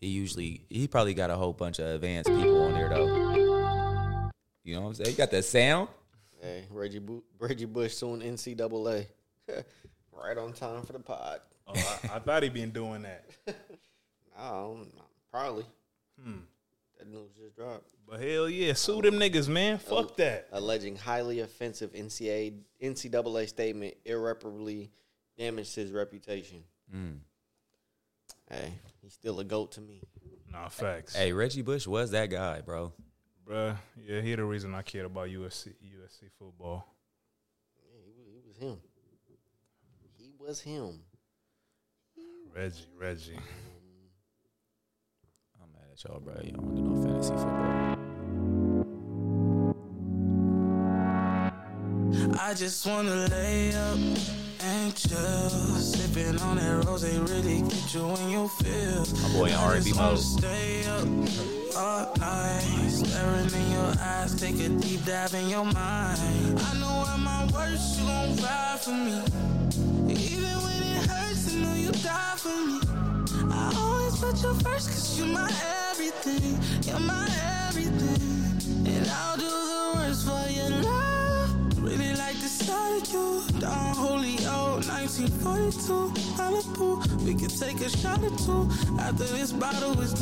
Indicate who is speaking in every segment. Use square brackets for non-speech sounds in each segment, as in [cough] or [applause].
Speaker 1: He usually he probably got a whole bunch of advanced people on there though. You know what I'm saying? You got that sound.
Speaker 2: Hey, Reggie, Bu- Reggie Bush soon NCAA. [laughs] right on time for the pod.
Speaker 3: Oh, I, I thought he been doing that,
Speaker 2: No, probably.
Speaker 3: Hmm.
Speaker 2: That news just dropped.
Speaker 3: but hell yeah, sue them niggas, man. Fuck that.
Speaker 2: Alleging highly offensive NCAA, NCAA statement irreparably damaged his reputation.
Speaker 3: Hmm.
Speaker 2: Hey, he's still a goat to me.
Speaker 3: Nah, facts,
Speaker 1: Hey, Reggie Bush was that guy, bro.
Speaker 3: bruh. Yeah, he the reason I cared about USC USC football.
Speaker 2: Yeah, he, was, he was him. He was him.
Speaker 3: Reggie, Reggie.
Speaker 1: I'm mad at y'all, bro. Y'all don't do no fantasy football.
Speaker 4: I just wanna lay up and chill. Sipping on that rose, they really get you when you feel.
Speaker 1: My boy in
Speaker 4: I
Speaker 1: R&B
Speaker 4: just
Speaker 1: mode.
Speaker 4: wanna stay up all night. Staring in your eyes, take a deep dive in your mind. I know at my worst, you gon' ride for me. Even when it hurts, I know you die for me. I always put you first, cause you my everything. You're my everything. And I'll do the worst for your love. Really like the sight of you. Don Julio, 1942. Malibu, we can take a shot or two after this bottle is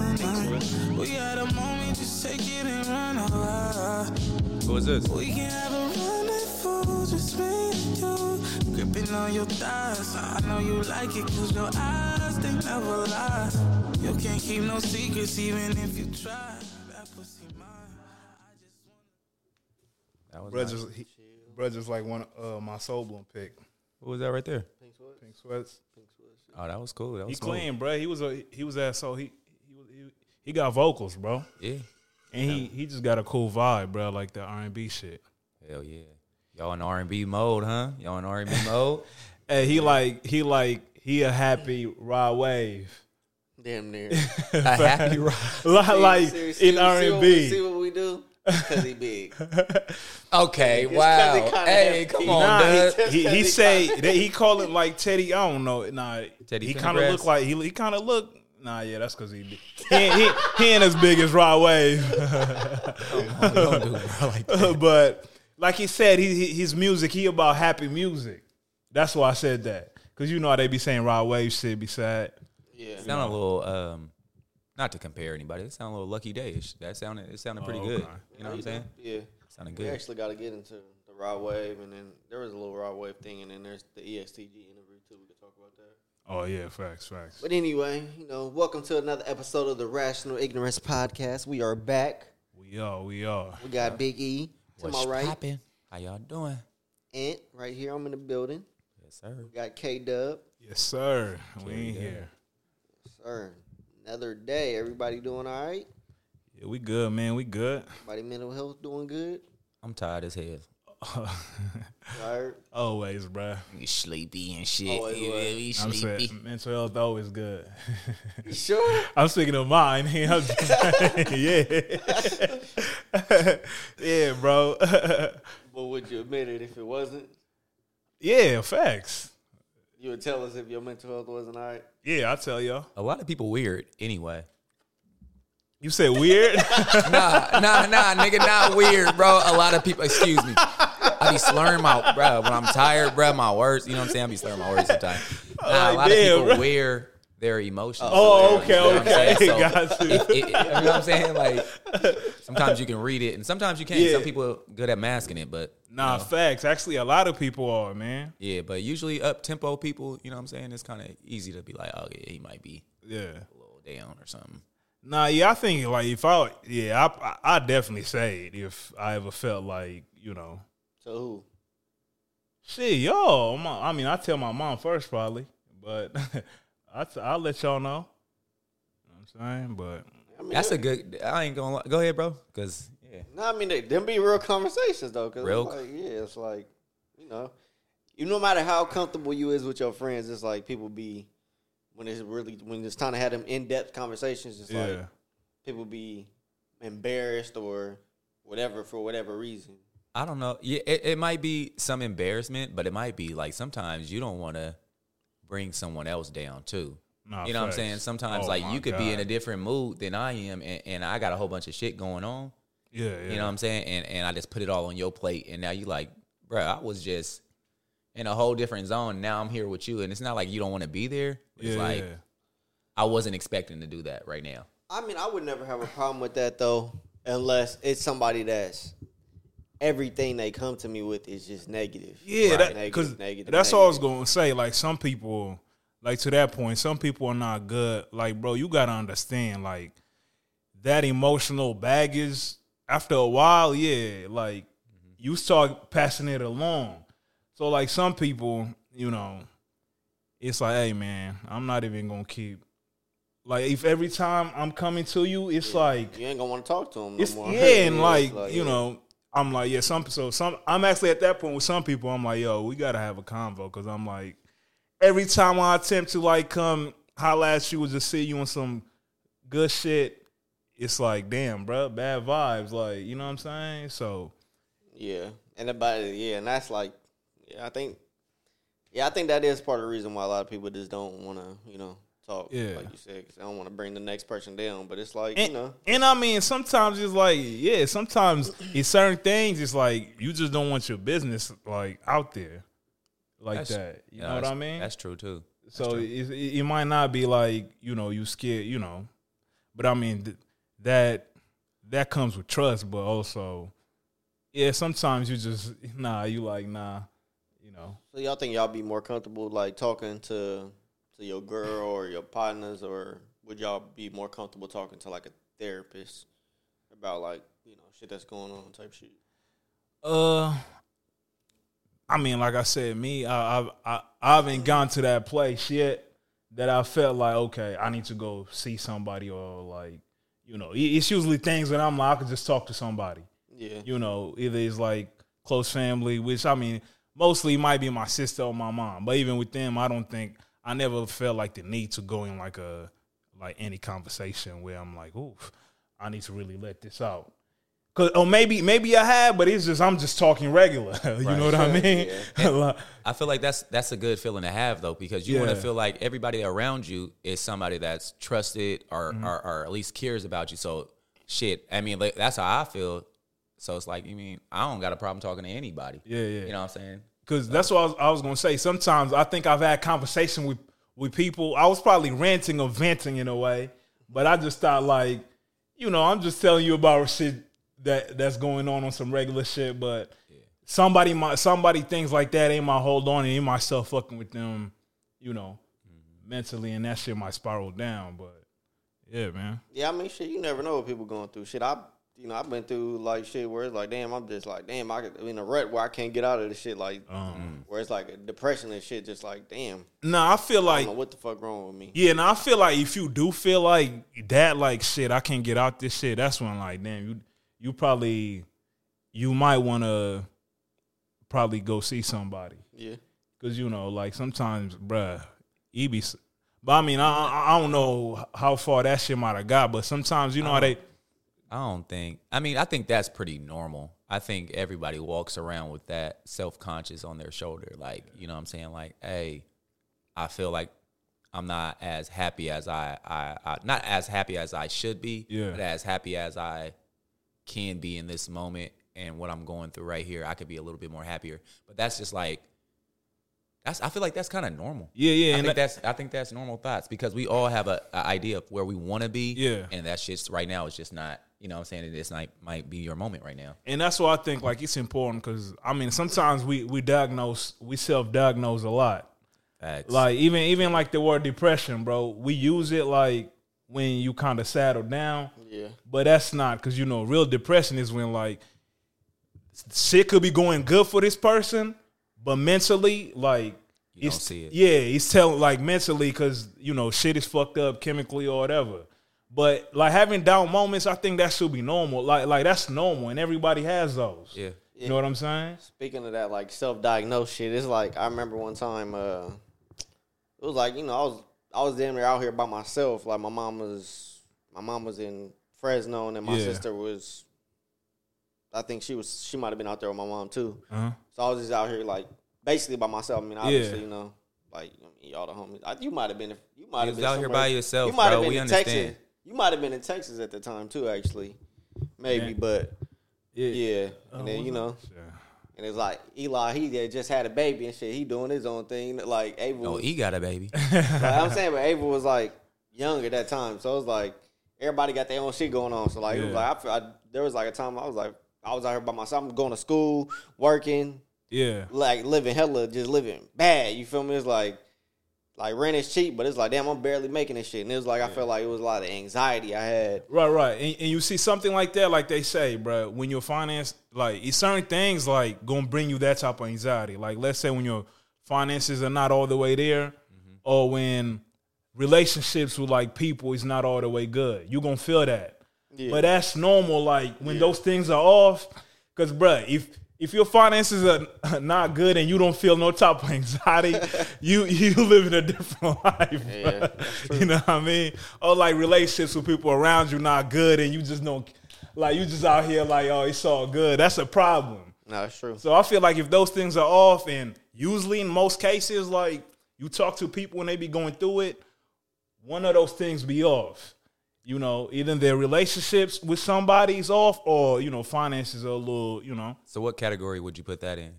Speaker 4: done. We had a moment, just take it and run away.
Speaker 1: Who is this?
Speaker 4: We can have a rendezvous, just me and you. Gripping on your thighs, I know you like it cause your eyes, they never lie. You can't keep no secrets even if you try. That pussy mine. I just wanna-
Speaker 1: That was
Speaker 3: Bruh
Speaker 1: nice.
Speaker 3: just, he, bruh just like one of uh, my soul bloom pick.
Speaker 1: Who was that right there?
Speaker 2: Pink sweat.
Speaker 3: Pink sweats.
Speaker 1: Oh, that was cool. That
Speaker 3: He
Speaker 1: was cool.
Speaker 3: clean, bruh. He was a he was at so he he was he, he got vocals, bro,
Speaker 1: Yeah.
Speaker 3: and he he just got a cool vibe, bruh, Like the R and B shit.
Speaker 1: Hell yeah. Y'all in R&B mode, huh? Y'all in
Speaker 3: [laughs]
Speaker 1: R&B mode?
Speaker 3: Hey, he like he like he a happy ride wave. [laughs]
Speaker 2: Damn near.
Speaker 1: A happy ride.
Speaker 3: like [laughs] like
Speaker 2: Seriously,
Speaker 3: in
Speaker 2: see what
Speaker 3: R
Speaker 2: we-
Speaker 3: and
Speaker 2: See
Speaker 3: B.
Speaker 2: what we do? Because he
Speaker 3: [laughs]
Speaker 2: big.
Speaker 1: Okay,
Speaker 2: 'cause it
Speaker 1: wow.
Speaker 2: kinda
Speaker 1: Hey,
Speaker 2: have
Speaker 1: come
Speaker 2: teeth.
Speaker 1: on,
Speaker 3: Nah,
Speaker 1: dude.
Speaker 2: Just
Speaker 3: he, he,
Speaker 2: 'cause
Speaker 3: he
Speaker 2: he
Speaker 3: say that he call it like Teddy. I don't know. Nah,
Speaker 1: Teddy
Speaker 3: He kind of
Speaker 1: Pendergrass.
Speaker 3: look like he he kind of look. Nah, yeah, that's because he big. he, ain't- he he ain't as big as Rod Wave,
Speaker 1: Don't do it, bro, like that.
Speaker 3: [laughs] but like he said, he, he his music he about happy music. That's why I said that because you know how they be saying Rod Wave shit. Beside
Speaker 2: Yeah.
Speaker 1: sound a little um not to compare anybody. It sounded a little lucky dayish. That sounded it sounded pretty
Speaker 3: Oh,
Speaker 1: good.
Speaker 3: okay.
Speaker 1: You know what I'm saying?
Speaker 2: Yeah.
Speaker 1: Sounded
Speaker 2: We
Speaker 1: good.
Speaker 2: actually got to get into the raw wave, and then there was a little raw wave thing, and then there's the E ESTG interview too. We could talk about that.
Speaker 3: oh yeah, facts, facts.
Speaker 2: But anyway, you know, welcome to another episode of the Rational Ignorance Podcast. We are back.
Speaker 3: We are, we are.
Speaker 2: We got Big E to
Speaker 1: What's
Speaker 2: my right,
Speaker 1: poppin'? How y'all doing?
Speaker 2: Ant right here. I'm in the building.
Speaker 1: Yes, sir.
Speaker 2: We got K Dub.
Speaker 3: Yes, sir. We ain't
Speaker 1: yeah.
Speaker 3: here.
Speaker 2: Sir, another day. Everybody doing all right?
Speaker 3: Yeah, we good, man. We good.
Speaker 2: Everybody mental health doing good?
Speaker 1: I'm tired as hell.
Speaker 2: Tired?
Speaker 3: Always, bruh.
Speaker 1: You sleepy and shit.
Speaker 2: Always
Speaker 1: you
Speaker 2: was.
Speaker 1: really
Speaker 3: I'm
Speaker 1: sleepy.
Speaker 3: saying mental health always good.
Speaker 2: You sure?
Speaker 3: I'm speaking of
Speaker 1: [laughs]
Speaker 3: mine. [laughs] I'm just- yeah, yeah, bro. [laughs]
Speaker 2: but would you admit it if it wasn't?
Speaker 3: yeah, facts.
Speaker 2: You would tell us if your mental health wasn't all right?
Speaker 3: Yeah, I tell y'all.
Speaker 1: A lot of people weird anyway.
Speaker 3: You
Speaker 1: [laughs]
Speaker 3: said weird.
Speaker 1: Nah, nah, nah, nigga, not weird, bro. A lot of people, excuse me. I be slurring my, bro, when I'm tired, bro, my words, you know what I'm saying? I be slurring my words sometimes. Nah, a
Speaker 3: Like,
Speaker 1: lot
Speaker 3: damn,
Speaker 1: of people
Speaker 3: bro.
Speaker 1: wear their emotions. You
Speaker 3: oh,
Speaker 1: know
Speaker 3: okay,
Speaker 1: what I'm saying?
Speaker 3: okay.
Speaker 1: So,
Speaker 3: Got [laughs] you.
Speaker 1: it, it- you know what I'm saying? Like sometimes you can read it, and sometimes you can't.
Speaker 3: Yeah.
Speaker 1: Some people are good at masking it, but
Speaker 3: Nah, facts. Actually, a lot of people are man.
Speaker 1: yeah. But usually up tempo people, you know what I'm saying? It's kind of easy to be like, oh yeah, he might be
Speaker 3: Yeah.
Speaker 1: a little down or something.
Speaker 3: Nah, yeah. I think like if I, yeah, I, I, I definitely say it if I ever felt like you know,
Speaker 2: So who?
Speaker 3: shit, y'all. I'm- I mean, I tell my mom first probably, but [laughs] I, t- I'll let y'all know. You know what I'm saying, but
Speaker 2: I mean,
Speaker 1: That's a good. I ain't gonna lie. go ahead, bro, because yeah,
Speaker 2: No, I mean, they, them be real conversations though. Cause
Speaker 1: Real-
Speaker 2: It's like, yeah, it's like, you know, you no matter how comfortable you is with your friends, it's like people be when it's really when it's time to have them in depth conversations. It's
Speaker 3: yeah.
Speaker 2: like people be embarrassed or whatever for whatever reason.
Speaker 1: I don't know. Yeah, it, it might be some embarrassment, but it might be like sometimes you don't want to bring someone else down too.
Speaker 3: Nah,
Speaker 1: You know what I'm
Speaker 3: facts.
Speaker 1: saying? Sometimes
Speaker 3: Oh
Speaker 1: like
Speaker 3: my
Speaker 1: you could be in
Speaker 3: God.
Speaker 1: a different mood than I am, and, and I got a whole bunch of shit going on.
Speaker 3: yeah, yeah.
Speaker 1: You know what I'm saying? And and I just put it all on your plate, and now you like, bro, I was just in a whole different zone. Now I'm here with you, and it's not like you don't want to be there. but It's
Speaker 3: yeah,
Speaker 1: like
Speaker 3: yeah.
Speaker 1: I wasn't expecting to do that right now.
Speaker 2: I mean, I would never have a problem with that though, unless it's somebody that's everything they come to me with is just negative.
Speaker 3: Yeah,
Speaker 2: Right.
Speaker 3: that,
Speaker 2: Negative,
Speaker 3: cause
Speaker 2: negative,
Speaker 3: that's all I was
Speaker 2: negative.
Speaker 3: gonna say. Like some people, like to that point, some people are not good. Like, bro, you gotta understand, like that emotional baggage. After a while, yeah, like
Speaker 1: Mm-hmm.
Speaker 3: you start passing it along. So, like some people, you know, it's like, hey, man, I'm not even gonna keep. Like, if every time I'm coming to you, it's like
Speaker 2: You ain't gonna want to talk to them.
Speaker 3: it's
Speaker 2: no more. [laughs]
Speaker 3: yeah, and
Speaker 2: It's
Speaker 3: like, you
Speaker 2: yeah.
Speaker 3: know, I'm like yeah, some so some I'm actually at that point with some people. I'm like yo, we gotta have a convo because I'm like every time I attempt to like come holla at you or just see you on some good shit, it's like damn, bro, bad vibes. Like you know what I'm saying? So
Speaker 2: yeah, and about it, yeah, and that's like, yeah, I think, yeah, I think that is part of the reason why a lot of people just don't want to, you know, talk.
Speaker 3: Yeah.
Speaker 2: like you said, 'cause they don't want to bring the next person down. But it's like,
Speaker 3: and,
Speaker 2: you know,
Speaker 3: and I mean sometimes it's like yeah,
Speaker 2: [clears throat]
Speaker 3: sometimes it's certain things. It's like you just don't want your business like out there like
Speaker 1: That's-
Speaker 3: that. You
Speaker 1: No,
Speaker 3: know what
Speaker 1: that's-
Speaker 3: I mean?
Speaker 1: That's true too.
Speaker 3: So it, it it might not be like you know you scared you know, but I mean th- that that comes with trust, but also yeah, sometimes you just [laughs] nah, you like nah, you know
Speaker 2: so y'all think y'all be more comfortable like talking to to your girl or your partners, or would y'all be more comfortable talking to like a therapist about like you know shit that's going on type shit?
Speaker 3: Uh, I mean, like I said, me, I, I've I, I haven't gone to that place yet that I felt like okay, I need to go see somebody or like you know, it- it's usually things that I'm like I could just talk to somebody.
Speaker 2: Yeah,
Speaker 3: You know, either it's like close family, which I mean, mostly it might be my sister or my mom. But even with them, I don't think I never felt like the need to go in like a like any conversation where I'm like, oof, I need to really let this out. Cause or maybe maybe I had, but it's just I'm just talking regular. [laughs] you know what I mean? [laughs] Like,
Speaker 1: I feel like that's that's a good feeling to have though, because you want
Speaker 3: Yeah.
Speaker 1: to feel like everybody around you is somebody that's trusted or,
Speaker 3: Mm-hmm.
Speaker 1: or or at least cares about you. So shit, I mean like, that's how I feel. So it's like you mean I don't got a problem talking to anybody.
Speaker 3: Yeah, yeah.
Speaker 1: You know what I'm saying?
Speaker 3: Cause that's what I was, I was gonna say. Sometimes I think I've had conversation with with people. I was probably ranting or venting in a way, but I just thought like, you know, I'm just telling you about shit that that's going on on some regular shit. But somebody might somebody things like that they might hold on and it might start fucking with them, you know, mentally, and that shit might spiral down. But yeah, man.
Speaker 2: Yeah, I mean, shit, you never know what people going through. Shit, I, you know, I've been through like shit where it's like, damn, I'm just like, damn, I could- I'm in a rut where I can't get out of this shit, like, where it's like a depression and shit, just like, damn,
Speaker 3: No, I feel
Speaker 2: I
Speaker 3: like
Speaker 2: don't know what the fuck wrong with me.
Speaker 3: Yeah, and I feel like if you do feel like that, like shit, I can't get out this shit. That's when, like, damn, you you probably you might want to probably go see somebody
Speaker 2: Yeah,
Speaker 3: because you know, like sometimes, bruh, he be. s- But I mean, I I- I don't know how far that shit might have got, but sometimes you know how they.
Speaker 1: I don't think. I mean, I think that's pretty normal. I think everybody walks around with that self conscious on their shoulder. Like, you know what I'm saying? Like, hey, I feel like I'm not as happy as I, I, I not as happy as I should be,
Speaker 3: Yeah.
Speaker 1: but as happy as I can be in this moment and what I'm going through right here. I could be a little bit more happier. But that's just like, that's, I feel like that's kind of normal.
Speaker 3: Yeah, yeah,
Speaker 1: I
Speaker 3: and
Speaker 1: think
Speaker 3: that-
Speaker 1: that's I think that's normal thoughts because we all have a, a idea of where we want to be.
Speaker 3: Yeah.
Speaker 1: And that shit's right now is just not, you know what I'm saying? It's not might be your moment right now.
Speaker 3: and that's why I think like it's important because I mean sometimes we we diagnose we self diagnose a lot.
Speaker 1: Facts.
Speaker 3: Like even even like the word depression, bro. We use it like when you kind of saddle down.
Speaker 2: yeah,
Speaker 3: But that's not because you know, real depression is when like shit could be going good for this person, but mentally, like
Speaker 1: You don't
Speaker 3: it's-
Speaker 1: see it.
Speaker 3: Yeah, it's telling like mentally because you know shit is fucked up chemically or whatever. But like having down moments, I think that should be normal. Like like that's normal, and everybody has those.
Speaker 1: Yeah.
Speaker 3: you know what I'm saying?
Speaker 2: Speaking of that, like self-diagnosed shit, it's like I remember one time, uh, it was like you know I was I was damn near out here by myself. Like my mom was my mom was in Fresno, and then my
Speaker 3: Yeah.
Speaker 2: sister was, I think she was she might have been out there with my mom too.
Speaker 3: Uh-huh.
Speaker 2: So I was just out here like basically by myself. I mean, obviously,
Speaker 3: Yeah.
Speaker 2: you know, Like I mean, y'all the homies. I, you might have been. You might
Speaker 1: You was
Speaker 2: have been
Speaker 1: out here
Speaker 2: somewhere-
Speaker 1: by yourself,
Speaker 2: You might
Speaker 1: bro.
Speaker 2: have been
Speaker 1: We
Speaker 2: in
Speaker 1: understand.
Speaker 2: Texas. You might have been in Texas at the time too, actually. Maybe,
Speaker 3: Yeah.
Speaker 2: but
Speaker 3: Yeah.
Speaker 2: yeah. And
Speaker 3: Oh,
Speaker 2: then you know,
Speaker 3: Yeah.
Speaker 2: and it's like Eli, he had just had a baby and shit. He doing his own thing. Like Abel,
Speaker 1: Oh,
Speaker 2: was-
Speaker 1: he got a baby. [laughs]
Speaker 2: like, I'm saying, but Abel was like young at that time, so it was like everybody got their own shit going on. So like it was
Speaker 3: Yeah.
Speaker 2: like I, fe- I, there was like a time I was like I was out here by myself. I'm going to school, working,
Speaker 3: Yeah.
Speaker 2: like living hella, just living bad. You feel me? It's like like rent is cheap, but it's like damn, I'm barely making this shit. And it was like I felt like it was a lot of anxiety I had.
Speaker 3: Right, right. And, and you see something like that, like they say, bro, when you're financed, like it's certain things like gonna bring you that type of anxiety. Like let's say when your finances are not all the way there, or when relationships with like people is not all the way good. You're gonna feel that.
Speaker 2: Yeah.
Speaker 3: But that's normal, like when those things are off. Cause bruh, if if your finances are [laughs] not good and you don't feel no type
Speaker 2: [laughs]
Speaker 3: of anxiety, you you living a different [laughs] life.
Speaker 2: Yeah,
Speaker 3: bruh. you know what I mean? Or like relationships with people around you not good and you just don't like you just out here like, oh, it's all good. That's a problem.
Speaker 2: No, that's true.
Speaker 3: So I feel like if those things are off, and usually in most cases, like you talk to people and they be going through it, one of those things be off. You know, either their relationships with somebody's off, or you know, finances are a little, you know,
Speaker 1: So, what category would you put that in?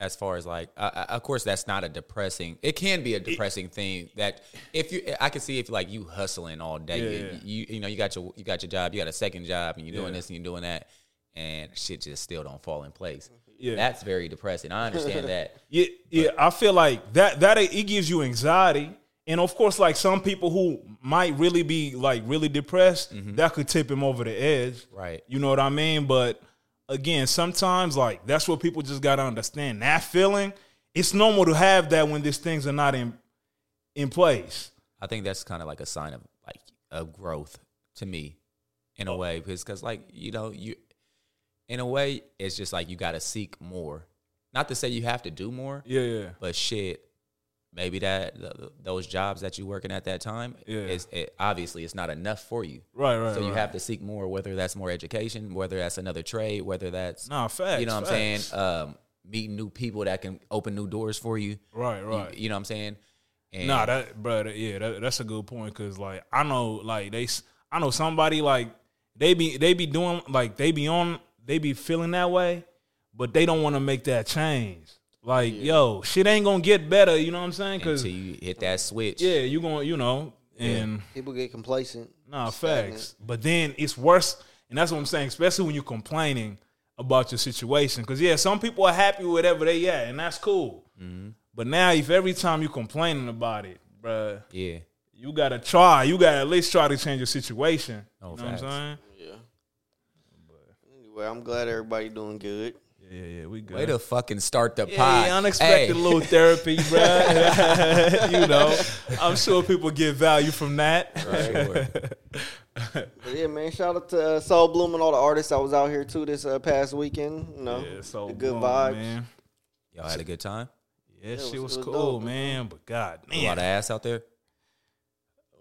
Speaker 1: As far as like, uh, uh, of course, that's not a depressing. It can be a depressing thing that if you, I can see if like you hustling all day,
Speaker 3: Yeah, yeah.
Speaker 1: you, you know, you got your you got your job, you got a second job, and you're doing
Speaker 3: Yeah.
Speaker 1: this and you're doing that, and shit just still don't fall in place.
Speaker 3: Yeah.
Speaker 1: that's very depressing. I
Speaker 3: [laughs]
Speaker 1: understand that.
Speaker 3: Yeah, yeah. I feel like that that it gives you anxiety, and of course, like some people who might really be like really depressed, that could tip him over the edge.
Speaker 1: Right.
Speaker 3: You know what I mean? But again, sometimes like that's what people just gotta understand. That feeling, it's normal to have that when these things are not in in place.
Speaker 1: I think that's kind of like a sign of like of growth to me, in
Speaker 3: Oh.
Speaker 1: a way, because because like you know you, in a way, it's just like you got to seek more. Not to say you have to do more,
Speaker 3: Yeah, yeah.
Speaker 1: but shit, maybe that th- th- those jobs that you're working at that time
Speaker 3: Yeah.
Speaker 1: is it, obviously it's not enough for you.
Speaker 3: Right, right.
Speaker 1: so you
Speaker 3: right.
Speaker 1: have to seek more, whether that's more education, whether that's another trade, whether that's
Speaker 3: nah facts.
Speaker 1: you know what I'm
Speaker 3: facts.
Speaker 1: saying, um, meeting new people that can open new doors for you.
Speaker 3: right,
Speaker 1: You-
Speaker 3: right.
Speaker 1: You, know what I'm saying. And
Speaker 3: Nah, that, bro, that- yeah, that, that's a good point because, like, I know, like, they, s- I know somebody, like, they be, they be doing, like, they be on, they be feeling that way, but they don't want to make that change. Like, yo, shit ain't gonna get better. You know what I'm saying? Because
Speaker 1: until you hit that switch.
Speaker 3: yeah, you gonna, you know, and
Speaker 2: People get complacent.
Speaker 3: nah,
Speaker 2: Stagnant.
Speaker 3: facts. But then it's worse, and that's what I'm saying, especially when you're complaining about your situation. Because yeah, some people are happy with whatever they at, and that's cool. But now, if every time you complaining about it, bruh
Speaker 1: yeah.
Speaker 3: you gotta try. You gotta at least try to change your situation.
Speaker 1: Oh,
Speaker 3: you know what I'm
Speaker 2: Yeah. Anyway, I'm glad everybody doing good.
Speaker 3: saying? Yeah, yeah, yeah. We good.
Speaker 1: Way to fucking start the
Speaker 3: yeah,
Speaker 1: pod.
Speaker 3: yeah, unexpected
Speaker 1: Hey, [laughs]
Speaker 2: [laughs]
Speaker 3: little therapy, bruh. [laughs] you know, I'm sure people get value from that.
Speaker 1: sure.
Speaker 2: But yeah, man, shout out to uh, Soul Bloom and all the artists I was out here too this uh, past weekend. You know,
Speaker 3: Yeah, so
Speaker 2: the good
Speaker 3: boom,
Speaker 2: vibes.
Speaker 3: Man.
Speaker 1: Y'all had a good time.
Speaker 3: Yeah, shit
Speaker 2: it
Speaker 3: was,
Speaker 2: was
Speaker 3: cool,
Speaker 2: dope,
Speaker 3: man. But god,
Speaker 1: A lot
Speaker 3: man,
Speaker 1: of ass out there.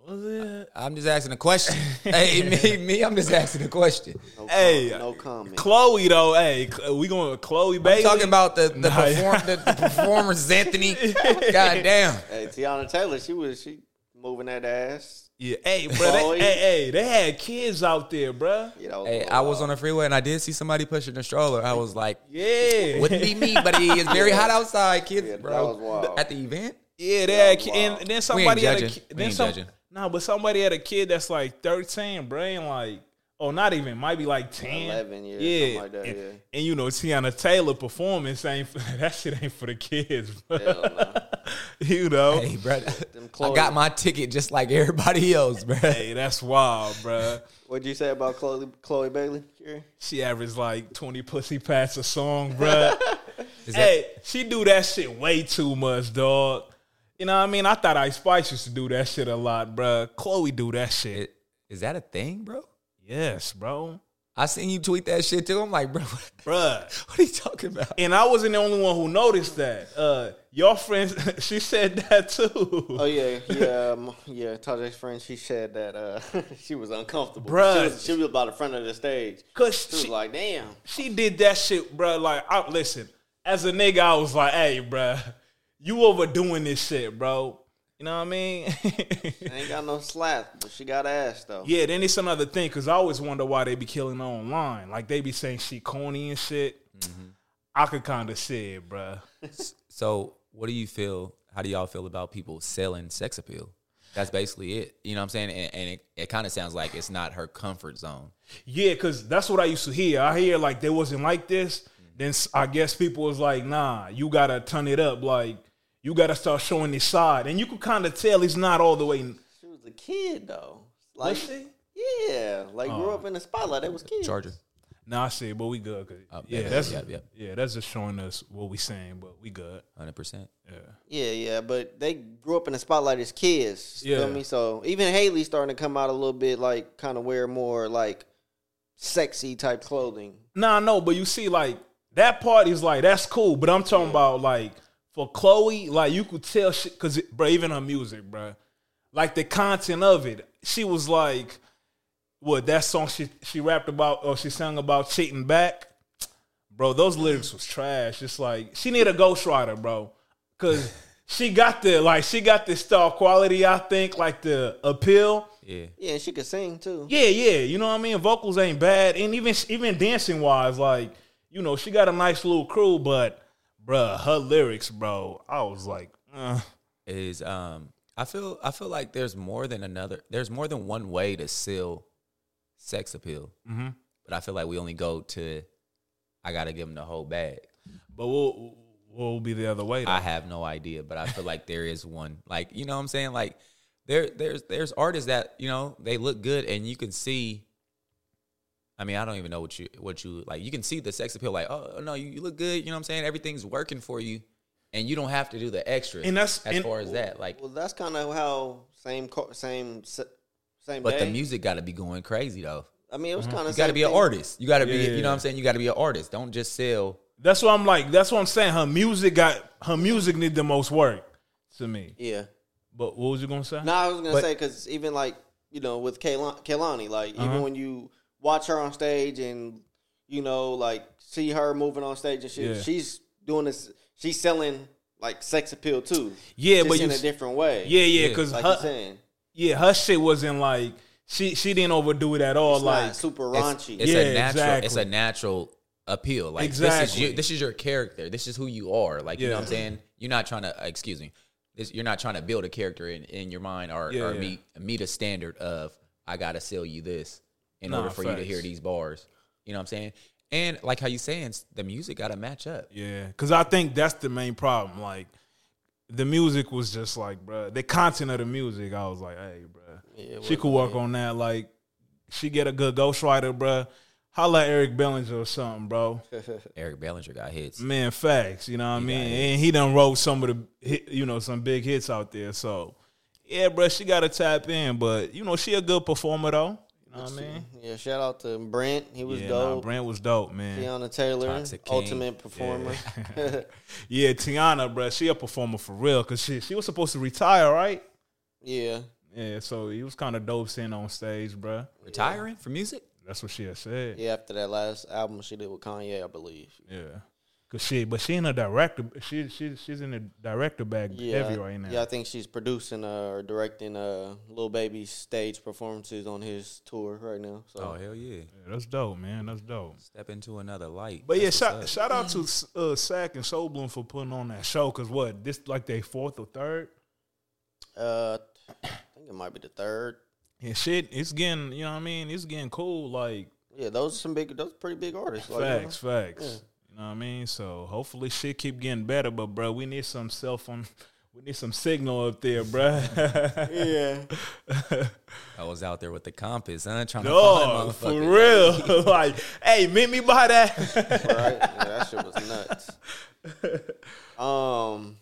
Speaker 3: was it?
Speaker 1: I'm just asking a
Speaker 3: [laughs]
Speaker 1: question. hey, me, me, I'm just asking a question.
Speaker 2: No
Speaker 3: Hey, uh,
Speaker 2: com- no comment.
Speaker 3: Chloe though, hey, Ch- we going with Chloe Bailey.
Speaker 1: Talking about the the,
Speaker 3: Nah,
Speaker 1: perform, the, the performers, Anthony.
Speaker 3: [laughs]
Speaker 1: Goddamn.
Speaker 2: hey, Tiana Taylor, she was she moving that ass.
Speaker 3: yeah, hey, bro, they,
Speaker 2: Chloe.
Speaker 3: hey, hey, they had kids out there, bruh.
Speaker 2: Yeah, that was
Speaker 1: Hey,
Speaker 2: a
Speaker 1: I was
Speaker 2: lot.
Speaker 1: on the freeway and I did see somebody pushing a stroller. I was like,
Speaker 3: Yeah, [laughs]
Speaker 1: wouldn't be me, but it is very hot outside, kids,
Speaker 2: Yeah, that
Speaker 1: bro.
Speaker 2: was wild.
Speaker 1: At the event,
Speaker 3: Yeah, they had
Speaker 2: Oh,
Speaker 3: ki-
Speaker 2: wow.
Speaker 3: and then somebody had a
Speaker 1: judging.
Speaker 3: kid.
Speaker 1: We
Speaker 3: Then
Speaker 1: ain't
Speaker 3: some,
Speaker 1: judging.
Speaker 3: nah, but somebody had a kid that's like thirteen, brain like, oh, not even, might be like ten,
Speaker 2: 11, yeah, something like that,
Speaker 3: and,
Speaker 2: yeah.
Speaker 3: and you know, Tiana Taylor performance ain't [laughs] for, that shit ain't for the kids, bro.
Speaker 2: Hell no.
Speaker 3: [laughs] you know.
Speaker 1: hey,
Speaker 3: Hey.
Speaker 1: bro, I
Speaker 2: Chloe-
Speaker 1: got my ticket just like everybody else, bro.
Speaker 3: that's wild, bro.
Speaker 2: What'd you say about Chloe Chloe Bailey? Jerry?
Speaker 3: She averaged like twenty pussy pats a song,
Speaker 2: [laughs]
Speaker 3: bro.
Speaker 1: Is that-
Speaker 3: hey, she do that shit way too much, dog. You know what I mean? I thought Ice Spice used to do that shit a lot, bro. Chloe do that shit.
Speaker 1: is that a thing, bro?
Speaker 3: Yes, bro.
Speaker 1: I seen you tweet that shit too. I'm like, bro, [laughs] what,
Speaker 3: Bruh.
Speaker 1: what are you talking about?
Speaker 3: And I wasn't the only one who noticed that. Uh, your friend, [laughs] she said that too.
Speaker 2: Oh yeah, yeah, um, yeah. Tajay's friend, she said that uh, [laughs] she was uncomfortable.
Speaker 3: Bruh.
Speaker 2: She was, she was by the front of the stage.
Speaker 3: Cause
Speaker 2: She was
Speaker 3: she,
Speaker 2: like, "Damn,
Speaker 3: she did that shit, bruh. Like, I, listen, as a nigga, I was like, hey, bruh, you overdoing this shit, bro. You know what I mean? [laughs]
Speaker 2: I ain't got no slap, but she got ass though.
Speaker 3: yeah, then it's another thing because I always wonder why they be killing her online. Like they be saying she corny and shit.
Speaker 1: Mm-hmm.
Speaker 3: I could kind of see it, bro.
Speaker 1: So, what do you feel? How do y'all feel about people selling sex appeal? That's basically it. You know what I'm saying? And, and it, it kind of sounds like it's not her comfort zone.
Speaker 3: Yeah, because that's what I used to hear. I hear like they wasn't like this.
Speaker 1: Mm-hmm.
Speaker 3: Then s- I guess people was like, nah, you gotta turn it up. Like you gotta start showing this side, and you could kind of tell it's not all the way.
Speaker 2: She was a kid though. Like
Speaker 3: Was she? Oh.
Speaker 2: Yeah, like grew up in the spotlight. They was kids.
Speaker 1: Charger.
Speaker 3: Nah, I see, but we good. 'cause- yeah,
Speaker 1: yeah,
Speaker 3: that's
Speaker 1: yeah, yeah.
Speaker 3: yeah, that's just showing us what we saying, but we good.
Speaker 1: 100%.
Speaker 2: Yeah, yeah, but they grew up in the spotlight as kids. You feel
Speaker 3: Yeah.
Speaker 2: me? So even Haley's starting to come out a little bit, like kind of wear more like sexy type clothing.
Speaker 3: Nah, no, but you see, like that part is like that's cool, but I'm talking about like for Chloe, like you could tell she, cause it, bro, even her music, bro, like the content of it, she was like, what that song she she rapped about or she sang about cheating back, bro. Those lyrics was trash. It's like she need a ghostwriter, bro, cause she got the like she got the star quality. I think like the appeal.
Speaker 1: Yeah.
Speaker 2: Yeah, and she could sing too.
Speaker 3: Yeah, yeah. You know what I mean? Vocals ain't bad. And even even dancing wise, like, you know, she got a nice little crew, but bruh, her lyrics, bro, I was like, uh,
Speaker 1: is um I feel I feel like there's more than another there's more than one way to sell sex appeal. Mm-hmm. But I feel like we only go to I gotta give them the whole bag.
Speaker 3: but we'll we'll be the other way though.
Speaker 1: I have no idea, but I feel like there is one. Like you know what I'm saying? Like there there's there's artists that you know they look good and you can see. I mean, I don't even know what you what you like. You can see the sex appeal. Like oh no, you, you look good. You know what I'm saying? Everything's working for you, and you don't have to do the extra.
Speaker 3: And that's-
Speaker 1: as
Speaker 3: and-
Speaker 1: far as that like.
Speaker 2: Well, that's kind of how same co- same se- same.
Speaker 1: But the
Speaker 2: day.
Speaker 1: music got to be going crazy though.
Speaker 2: I mean, it was kind of.
Speaker 1: You got to be an artist. You got to be,
Speaker 3: Yeah.
Speaker 1: you know what I'm saying? You got to be an artist. Don't just sell.
Speaker 3: that's what I'm like, that's what I'm saying. Her music got her music need the most work to me.
Speaker 2: Yeah.
Speaker 3: But what was you gonna say?
Speaker 2: No, I was gonna
Speaker 1: But-
Speaker 2: 'cause say because even like you know with Kaylani, Kaylani like
Speaker 1: Uh-huh.
Speaker 2: even when you watch her on stage and you know like see her moving on stage and shit,
Speaker 3: Yeah.
Speaker 2: she's doing this. She's selling like sex appeal too.
Speaker 3: Yeah,
Speaker 2: just
Speaker 3: but
Speaker 2: in
Speaker 3: you
Speaker 2: a
Speaker 3: s-
Speaker 2: different way.
Speaker 3: Yeah, yeah,
Speaker 1: Yeah,
Speaker 3: because
Speaker 2: like
Speaker 3: her
Speaker 2: you're saying,
Speaker 3: yeah, her shit wasn't like she she didn't overdo it at all.
Speaker 2: it's
Speaker 3: like
Speaker 2: not super
Speaker 1: It's,
Speaker 2: raunchy.
Speaker 1: it's
Speaker 3: Yeah,
Speaker 1: a natural. It's
Speaker 3: exactly.
Speaker 1: a natural appeal. Like this is
Speaker 3: Exactly.
Speaker 1: you. This is your character. This is who you are. Like you know what I'm
Speaker 3: Yeah.
Speaker 1: saying? You're not trying to. Excuse me. This, you're not trying to build a character in, in your mind or,
Speaker 3: Yeah,
Speaker 1: or
Speaker 3: yeah.
Speaker 1: meet meet a standard of I gotta sell you this in
Speaker 3: Nah,
Speaker 1: order for you to hear
Speaker 3: facts.
Speaker 1: these bars. You know what I'm saying? And like how you saying, the music gotta match up.
Speaker 3: Yeah, because I think that's the main problem. Like, the music was just like, bruh, the content of the music. I was like, hey, bruh, she could work on that. Like, she get a good ghostwriter, bruh. Holla at Eric Bellinger or
Speaker 2: [laughs]
Speaker 3: something, bro.
Speaker 1: Eric Bellinger got hits.
Speaker 3: Man, facts. You know what I mean? And he done wrote some of the, hit, you know, some big hits out there. So, yeah, bruh, she got to tap in. But you know, she a good performer though. You know what I mean?
Speaker 2: Yeah, shout out to Brent. He was
Speaker 3: Yeah, nah,
Speaker 2: dope.
Speaker 3: Brand was dope, man.
Speaker 2: Breonna Taylor,
Speaker 1: Toxic King.
Speaker 2: ultimate performer. [laughs] Yeah.
Speaker 3: Yeah, [laughs] Tiana, bruh, she a performer for real. Cause she she was supposed to retire, right? Yeah, so he was kind of dope seeing her on stage, bruh.
Speaker 1: Retiring from music?
Speaker 3: That's what she had said.
Speaker 2: Yeah, after that last album she did with Kanye, I believe.
Speaker 3: Yeah. Cause she, but she in a director. She she she's in the director bag
Speaker 2: Yeah,
Speaker 3: heavy right now.
Speaker 2: Yeah, I think she's producing uh, or directing uh, Lil Baby's stage performances on his tour right now. So
Speaker 1: Oh hell yeah!
Speaker 3: Yeah, that's dope, man. That's dope.
Speaker 1: Step into another light.
Speaker 3: But
Speaker 1: That's
Speaker 3: yeah,
Speaker 1: what's
Speaker 3: shout
Speaker 1: up.
Speaker 3: shout out to uh, Sack and Soul Bloom for putting on that show. Cause what this like their fourth or third.
Speaker 2: uh, I think it might be the third.
Speaker 3: Yeah, shit, it's getting you know what I mean. It's getting cool. Like
Speaker 2: Yeah, those are some big, those are pretty big artists. Like, you know.
Speaker 3: facts, facts. You know what I mean. So hopefully shit keep getting better. But bro, we need some cell phone. We need some signal up there, bruh. [laughs]
Speaker 2: Yeah,
Speaker 1: I was out there with the compass, huh? Trying
Speaker 3: Dog,
Speaker 1: to
Speaker 3: for
Speaker 1: find
Speaker 3: real. [laughs] like, hey, meet me by that.
Speaker 2: right. Yeah, that shit was nuts. Um,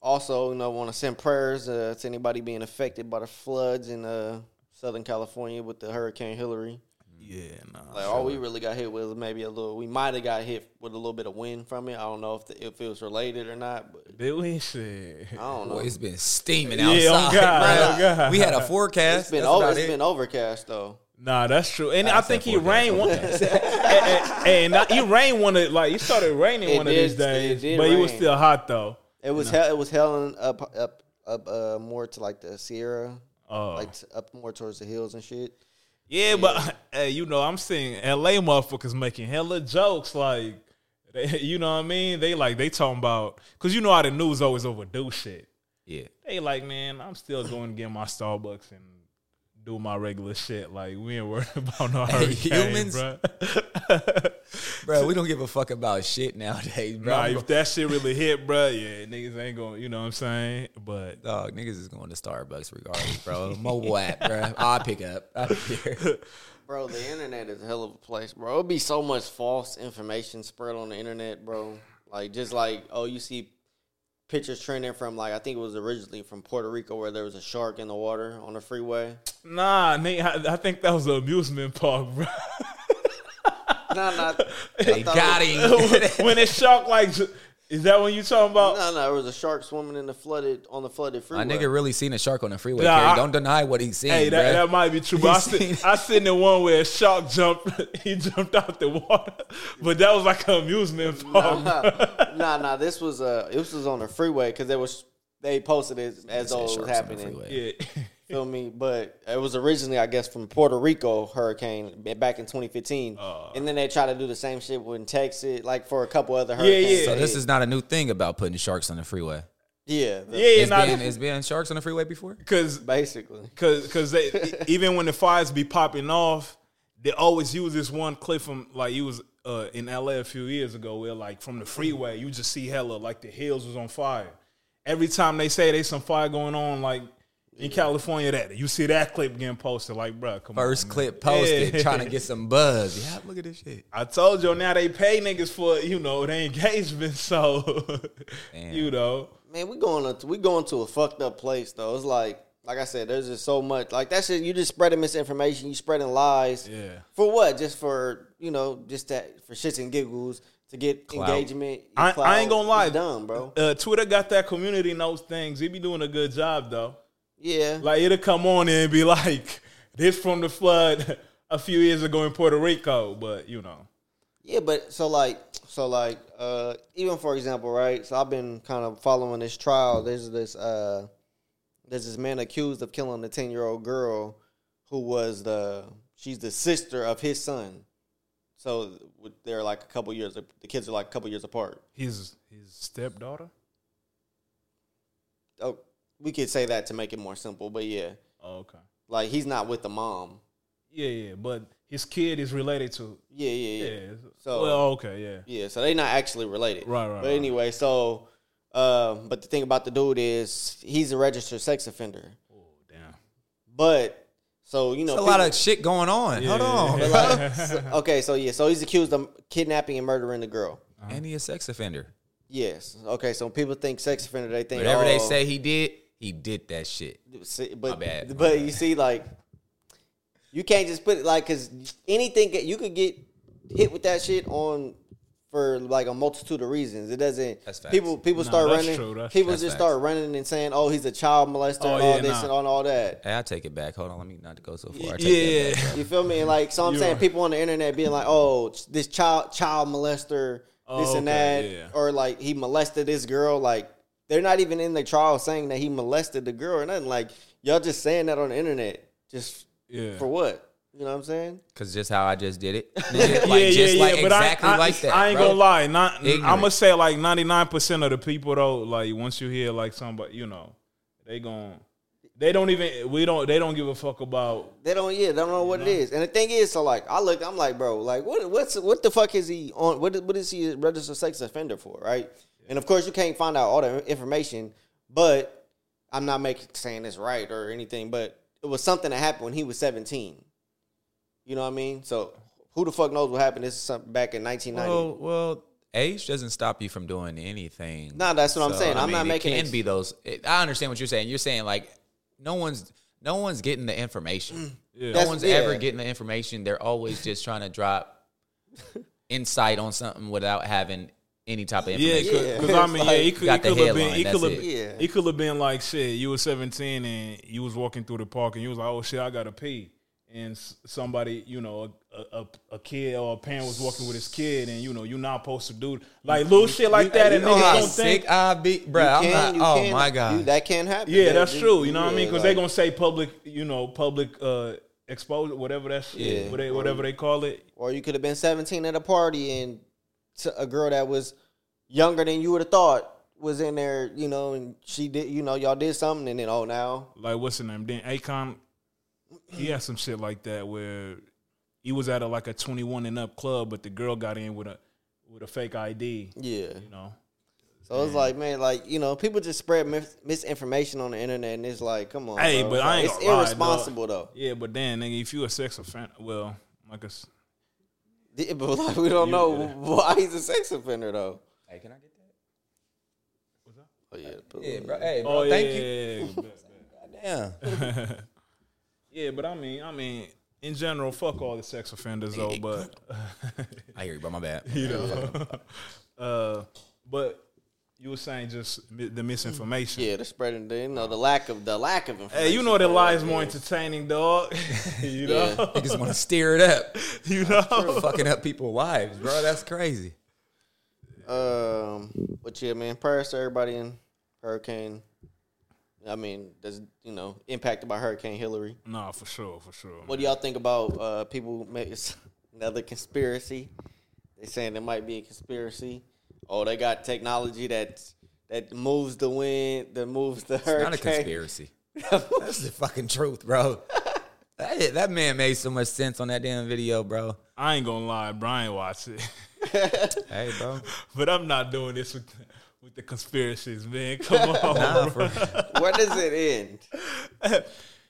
Speaker 2: also, you know, want to send prayers uh, to anybody being affected by the floods in uh, Southern California with the Hurricane Hillary.
Speaker 3: [laughs] yeah, nah.
Speaker 2: Like all we really got hit with was maybe a little. We might have got hit with a little bit of wind from it. I don't know if the, if it was related or not, but
Speaker 3: Billy shit.
Speaker 2: I don't know.
Speaker 1: Boy, it's been steaming
Speaker 3: Yeah, oh
Speaker 1: outside.
Speaker 3: God,
Speaker 1: bro.
Speaker 3: oh God.
Speaker 1: We had a forecast.
Speaker 2: It's been
Speaker 1: That's
Speaker 2: over.
Speaker 1: about
Speaker 2: It's
Speaker 1: it.
Speaker 2: been overcast though.
Speaker 3: Nah, that's true. And
Speaker 1: I
Speaker 3: I, think
Speaker 1: said
Speaker 3: he
Speaker 1: four
Speaker 3: rained one. [laughs] and, and, and not- he rained one of like he started raining
Speaker 2: It
Speaker 3: one of these
Speaker 2: did- it
Speaker 3: days,
Speaker 2: did
Speaker 3: but he was
Speaker 2: rain.
Speaker 3: still hot though.
Speaker 2: It was hell. It was helling up up up uh, more to like the Sierra,
Speaker 3: Oh.
Speaker 2: like t- up more towards the hills and shit.
Speaker 3: Yeah, but [laughs] hey, you know, I'm seeing LA motherfuckers making hella jokes. Like, [laughs] they, you know what I mean? They like they talking about because you know how the news always overdo shit.
Speaker 1: Yeah.
Speaker 3: They like, man, I'm still going to get my Starbucks and do my regular shit. Like, we ain't worried [laughs] about no hurricane, [laughs]
Speaker 1: humans.
Speaker 3: bruh.
Speaker 1: Bro, we don't give a fuck about shit nowadays, bro.
Speaker 3: Nah, if that shit really hit, bruh, yeah, niggas ain't going. to You know what I'm saying? But
Speaker 1: Dog, niggas is going to Starbucks regardless, bro. Mobile app,
Speaker 3: [laughs]
Speaker 1: bro. I pick up. I don't care.
Speaker 2: Bro, the internet is a hell of a place, bro. It'd be so much false information spread on the internet, bro. Like just like oh, you see pictures trending from like I think it was originally from Puerto Rico where there was a shark in the water on the freeway.
Speaker 3: nah, Nate, I, I think that was an amusement park, bruh. [laughs]
Speaker 2: No, no,
Speaker 1: They got him.
Speaker 3: [laughs]
Speaker 1: [laughs]
Speaker 3: when it shocked, like, is that when you talking about?
Speaker 2: no, no. It was a shark swimming in the flooded on the flooded
Speaker 1: My
Speaker 2: freeway. [laughs]
Speaker 1: nigga really seen a shark on the freeway.
Speaker 3: Nah,
Speaker 1: Kerry.
Speaker 3: I-
Speaker 1: don't deny what he's seen,
Speaker 3: Hey, that,
Speaker 1: bruh.
Speaker 3: that might be true. But I,
Speaker 1: seen
Speaker 3: seen,
Speaker 1: it.
Speaker 3: I seen the one where a shark jumped. [laughs] he jumped out the water, [laughs] but that was like an amusement park. [laughs]
Speaker 2: nah, nah. This was uh, this was on the freeway because it was they posted it
Speaker 1: Said
Speaker 2: as though it was
Speaker 1: sharks on the
Speaker 2: happening.
Speaker 1: freeway.
Speaker 3: Yeah.
Speaker 2: Feel me? But it was originally, I guess, from Puerto Rico hurricane back in 2015,
Speaker 3: Uh.
Speaker 2: and then they tried to do the same shit with Texas, like for a couple other hurricanes.
Speaker 3: yeah.
Speaker 1: So
Speaker 2: that
Speaker 1: this
Speaker 2: hit.
Speaker 1: is not a new thing about putting sharks on the freeway.
Speaker 2: yeah, the-
Speaker 3: Yeah,
Speaker 1: It's
Speaker 3: nah,
Speaker 1: been, it's been sharks on the freeway before.
Speaker 3: cause
Speaker 2: basically.
Speaker 3: Cause, cause they e,
Speaker 1: [laughs]
Speaker 3: even when the fires be popping off, they always use this one clip from like you was uh, in LA a few years ago where like from
Speaker 1: Mm-hmm.
Speaker 3: the freeway you just see hella like the hills was on fire. Every time they say there's some fire going on like in California, that you see that clip getting posted. Like, bruh, come
Speaker 1: First
Speaker 3: on, man.
Speaker 1: clip posted,
Speaker 3: Mm. Yeah.
Speaker 1: trying to get some buzz. Yeah, look at this shit.
Speaker 3: I told you now they pay niggas for you know their engagement, [laughs] so you know.
Speaker 2: Man, we going to we going to a fucked up place though. It's like, like I said, there's just so much. Like that shit, you just spreading misinformation, you spreading lies.
Speaker 3: Yeah.
Speaker 2: For what? Just for you know, just that for shits and giggles to get engagement.
Speaker 3: I, I ain't gonna lie,
Speaker 2: It's dumb, bro.
Speaker 3: Uh, Twitter got that community notes things. They be doing a good job though.
Speaker 2: Yeah,
Speaker 3: Like it'll come on and be like, "This from the flood a few years ago in Puerto Rico," but you know,
Speaker 2: Yeah, but so like so like uh even for example, right? So I've been kind of following this trial. There's this uh there's this man accused of killing a ten year old girl who was the she's the sister of his son. So with- they're like a couple years the kids are like a couple years apart.
Speaker 3: his his stepdaughter.
Speaker 2: Oh we could say that to make it more simple, but yeah.
Speaker 3: Oh, okay.
Speaker 2: Like he's not with the mom.
Speaker 3: Yeah, yeah, but his kid is related to.
Speaker 2: Yeah, yeah,
Speaker 3: Yeah.
Speaker 2: yeah.
Speaker 3: So
Speaker 2: So-
Speaker 3: well, okay, yeah.
Speaker 2: Yeah, so they not actually related.
Speaker 3: Right, right,
Speaker 2: But
Speaker 3: right.
Speaker 2: anyway, so um, but the thing about the dude is he's a registered sex offender.
Speaker 3: Oh damn.
Speaker 2: But so you know,
Speaker 1: There's a lot of shit going
Speaker 3: [laughs]
Speaker 1: on. Hold on,
Speaker 2: people- like, so-
Speaker 1: [laughs]
Speaker 2: okay, so yeah, so he's accused of kidnapping and murdering the girl.
Speaker 1: and he a sex offender.
Speaker 2: Yes. Okay, so people think sex offender, they think
Speaker 1: Whatever they
Speaker 2: oh,
Speaker 1: say he did, he did that shit.
Speaker 2: see-
Speaker 1: My
Speaker 2: But
Speaker 1: bad, my
Speaker 2: but
Speaker 1: bad.
Speaker 2: you see, like you can't just put it like because anything that- you could get hit with that shit on. For like a multitude of reasons, it doesn't.
Speaker 1: That's facts.
Speaker 2: people people
Speaker 3: Nah,
Speaker 2: start
Speaker 3: that's
Speaker 2: running.
Speaker 3: true, that's-
Speaker 2: people
Speaker 1: that's
Speaker 2: just
Speaker 1: facts.
Speaker 2: start running and saying, "Oh, he's a child molester
Speaker 3: Oh,
Speaker 2: and all
Speaker 3: yeah,
Speaker 2: this
Speaker 3: nah.
Speaker 2: and all- all that."
Speaker 1: Hey, I take it back. Hold on, let me not go so far. I take that
Speaker 3: Yeah.
Speaker 1: back.
Speaker 2: You feel me? And like, so I'm
Speaker 3: You
Speaker 2: saying
Speaker 3: are-
Speaker 2: people on the internet being like, "Oh, this child child molester, this
Speaker 3: Oh,
Speaker 2: and
Speaker 3: okay,
Speaker 2: that,"
Speaker 3: yeah.
Speaker 2: or like he molested this girl. Like they're not even in the trial saying that he molested the girl or nothing. Like y'all just saying that on the internet, just
Speaker 3: Yeah.
Speaker 2: for what? You know what I'm saying?
Speaker 1: Cause just how I just did
Speaker 3: [laughs]
Speaker 1: it. Nigga, like,
Speaker 3: yeah,
Speaker 1: just
Speaker 3: yeah,
Speaker 1: like
Speaker 3: yeah. But
Speaker 1: exactly
Speaker 3: I, I,
Speaker 1: like that.
Speaker 3: I ain't
Speaker 1: bro.
Speaker 3: gonna lie. Not,
Speaker 1: Ignorant.
Speaker 3: I'm gonna say like 99 percent of the people though. Like once you hear like somebody, you know, they gon' they don't even we don't they don't give a fuck about
Speaker 2: They don't. Yeah, they don't know what it is. And the thing is, so like I looked, I'm like, bro, like what? What's what the fuck is he on? What is- what is he a registered sex offender for? Right? And of course, you can't find out all the information. But I'm not making saying this right or anything. But it was something that happened when he was 17. You know what I mean? So who the fuck knows what happened? This is something back in 1990.
Speaker 1: Well, well, age doesn't stop you from doing anything.
Speaker 2: No, that's what I'm saying. I'm not
Speaker 1: it
Speaker 2: making
Speaker 1: Can
Speaker 2: ex-
Speaker 1: be those. It, I understand what you're saying. You're saying like no one's no one's getting the
Speaker 3: Mm.
Speaker 1: information. No
Speaker 2: That's-
Speaker 1: one's
Speaker 2: yeah.
Speaker 1: ever getting the information. They're always just trying to drop insight on something without having any type of
Speaker 3: Yeah,
Speaker 1: information.
Speaker 3: because
Speaker 2: Yeah.
Speaker 3: I
Speaker 2: It's
Speaker 3: mean, yeah,
Speaker 2: like-
Speaker 3: he could,
Speaker 1: Got the
Speaker 3: could have been,
Speaker 1: headline,
Speaker 3: he
Speaker 1: that's
Speaker 3: could
Speaker 1: it.
Speaker 3: have,
Speaker 2: Yeah.
Speaker 3: he could have been like, shit, you were 17 and you was walking through the park and you was like, oh shit, I gotta pee, and s- somebody, you know, a, a, a, a kid or a parent was walking with his kid, and you know you're not supposed to do like little shit like that,
Speaker 1: You
Speaker 3: and
Speaker 1: know
Speaker 3: niggas
Speaker 1: how
Speaker 3: don't
Speaker 1: sick
Speaker 3: think.
Speaker 1: I be, bro.
Speaker 2: You
Speaker 1: I'm
Speaker 2: can-
Speaker 1: not.
Speaker 2: you
Speaker 1: Oh
Speaker 2: can-
Speaker 1: my
Speaker 2: you-
Speaker 1: god.
Speaker 2: that can't happen.
Speaker 3: Yeah,
Speaker 2: That-
Speaker 3: that's
Speaker 2: that-
Speaker 3: true. You know what I
Speaker 2: yeah,
Speaker 3: mean? Because
Speaker 2: like,
Speaker 3: they gonna say public, you know, public uh exposure, whatever that shit,
Speaker 2: Yeah.
Speaker 3: what they- whatever they call it.
Speaker 2: or you could have been 17 at a party and t- a girl that was younger than you would have thought was in there, you know, and she did, you know, y'all did something, and then oh now,
Speaker 3: Like what's the name? Then Akon, he had some shit like that where he was at a like a 21 and up club, but the girl got in with a with a fake ID.
Speaker 2: yeah.
Speaker 3: You know,
Speaker 2: So it's like, man, like you know, people just spread mis- misinformation on the internet, and it's like, come on,
Speaker 3: Hey,
Speaker 2: bro.
Speaker 3: but
Speaker 2: It's
Speaker 3: I
Speaker 2: like,
Speaker 3: ain't
Speaker 2: it's
Speaker 3: gonna lie,
Speaker 2: irresponsible though.
Speaker 3: yeah. But then nigga, if you a sex offender, well, like a s-
Speaker 2: Yeah, But [laughs] like, we don't know [laughs] why he's a sex offender though.
Speaker 1: Hey, can I get that?
Speaker 2: Oh yeah,
Speaker 1: Yeah, bro. Hey, bro.
Speaker 3: oh yeah,
Speaker 1: thank you.
Speaker 3: yeah, yeah, yeah.
Speaker 1: Damn.
Speaker 3: Yeah, but I mean, I mean, in general, fuck all the sex offenders though. But
Speaker 1: I hear you, bro. My bad.
Speaker 3: you know, [laughs] uh, but you were saying just mi- the misinformation.
Speaker 2: yeah, they're spreading, the, you know, the lack of the lack of information.
Speaker 3: Hey, you know that
Speaker 2: bro.
Speaker 3: life's more entertaining, dog. [laughs] you know, [laughs]
Speaker 2: Yeah.
Speaker 1: Niggas want to steer it up.
Speaker 3: you know.
Speaker 1: Fucking up people's lives, bro. That's crazy.
Speaker 2: Um, but yeah, man, prayers to everybody in Hurricane. I mean, that's you know impacted by Hurricane Hillary.
Speaker 3: Nah, for sure, for sure.
Speaker 2: What do y'all think about uh, people make it's [laughs] another conspiracy? They saying there might be a conspiracy. Oh, they got technology that that moves the wind, that moves the
Speaker 1: It's
Speaker 2: hurricane.
Speaker 1: Not a
Speaker 2: [laughs]
Speaker 1: conspiracy. That's the fucking truth, bro. That, that man made so much sense on that damn video, bro.
Speaker 3: I ain't gonna lie, Brian watched it, [laughs]
Speaker 1: Hey, bro.
Speaker 3: but I'm not doing this with with the conspiracies, man. [laughs] Come on,
Speaker 1: Nah, for,
Speaker 2: Where does it
Speaker 1: [laughs]
Speaker 2: end?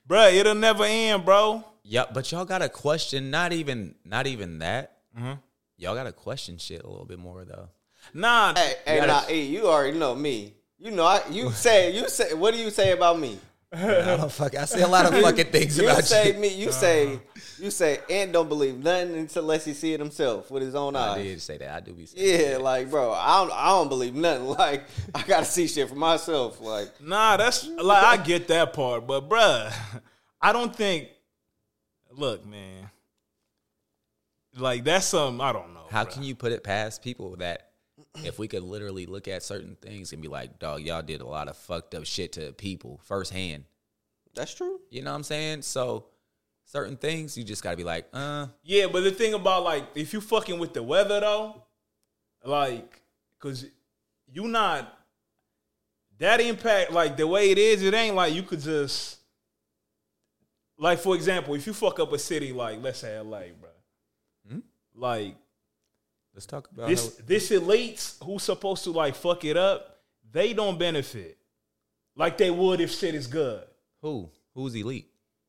Speaker 3: bro. It'll never end, bro.
Speaker 1: yeah, but y'all got to question. Not even, not even that. Y'all got to question shit a little bit more though.
Speaker 3: Nah,
Speaker 2: Hey, hey,
Speaker 1: gotta-
Speaker 2: nah, hey, you already know me. You know, I, you say, you say, what do you say about me?
Speaker 1: I don't fuck. I say a lot of fucking things
Speaker 2: You
Speaker 1: about
Speaker 2: say
Speaker 1: you.
Speaker 2: me. You say you say and don't believe nothing until unless he see it himself with his own
Speaker 1: I
Speaker 2: eyes.
Speaker 1: did say that. I do be. Saying
Speaker 2: Yeah, like bro, I don't I don't believe nothing. [laughs] Like I gotta see shit for myself. Like
Speaker 3: Nah, that's like I get that part, but bruh, [laughs] I don't think. Look, man, like that's something I don't know.
Speaker 1: How can you put it past people that if we could literally look at certain things and be like, dog, y'all did a lot of fucked up shit to people firsthand.
Speaker 2: that's true.
Speaker 1: You know what I'm saying? So certain things you just gotta be like, uh,
Speaker 3: Yeah, but the thing about like if you fucking with the weather though, like, cause you not that impact like the way it is, it ain't like you could just like for example, if you fuck up a city like let's say LA, bro, like
Speaker 1: let's talk about
Speaker 3: this this elites who's supposed to like fuck it up, they don't benefit like they would if shit is good.
Speaker 1: who who's elite.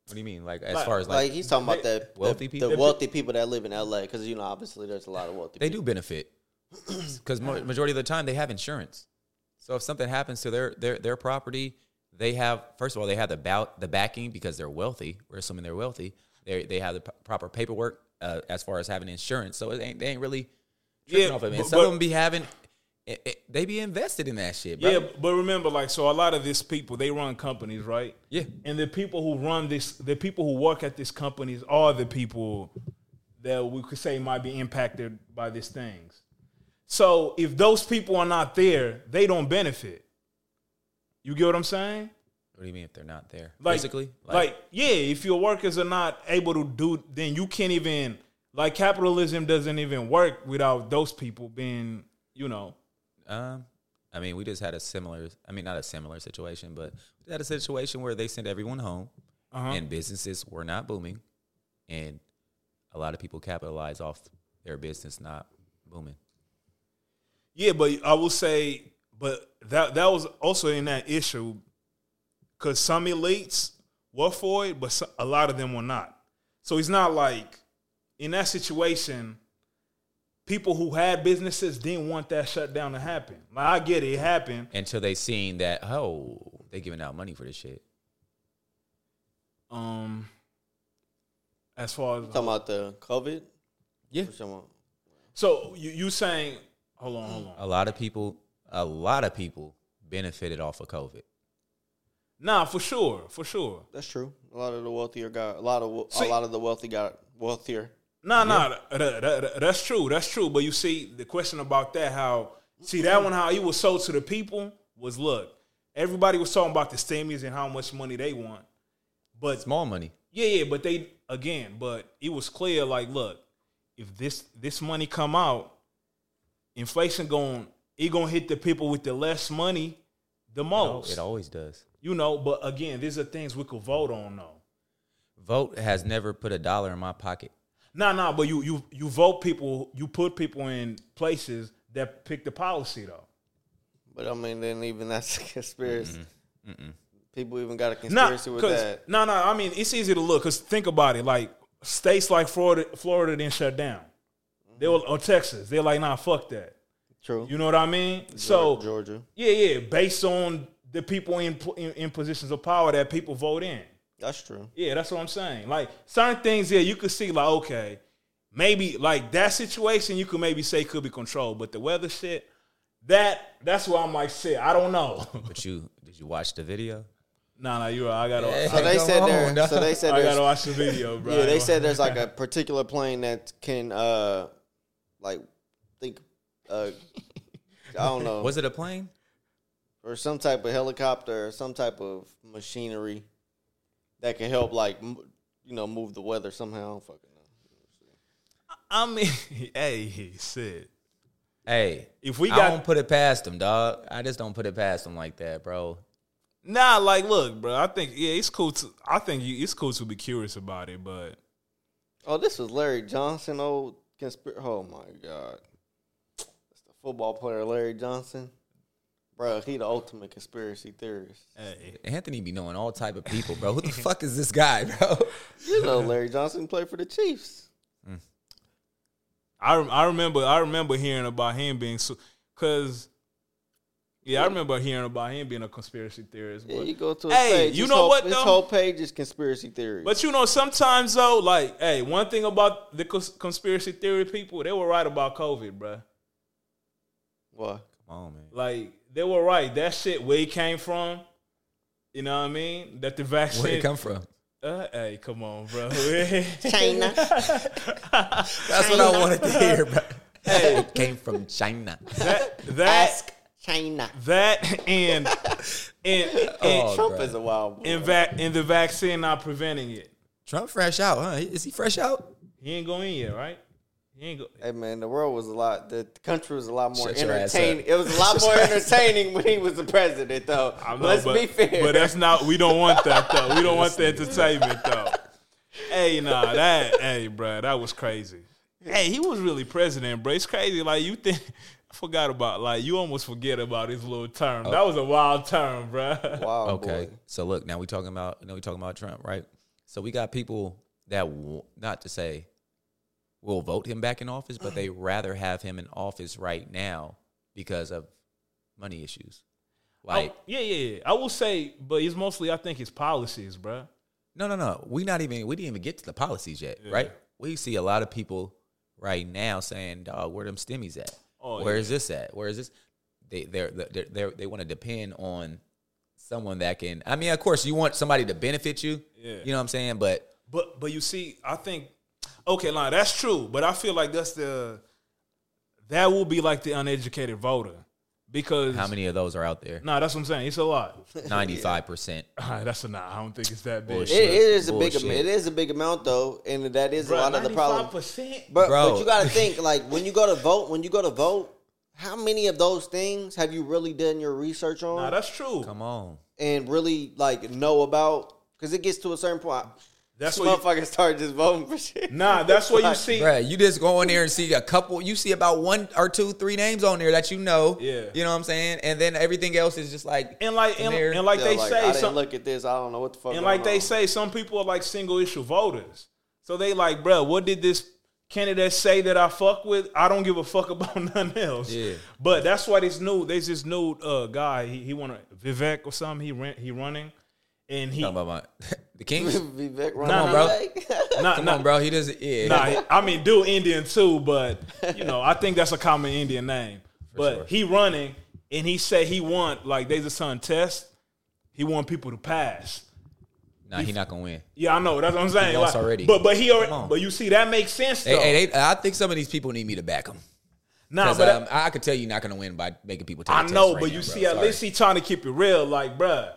Speaker 1: What do you mean? Like as
Speaker 3: Like-
Speaker 1: far as
Speaker 2: Like
Speaker 1: like,
Speaker 2: he's talking about that the-
Speaker 1: Wealthy people?
Speaker 2: the wealthy people that live in L.A. Because you know, obviously, there's a lot of wealthy.
Speaker 1: they
Speaker 2: people.
Speaker 1: do benefit [clears throat] because majority of the time they have insurance. So if something happens to their their their property, they have first of all they have the bout the backing because they're wealthy. We're assuming they're wealthy. They they have the p- proper paperwork uh, as far as having insurance. So it ain't they ain't really tripping
Speaker 3: Yeah,
Speaker 1: off of it.
Speaker 3: but-
Speaker 1: And some
Speaker 3: but-
Speaker 1: of them be having it, it- they be invested in that shit. Bro.
Speaker 3: Yeah, but remember, like, so a lot of these people they run companies, right?
Speaker 1: Yeah.
Speaker 3: and the people who run this, the people who work at these companies are the people that we could say might be impacted by these things. So if those people are not there, they don't benefit. You get what I'm saying?
Speaker 1: What do you mean if they're not there?
Speaker 3: like,
Speaker 1: Basically,
Speaker 3: like, yeah, if your workers are not able to do, then you can't even like capitalism doesn't even work without those people being, you know,
Speaker 1: Um, I mean, we just had a similar. I mean, not a similar situation, but we had a situation where they sent everyone home, and businesses were not booming, and a lot of people capitalize off their business not booming.
Speaker 3: Yeah, but I will say, but that that was also in that issue because some elites were for it, but so- a lot of them were not. So it's not like in that situation, people who had businesses didn't want that shutdown to happen. Like I get it, it happened.
Speaker 1: Until they seen that, oh, they giving out money for this shit.
Speaker 3: Um, as far as
Speaker 2: talking about the COVID.
Speaker 1: Yeah.
Speaker 2: What you talking about?
Speaker 3: so you you saying, hold on, hold on.
Speaker 1: A lot of people, a lot of people benefited off of COVID.
Speaker 3: Nah, for sure, for sure.
Speaker 2: That's true. A lot of the wealthier got a lot of we-
Speaker 3: See-
Speaker 2: a lot of the wealthy got wealthier.
Speaker 3: No, no, that- that- that- that's true. That's true. But you see, the question about that, how see that one, how he was sold to the people was look. Everybody was talking about the stimmies and how much money they want, but
Speaker 1: Small money.
Speaker 3: yeah, yeah. But they again, but it was clear. Like, look, if this this money come out, inflation going it gonna hit the people with the less money the most.
Speaker 1: It always does.
Speaker 3: you know. But again, these are things we could vote on though.
Speaker 1: Vote has never put a dollar in my pocket.
Speaker 3: No, nah, no, nah, but you you you vote people, you put people in places that pick the policy though.
Speaker 2: But I mean, then even that's a conspiracy. People even got a
Speaker 3: Nah,
Speaker 2: conspiracy with
Speaker 3: cause-
Speaker 2: that.
Speaker 3: nah, nah, I mean, it's easy to look because think about it. Like states like Florida, Florida didn't shut down. They were or Texas. They're like, nah, fuck that.
Speaker 2: True.
Speaker 3: You know what I mean? so
Speaker 2: Georgia.
Speaker 3: yeah, yeah, based on the people in, in in positions of power that people vote in.
Speaker 2: That's true.
Speaker 3: Yeah, that's what I'm saying. Like certain things, yeah, you could see like okay, maybe like that situation you could maybe say could be controlled, but the weather shit, that that's why I'm like shit. I don't know. [laughs]
Speaker 1: But you did you watch the video?
Speaker 3: nah, nah, you're right. I gotta,
Speaker 2: So they
Speaker 1: Come
Speaker 2: said
Speaker 1: on,
Speaker 2: there.
Speaker 1: dog.
Speaker 2: So they said
Speaker 3: I
Speaker 2: there's
Speaker 3: gotta watch
Speaker 2: [laughs]
Speaker 3: the video, bro.
Speaker 2: Yeah, they said there's like a particular plane that can uh like think uh I don't know
Speaker 1: Was it a plane?
Speaker 2: or some type of helicopter or some type of machinery that can help like m- you know move the weather somehow. I don't fucking know.
Speaker 3: I mean, [laughs] hey, shit.
Speaker 1: Hey,
Speaker 3: If we
Speaker 1: I
Speaker 3: got-
Speaker 1: don't put it past them, dog. I just don't put it past them like that, bro.
Speaker 3: Nah, like, look, bro. I think yeah, it's cool. To, I think you, it's cool to be curious about it, but
Speaker 2: Oh, this was Larry Johnson. Old conspiracy. Oh my god, it's the football player Larry Johnson. Bro, he the ultimate conspiracy theorist.
Speaker 3: hey,
Speaker 1: Anthony be knowing all type of people, bro. Who [laughs] the fuck is this guy, bro?
Speaker 2: You know, Larry Johnson played for the Chiefs.
Speaker 3: I rem- I remember I remember hearing about him being so because yeah, I remember hearing about him being a conspiracy theorist. But,
Speaker 2: Yeah, you go to his
Speaker 3: Hey,
Speaker 2: page.
Speaker 3: you
Speaker 2: his
Speaker 3: know
Speaker 2: whole,
Speaker 3: what,
Speaker 2: His
Speaker 3: though?
Speaker 2: whole page is conspiracy theory.
Speaker 3: but you know, sometimes though, like, hey, one thing about the cons- conspiracy theory people, they were right about COVID, bruh.
Speaker 2: Why?
Speaker 1: Come on, man.
Speaker 3: Like, they were right. That shit where it came from. You know what I mean? That the vaccine.
Speaker 1: Where'd it come from?
Speaker 3: Uh, hey, come on, bro. [laughs]
Speaker 2: China.
Speaker 1: That's what I wanted to hear, bro. [laughs] Hey, it came from China.
Speaker 3: that that
Speaker 2: China.
Speaker 3: that and
Speaker 1: [laughs]
Speaker 3: and and,
Speaker 1: Oh,
Speaker 2: Trump
Speaker 1: bro.
Speaker 2: is a wild boy.
Speaker 3: and, vac- and the vaccine not preventing it.
Speaker 1: Trump fresh out, huh? Is he fresh out?
Speaker 3: He ain't going in yet, right? He ain't go.
Speaker 2: hey man, the world was a lot. The country was a lot more
Speaker 1: Shut your ass
Speaker 2: entertaining.
Speaker 1: up.
Speaker 2: It was a lot more entertaining when he was the president, though.
Speaker 3: I know,
Speaker 2: Let's
Speaker 3: but,
Speaker 2: be fair.
Speaker 3: But that's not. We don't want that though. We don't want the entertainment though. Hey, nah, that hey, bro, that was crazy. Hey, he was really president, bro. It's crazy. Like you think. I forgot about like you almost forget about his little term.
Speaker 1: Oh.
Speaker 3: That was a wild term, bro.
Speaker 2: wild
Speaker 1: Okay.
Speaker 2: boy.
Speaker 1: So look, now we talking about now we talking about Trump, right? So we got people that w- not to say will vote him back in office, but [clears throat] they rather have him in office right now because of money issues. Like
Speaker 3: I- yeah, yeah, yeah. I will say, but it's mostly I think his policies, bro.
Speaker 1: No, no, no. We not even we didn't even get to the policies yet, right? We see a lot of people right now saying, "Dog, where them stimmies at?
Speaker 3: Oh,
Speaker 1: Where is this at? Where is this?" They they're, they're, they're they want to depend on someone that can. I mean, of course, you want somebody to benefit you.
Speaker 3: Yeah.
Speaker 1: You know what I'm saying? But
Speaker 3: But but you see, I think okay, line that's true. But I feel like that's the that will be like the uneducated voter because
Speaker 1: how many of those are out
Speaker 3: [laughs]
Speaker 1: there?
Speaker 3: Nah, that's what I'm saying. It's a lot. [laughs]
Speaker 1: Ninety five percent.
Speaker 3: that's a nah. I don't think it's that big.
Speaker 1: Bullshit.
Speaker 2: It, it is a big. am-
Speaker 1: Bullshit.
Speaker 2: It is a big amount though, and that is a lot of the problem.
Speaker 3: percent.
Speaker 2: But,
Speaker 1: Bro.
Speaker 2: but you got to think like when you go to vote. When you go to vote, how many of those things have you really done your research on?
Speaker 3: Nah, that's true.
Speaker 1: Come on.
Speaker 2: and really like know about because it gets to a certain point.
Speaker 3: That's what. You,
Speaker 2: motherfuckers start just voting for shit.
Speaker 3: nah, that's what you
Speaker 2: Like,
Speaker 3: see.
Speaker 1: Bruh, you just go in there and see a couple. You see about one or two, three names on there that you know.
Speaker 3: Yeah.
Speaker 1: you know what I'm saying. And then everything else is just like
Speaker 3: And like and,
Speaker 1: There.
Speaker 3: and like
Speaker 2: Yeah,
Speaker 3: they
Speaker 2: like, I
Speaker 3: say,
Speaker 2: didn't
Speaker 3: some,
Speaker 2: look at this. I don't know what the fuck.
Speaker 3: and like
Speaker 2: going
Speaker 3: they
Speaker 2: on.
Speaker 3: say, some people are like single issue voters. So they like, bro, what did this candidate say that I fuck with? I don't give a fuck about [laughs] nothing else.
Speaker 1: Yeah.
Speaker 3: But that's why this new, there's this new uh, guy. He, he wanna Vivek or something. He ran, he running, and he
Speaker 1: talking about my, [laughs] the Kings.
Speaker 2: [laughs] Vivek Ramaswamy.
Speaker 3: Nah,
Speaker 1: bro.
Speaker 3: [laughs] nah,
Speaker 1: Come
Speaker 3: nah,
Speaker 1: on, bro. He doesn't. Yeah.
Speaker 3: nah, I mean, do Indian too, but you know, I think that's a common Indian name. but
Speaker 1: sure.
Speaker 3: he running, and he said he want like there's a son test. He want people to pass,
Speaker 1: Nah, he not gonna win.
Speaker 3: Yeah, I know. That's what I'm saying.
Speaker 1: lost
Speaker 3: Like,
Speaker 1: already.
Speaker 3: But but he
Speaker 1: Come
Speaker 3: already.
Speaker 1: on.
Speaker 3: But you see, that makes sense though.
Speaker 1: Hey, hey, they, I think some of these people need me to back them.
Speaker 3: nah, but
Speaker 1: um, I, I could tell you're not gonna win by making people. Take
Speaker 3: I
Speaker 1: a test
Speaker 3: know,
Speaker 1: right
Speaker 3: but
Speaker 1: now, bro.
Speaker 3: you see, at
Speaker 1: Sorry.
Speaker 3: least he trying to keep it real. Like, bruh,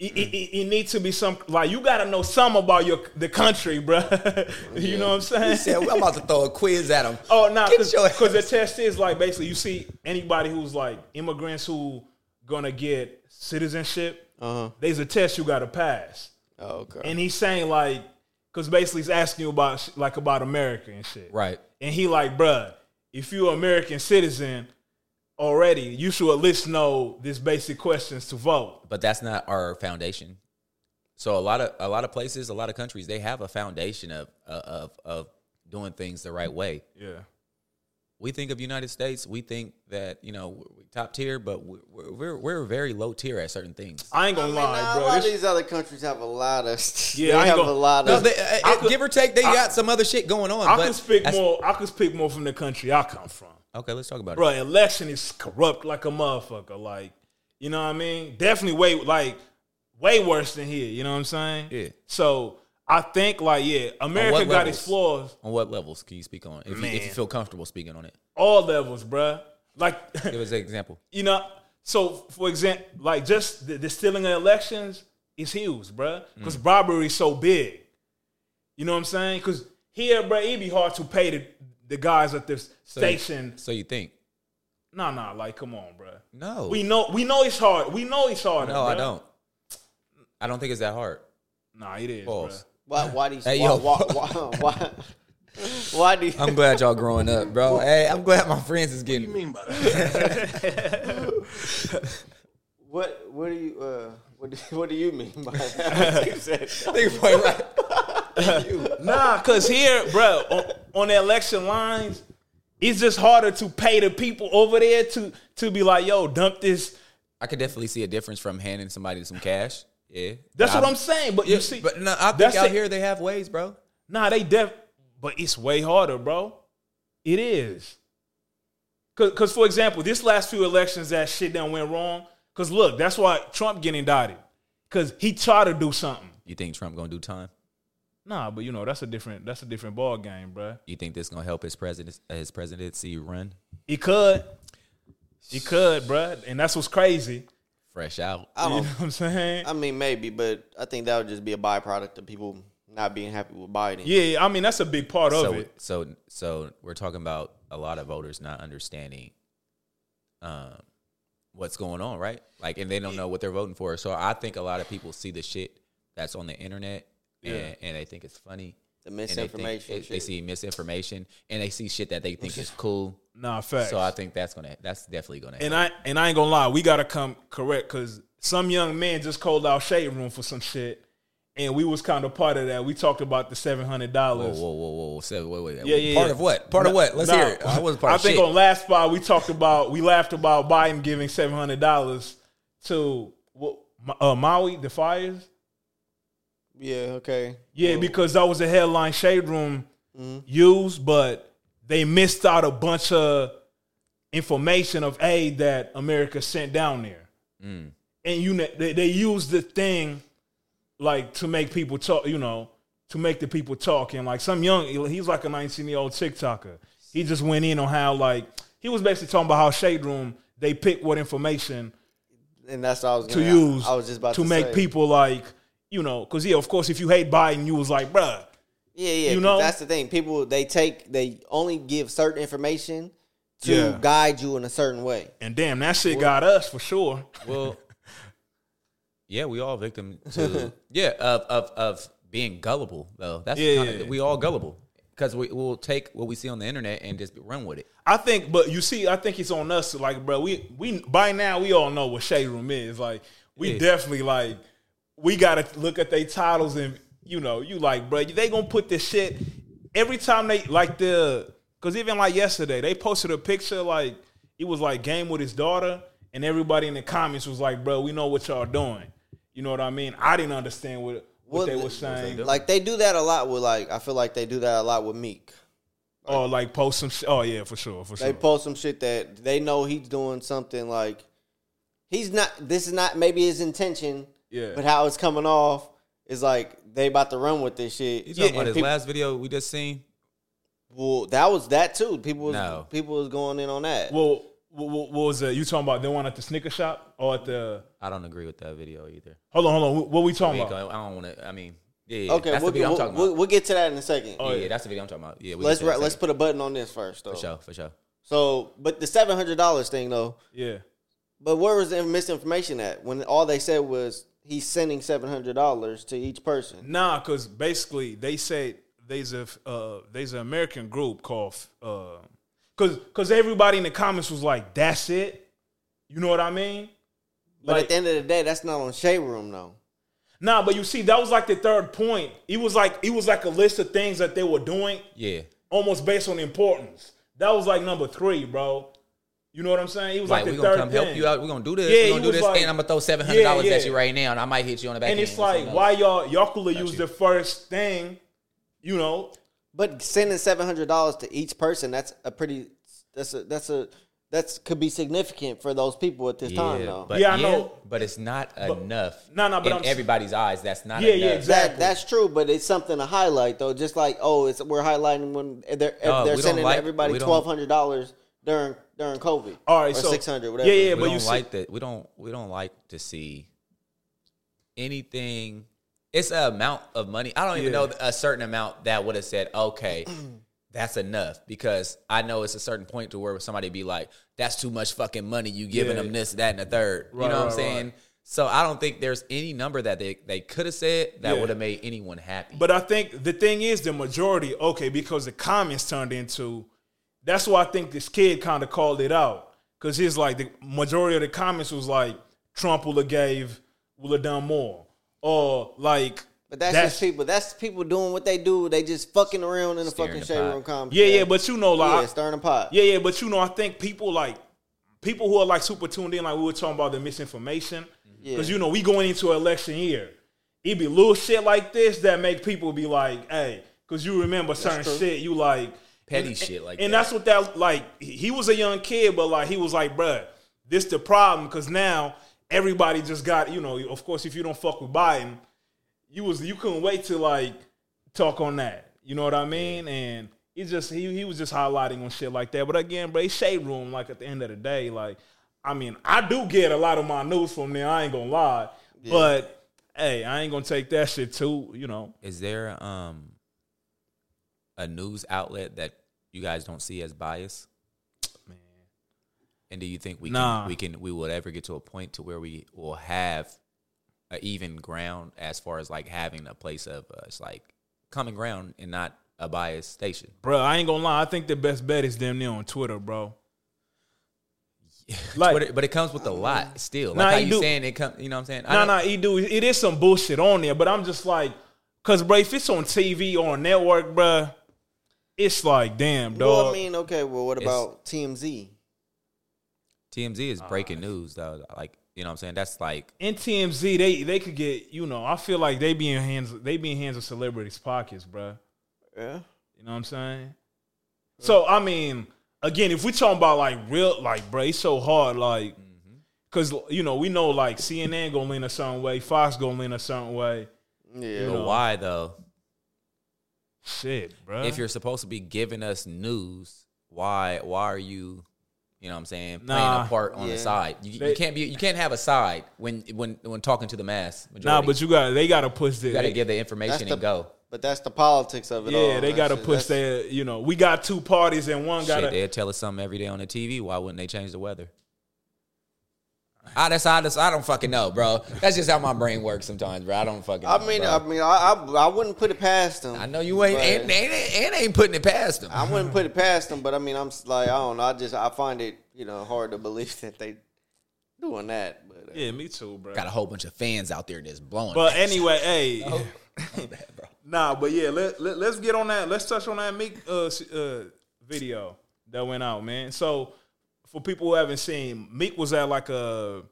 Speaker 3: it, it, it, it needs to be some. Like, you gotta know some about your the country, bruh. [laughs] you know what I'm saying?
Speaker 1: He [laughs] said, "Well, I'm about to throw a quiz at him.
Speaker 3: Oh no,
Speaker 1: Get your
Speaker 3: [laughs]
Speaker 1: ass.
Speaker 3: because the test is like basically you see anybody who's like immigrants who gonna get citizenship.
Speaker 2: Uh-huh.
Speaker 3: There's a test you gotta pass,
Speaker 2: Oh, okay.
Speaker 3: and he's saying like, because basically he's asking you about sh- like about America and shit,
Speaker 1: Right.
Speaker 3: And he like, bruh, if you're an American citizen already, you should at least know these basic questions to vote.
Speaker 1: But that's not our foundation. So a lot of a lot of places, a lot of countries, they have a foundation of of of doing things the right way.
Speaker 3: Yeah,
Speaker 1: we think of United States, we think that you know we're we're top tier, but we're we're, we're very low tier at certain things.
Speaker 3: I ain't gonna
Speaker 2: I mean, nah,
Speaker 3: lie,
Speaker 2: a
Speaker 3: bro.
Speaker 2: lot of
Speaker 3: This-
Speaker 2: these other countries have a lot of. [laughs] Yeah, they
Speaker 3: Yeah, I ain't
Speaker 2: have
Speaker 3: gonna-
Speaker 2: a lot
Speaker 1: No,
Speaker 2: of.
Speaker 1: they, uh,
Speaker 3: could-
Speaker 1: give or take, they got some other shit going on.
Speaker 3: I
Speaker 1: but
Speaker 3: could speak
Speaker 1: that's-
Speaker 3: more. I could speak more from the country I come from.
Speaker 1: Okay, let's talk about it.
Speaker 3: bro, election is corrupt like a motherfucker. Like, you know what I mean? Definitely way like way worse than here. You know what I'm saying?
Speaker 1: Yeah.
Speaker 3: So I think like yeah, America got
Speaker 1: levels?
Speaker 3: its flaws
Speaker 1: On what levels can you speak on? If you, if you
Speaker 3: Man.
Speaker 1: feel comfortable speaking on it,
Speaker 3: all levels, bruh. Like [laughs]
Speaker 1: give us an example.
Speaker 3: you know, so for example, like just the, the stealing of elections is huge, bruh. Because
Speaker 1: Mm.
Speaker 3: bribery is so big. You know what I'm saying? Because here, bruh, it'd be hard to pay the, the guys at the
Speaker 1: So you-
Speaker 3: station.
Speaker 1: So you think?
Speaker 3: Nah, nah, like come on, bruh.
Speaker 1: No,
Speaker 3: We know, we know it's hard. We know it's hard.
Speaker 1: no, I
Speaker 3: bruh.
Speaker 1: don't. I don't think it's that hard.
Speaker 3: Nah, it is.
Speaker 1: Pause.
Speaker 2: Why, why do you?
Speaker 1: Hey,
Speaker 2: why,
Speaker 1: yo.
Speaker 2: why, why, [laughs] why, why do you?
Speaker 1: I'm glad y'all growing up, bro. Hey, I'm glad my friends is getting. [laughs]
Speaker 2: [laughs]
Speaker 3: [laughs]
Speaker 2: What What do you? Uh, what do, What do you mean
Speaker 3: [laughs]
Speaker 2: by that? You said-
Speaker 1: Think about it, right?
Speaker 3: bruh. Nah, cause here, bro, on, on the election lines, it's just harder to pay the people over there to to be like, yo, dump this.
Speaker 1: I could definitely see a difference from handing somebody some cash. Yeah,
Speaker 3: That's what
Speaker 1: I'm.
Speaker 3: I'm saying. But you see,
Speaker 1: But no, I think
Speaker 3: that's
Speaker 1: out
Speaker 3: it.
Speaker 1: here they have ways, bro.
Speaker 3: nah, they def, but it's way harder, bro. It is. Cause, cause for example, this last few elections, that shit done went wrong. Cause look, that's why Trump getting indicted. Cause he tried to do something.
Speaker 1: You think Trump gonna do time?
Speaker 3: Nah, but you know that's a different that's a different ball game, bruh.
Speaker 1: You think this gonna help his president his presidency run?
Speaker 3: He could. He could, bruh. And that's what's crazy.
Speaker 1: Fresh out.
Speaker 2: [laughs] I
Speaker 3: You know
Speaker 2: don't.
Speaker 3: what I'm saying?
Speaker 2: I mean, maybe, but I think that would just be a byproduct of people not being happy with Biden.
Speaker 3: yeah, I mean that's a big part of
Speaker 1: So
Speaker 3: it.
Speaker 1: so so we're talking about a lot of voters not understanding um what's going on, right? Like and they don't know what they're voting for. So I think a lot of people see the shit that's on the internet and, and they think it's funny.
Speaker 2: The
Speaker 1: And they, think,
Speaker 2: misinformation.
Speaker 1: they, they
Speaker 2: shit.
Speaker 1: see misinformation and they see shit that they think
Speaker 3: [laughs]
Speaker 1: is cool.
Speaker 3: Nah, facts.
Speaker 1: So I think that's gonna that's definitely gonna
Speaker 3: and I and I ain't gonna lie, we gotta come correct because some young man just called out shade room for some shit, and we was kind of part of that. We talked about the seven hundred
Speaker 1: Whoa,
Speaker 3: dollars.
Speaker 1: whoa, whoa, whoa! whoa. So, wait, wait.
Speaker 3: Yeah, yeah.
Speaker 1: Part
Speaker 3: yeah.
Speaker 1: of what? Part of
Speaker 3: No-
Speaker 1: what? Let's
Speaker 3: no.
Speaker 1: hear it. I wasn't part
Speaker 3: I
Speaker 1: of
Speaker 3: think
Speaker 1: shit.
Speaker 3: on last spot we talked about we laughed about Biden giving seven hundred dollars to what, uh, Maui the fires.
Speaker 2: Yeah. Okay.
Speaker 3: Yeah, because that was a headline shade room
Speaker 2: Mm-hmm.
Speaker 3: used, but they missed out a bunch of information of aid that America sent down there.
Speaker 2: Mm.
Speaker 3: And you know, they, they used the thing like to make people talk, you know, to make the people talk. And like some young, he's like a 19 year old TikToker. He just went in on how like he was basically talking about how shade room they pick what information
Speaker 2: And that's what I was
Speaker 3: to
Speaker 2: gonna,
Speaker 3: use
Speaker 2: I was just about to,
Speaker 3: make
Speaker 2: say.
Speaker 3: people like you know because yeah of course if you hate biden you was like bruh
Speaker 2: Yeah, yeah.
Speaker 3: You
Speaker 2: 'cause
Speaker 3: know?
Speaker 2: that's the thing. People they take they only give certain information to
Speaker 3: Yeah.
Speaker 2: guide you in a certain way.
Speaker 3: and damn that shit got us for sure [laughs]
Speaker 1: Well, yeah, we all victim to yeah of of of being gullible though. That's
Speaker 3: Yeah,
Speaker 1: kinda,
Speaker 3: yeah.
Speaker 1: we all gullible because we will take what we see on the internet and just run with it.
Speaker 3: i think but you see i think it's on us to like bro we we by now we all know what shade room is like we
Speaker 1: Yeah.
Speaker 3: definitely like we gotta look at their titles and you know you like bro they gonna put this shit every time they like the because even like yesterday they posted a picture like it was like game with his daughter and everybody in the comments was like bro we know what y'all doing you know what i mean i didn't understand what
Speaker 2: Well,
Speaker 3: what they
Speaker 2: the-
Speaker 3: were saying
Speaker 2: Like they do that a lot with like I feel like they do that a lot with Meek.
Speaker 3: or like post some shit. Oh yeah, for sure, for
Speaker 2: They
Speaker 3: sure.
Speaker 2: post some shit that they know he's doing something like he's not. This is not maybe his intention.
Speaker 3: Yeah.
Speaker 2: But how it's coming off it's like they about to run with this shit.
Speaker 1: You talking
Speaker 2: and
Speaker 1: about his
Speaker 2: peop-
Speaker 1: last video we just seen?
Speaker 2: Well, that was that too. People was
Speaker 1: No.
Speaker 2: people was going in on that.
Speaker 3: Well, what, what was it? You talking about the one at the sneaker shop or at the?
Speaker 1: I don't agree with that video either.
Speaker 3: Hold on, hold on. What, what we talking
Speaker 1: I
Speaker 3: about?
Speaker 1: don't want to. I mean, yeah.
Speaker 2: okay,
Speaker 1: that's the
Speaker 2: we'll,
Speaker 1: video
Speaker 2: we'll,
Speaker 1: I'm talking
Speaker 2: we'll,
Speaker 1: about.
Speaker 2: we'll get to that in a second.
Speaker 3: Oh,
Speaker 1: yeah, that's the video I'm talking about. Yeah, we
Speaker 2: let's
Speaker 1: can say
Speaker 2: ra-
Speaker 1: that
Speaker 2: let's
Speaker 1: second.
Speaker 2: put a button on this first, though.
Speaker 1: for sure, for sure.
Speaker 2: So, but the seven hundred dollars thing though.
Speaker 3: Yeah.
Speaker 2: But where was the misinformation at when all they said was he's sending seven hundred dollars to each person?
Speaker 3: Nah, cause basically they said there's a uh, there's an American group called uh, cause cause everybody in the comments was like, that's it. You know what I mean?
Speaker 2: But
Speaker 3: Like-
Speaker 2: at the end of the day, that's not on Shade Room though.
Speaker 3: Nah, but you see, that was like the third point. It was like it was like a list of things that they were doing,
Speaker 1: Yeah,
Speaker 3: almost based on importance. That was like number three, bro. You know what I'm saying? It was
Speaker 1: like
Speaker 3: like,
Speaker 1: we
Speaker 3: the
Speaker 1: gonna
Speaker 3: third
Speaker 1: come
Speaker 3: thing.
Speaker 1: help you out. We gonna do this.
Speaker 3: Yeah,
Speaker 1: we
Speaker 3: he
Speaker 1: gonna do
Speaker 3: was
Speaker 1: this,
Speaker 3: like-
Speaker 1: and I'm gonna throw seven hundred dollars
Speaker 3: Yeah,
Speaker 1: at
Speaker 3: yeah.
Speaker 1: you right now, and I might hit you on the back.
Speaker 3: And
Speaker 1: end
Speaker 3: it's
Speaker 1: with
Speaker 3: like,
Speaker 1: something
Speaker 3: why
Speaker 1: else.
Speaker 3: y'all y'all coulda used
Speaker 1: you.
Speaker 3: the first thing, you know?
Speaker 2: But sending seven hundred dollars to each person—that's a pretty. That's a that's a that's could be significant for those people at this time
Speaker 1: Yeah,
Speaker 2: though.
Speaker 1: but
Speaker 3: Yeah, I know.
Speaker 1: but it's not enough.
Speaker 3: no, no, but
Speaker 1: in
Speaker 3: I'm s-
Speaker 1: everybody's eyes, that's not.
Speaker 3: Yeah, yeah,
Speaker 1: enough.
Speaker 3: exactly.
Speaker 2: that that's true, but it's something to highlight though. Just like oh, it's we're highlighting when they're if
Speaker 1: No,
Speaker 2: they're
Speaker 1: we don't
Speaker 2: sending
Speaker 1: like-
Speaker 2: everybody
Speaker 1: we don't-
Speaker 2: twelve hundred dollars during during COVID.
Speaker 3: All right,
Speaker 2: or
Speaker 3: so
Speaker 2: six hundred whatever.
Speaker 3: Yeah, yeah,
Speaker 1: we
Speaker 3: but
Speaker 1: don't
Speaker 3: you see,
Speaker 1: like that. We don't. We don't like to see anything. It's an amount of money. I don't even
Speaker 3: Yeah.
Speaker 1: know a certain amount that would have said, okay, [clears throat] that's enough. Because I know it's a certain point to where somebody be like, that's too much fucking money. You giving
Speaker 3: Yeah.
Speaker 1: them this, that, and a third.
Speaker 3: Right,
Speaker 1: you know what
Speaker 3: right,
Speaker 1: I'm saying?
Speaker 3: right.
Speaker 1: So I don't think there's any number that they, they could have said that
Speaker 3: Yeah.
Speaker 1: would have made anyone happy.
Speaker 3: But I think the thing is the majority, okay, because the comments turned into that's why I think this kid kind of called it out. Cause he's like the majority of the comments was like Trump will have gave will have done more. Or like
Speaker 2: But that's, just people. That's people doing what they do. They just fucking around in the
Speaker 1: Stirring
Speaker 2: fucking
Speaker 1: the
Speaker 2: shade
Speaker 1: pot.
Speaker 2: room comedy.
Speaker 3: Yeah, yeah, but you know
Speaker 2: yeah,
Speaker 3: like
Speaker 2: stirring the pot.
Speaker 3: Yeah, yeah, but you know, I think people like people who are like super tuned in, like we were talking about the misinformation, because
Speaker 2: Yeah.
Speaker 3: you know we going into election year, it be little shit like this that make people be like, hey, because you remember certain
Speaker 2: true.
Speaker 3: shit, you like
Speaker 1: Petty
Speaker 3: and-
Speaker 1: shit like
Speaker 3: and
Speaker 1: that.
Speaker 3: that's what that like. He he was a young kid, but like he was like, bruh, this the problem, because now everybody just got you know. Of course, if you don't fuck with Biden, you was you couldn't wait to like talk on that. You know what I mean? And he just he he was just highlighting on shit like that. But again, bro, it's shade room. Like at the end of the day, like I mean, I do get a lot of my news from there. I ain't gonna lie, but hey, I ain't gonna take that shit too. You know?
Speaker 1: Is there um a news outlet that you guys don't see as biased?
Speaker 3: Man.
Speaker 1: And do you think we
Speaker 3: Nah.
Speaker 1: can we can we will ever get to a point to where we will have a even ground as far as like having a place of uh, it's like common ground and not a biased station?
Speaker 3: Bro, I ain't gonna lie. I think the best bet is damn near on Twitter,
Speaker 2: [laughs]
Speaker 3: bro. Like-
Speaker 1: but, it, but it comes with a lot still. Like
Speaker 3: Nah,
Speaker 1: how
Speaker 3: you
Speaker 1: you
Speaker 3: do-
Speaker 1: saying it come you know what I'm saying? I
Speaker 3: No,
Speaker 1: don't-
Speaker 3: no, he do. It is some bullshit on there, but I'm just like, cause bro, if it's on TV or on network, bro, it's like, damn, dog.
Speaker 2: Well, I mean, okay. Well, what about TMZ?
Speaker 1: TMZ is breaking news though. Like you know what I'm saying? That's like
Speaker 3: in TMZ, they they could get you know. I feel like they be in hands they be in hands of celebrities' pockets, bruh.
Speaker 2: Yeah.
Speaker 3: You know what I'm saying? So I mean, again, if we talking about like real, like bruh, it's so hard, like, cause you know we know like CNN gonna lean a certain way, Fox gonna lean a certain way.
Speaker 2: Yeah.
Speaker 1: but why though?
Speaker 3: Shit, bruh.
Speaker 1: if you're supposed to be giving us news, why why are you, you know what I'm saying, playing
Speaker 3: Nah.
Speaker 1: a part on
Speaker 2: Yeah.
Speaker 1: the side? You,
Speaker 3: They-
Speaker 1: you can't be you can't have a side when when when talking to the mass majority.
Speaker 3: nah, but you got they gotta push this.
Speaker 1: you got to
Speaker 3: They-
Speaker 1: give the information
Speaker 2: the-
Speaker 1: and go.
Speaker 2: But that's the politics of it all.
Speaker 3: yeah, they
Speaker 2: That's
Speaker 3: gotta
Speaker 2: it.
Speaker 3: push
Speaker 2: That's-
Speaker 3: their. You know, we got two parties and one gotta.
Speaker 1: Shit, they'll tell us something every day on the TV. Why wouldn't they change the weather? I that's I that's I don't fucking know, bro. That's just how my brain works sometimes, bro. I don't fucking.
Speaker 2: I
Speaker 1: know,
Speaker 2: mean,
Speaker 1: bro.
Speaker 2: I mean, I, I I wouldn't put it past them.
Speaker 1: I know you ain't
Speaker 2: but-
Speaker 1: and, and, and ain't putting it past them.
Speaker 2: I wouldn't put it past them, but I mean, I'm s- like, I don't know. I just I find it you know hard to believe [laughs] that they doing that. But uh,
Speaker 3: yeah, me too, bro.
Speaker 1: Got a whole bunch of fans out there that's blowing.
Speaker 3: But
Speaker 1: that
Speaker 3: anyway,
Speaker 1: [laughs]
Speaker 3: hey.
Speaker 1: shit, Oh, bro.
Speaker 3: Nah, but yeah, let, let us get on that. Let's touch on that Meek uh, s- uh, video that went out, man. So for people who haven't seen, Meek was at like a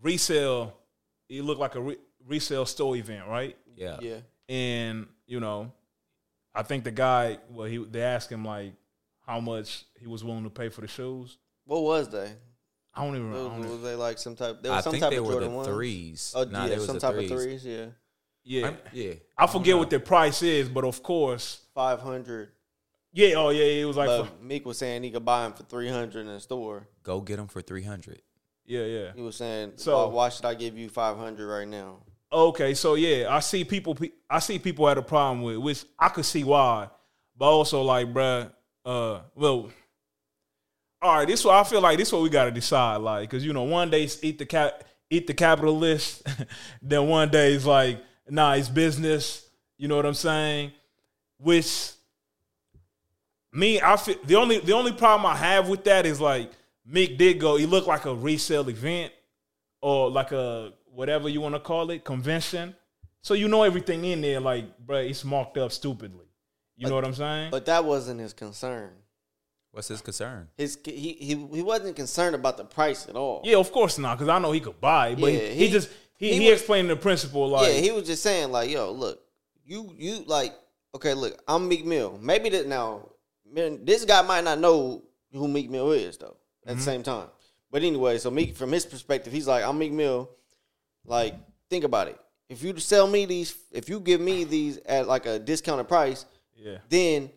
Speaker 3: resale. He looked like a re- resale store event, right?
Speaker 1: Yeah.
Speaker 2: yeah,
Speaker 3: And you know, I think the guy. Well, he they asked him like how much he was willing to pay for the shoes.
Speaker 2: what was they?
Speaker 3: I don't even. I
Speaker 2: Was,
Speaker 3: don't even
Speaker 2: was they like some type? There was
Speaker 1: I
Speaker 2: some
Speaker 1: think
Speaker 2: type
Speaker 1: they
Speaker 2: of
Speaker 1: were
Speaker 2: Jordan
Speaker 1: the
Speaker 2: one.
Speaker 1: threes.
Speaker 2: Oh
Speaker 1: nah,
Speaker 2: yeah,
Speaker 1: they was
Speaker 2: some
Speaker 1: the
Speaker 2: type
Speaker 1: threes.
Speaker 2: of threes. Yeah,
Speaker 3: Yeah.
Speaker 1: I'm- yeah.
Speaker 3: I forget what the price is, but of course,
Speaker 2: Five hundred.
Speaker 3: yeah. Oh yeah, it was like,
Speaker 2: But Meek was saying he could buy him for three hundred in the store.
Speaker 1: Go get them for three hundred.
Speaker 3: yeah, yeah.
Speaker 2: He was saying,
Speaker 3: So-
Speaker 2: so why, why should I give you five hundred right now?
Speaker 3: Okay, so yeah, I see people. pe- I see people had a problem with, which I could see why, but also like, bruh, uh, well, all right. This what I feel like. This what we gotta decide, like, cause you know, one day it's eat the cap, eat the capitalist, [laughs] then one day it's like, nah, it's business. You know what I'm saying? Which me, I feel the only the only problem I have with that is like Meek did go. He looked like a resale event or like a whatever you want to call it convention. So you know everything in there, like bruh, it's marked up stupidly. You know what I'm saying?
Speaker 2: But that wasn't his concern.
Speaker 1: What's his concern?
Speaker 2: His he he, he wasn't concerned about the price at all.
Speaker 3: yeah, of course not, because I know he could buy, it, but
Speaker 2: Yeah,
Speaker 3: he, he
Speaker 2: he-
Speaker 3: just he, he,
Speaker 2: he was-
Speaker 3: explained the principle like
Speaker 2: yeah, he was just saying like, yo, look, you you like, okay, look, I'm Meek Mill. Maybe that now, man, this guy might not know who Meek Mill is though. At the same time, but anyway, so Meek from his perspective, he's like, I'm Meek Mill. Like, think about it. If you sell me these, if you give me these at like a discounted price,
Speaker 3: yeah.
Speaker 2: then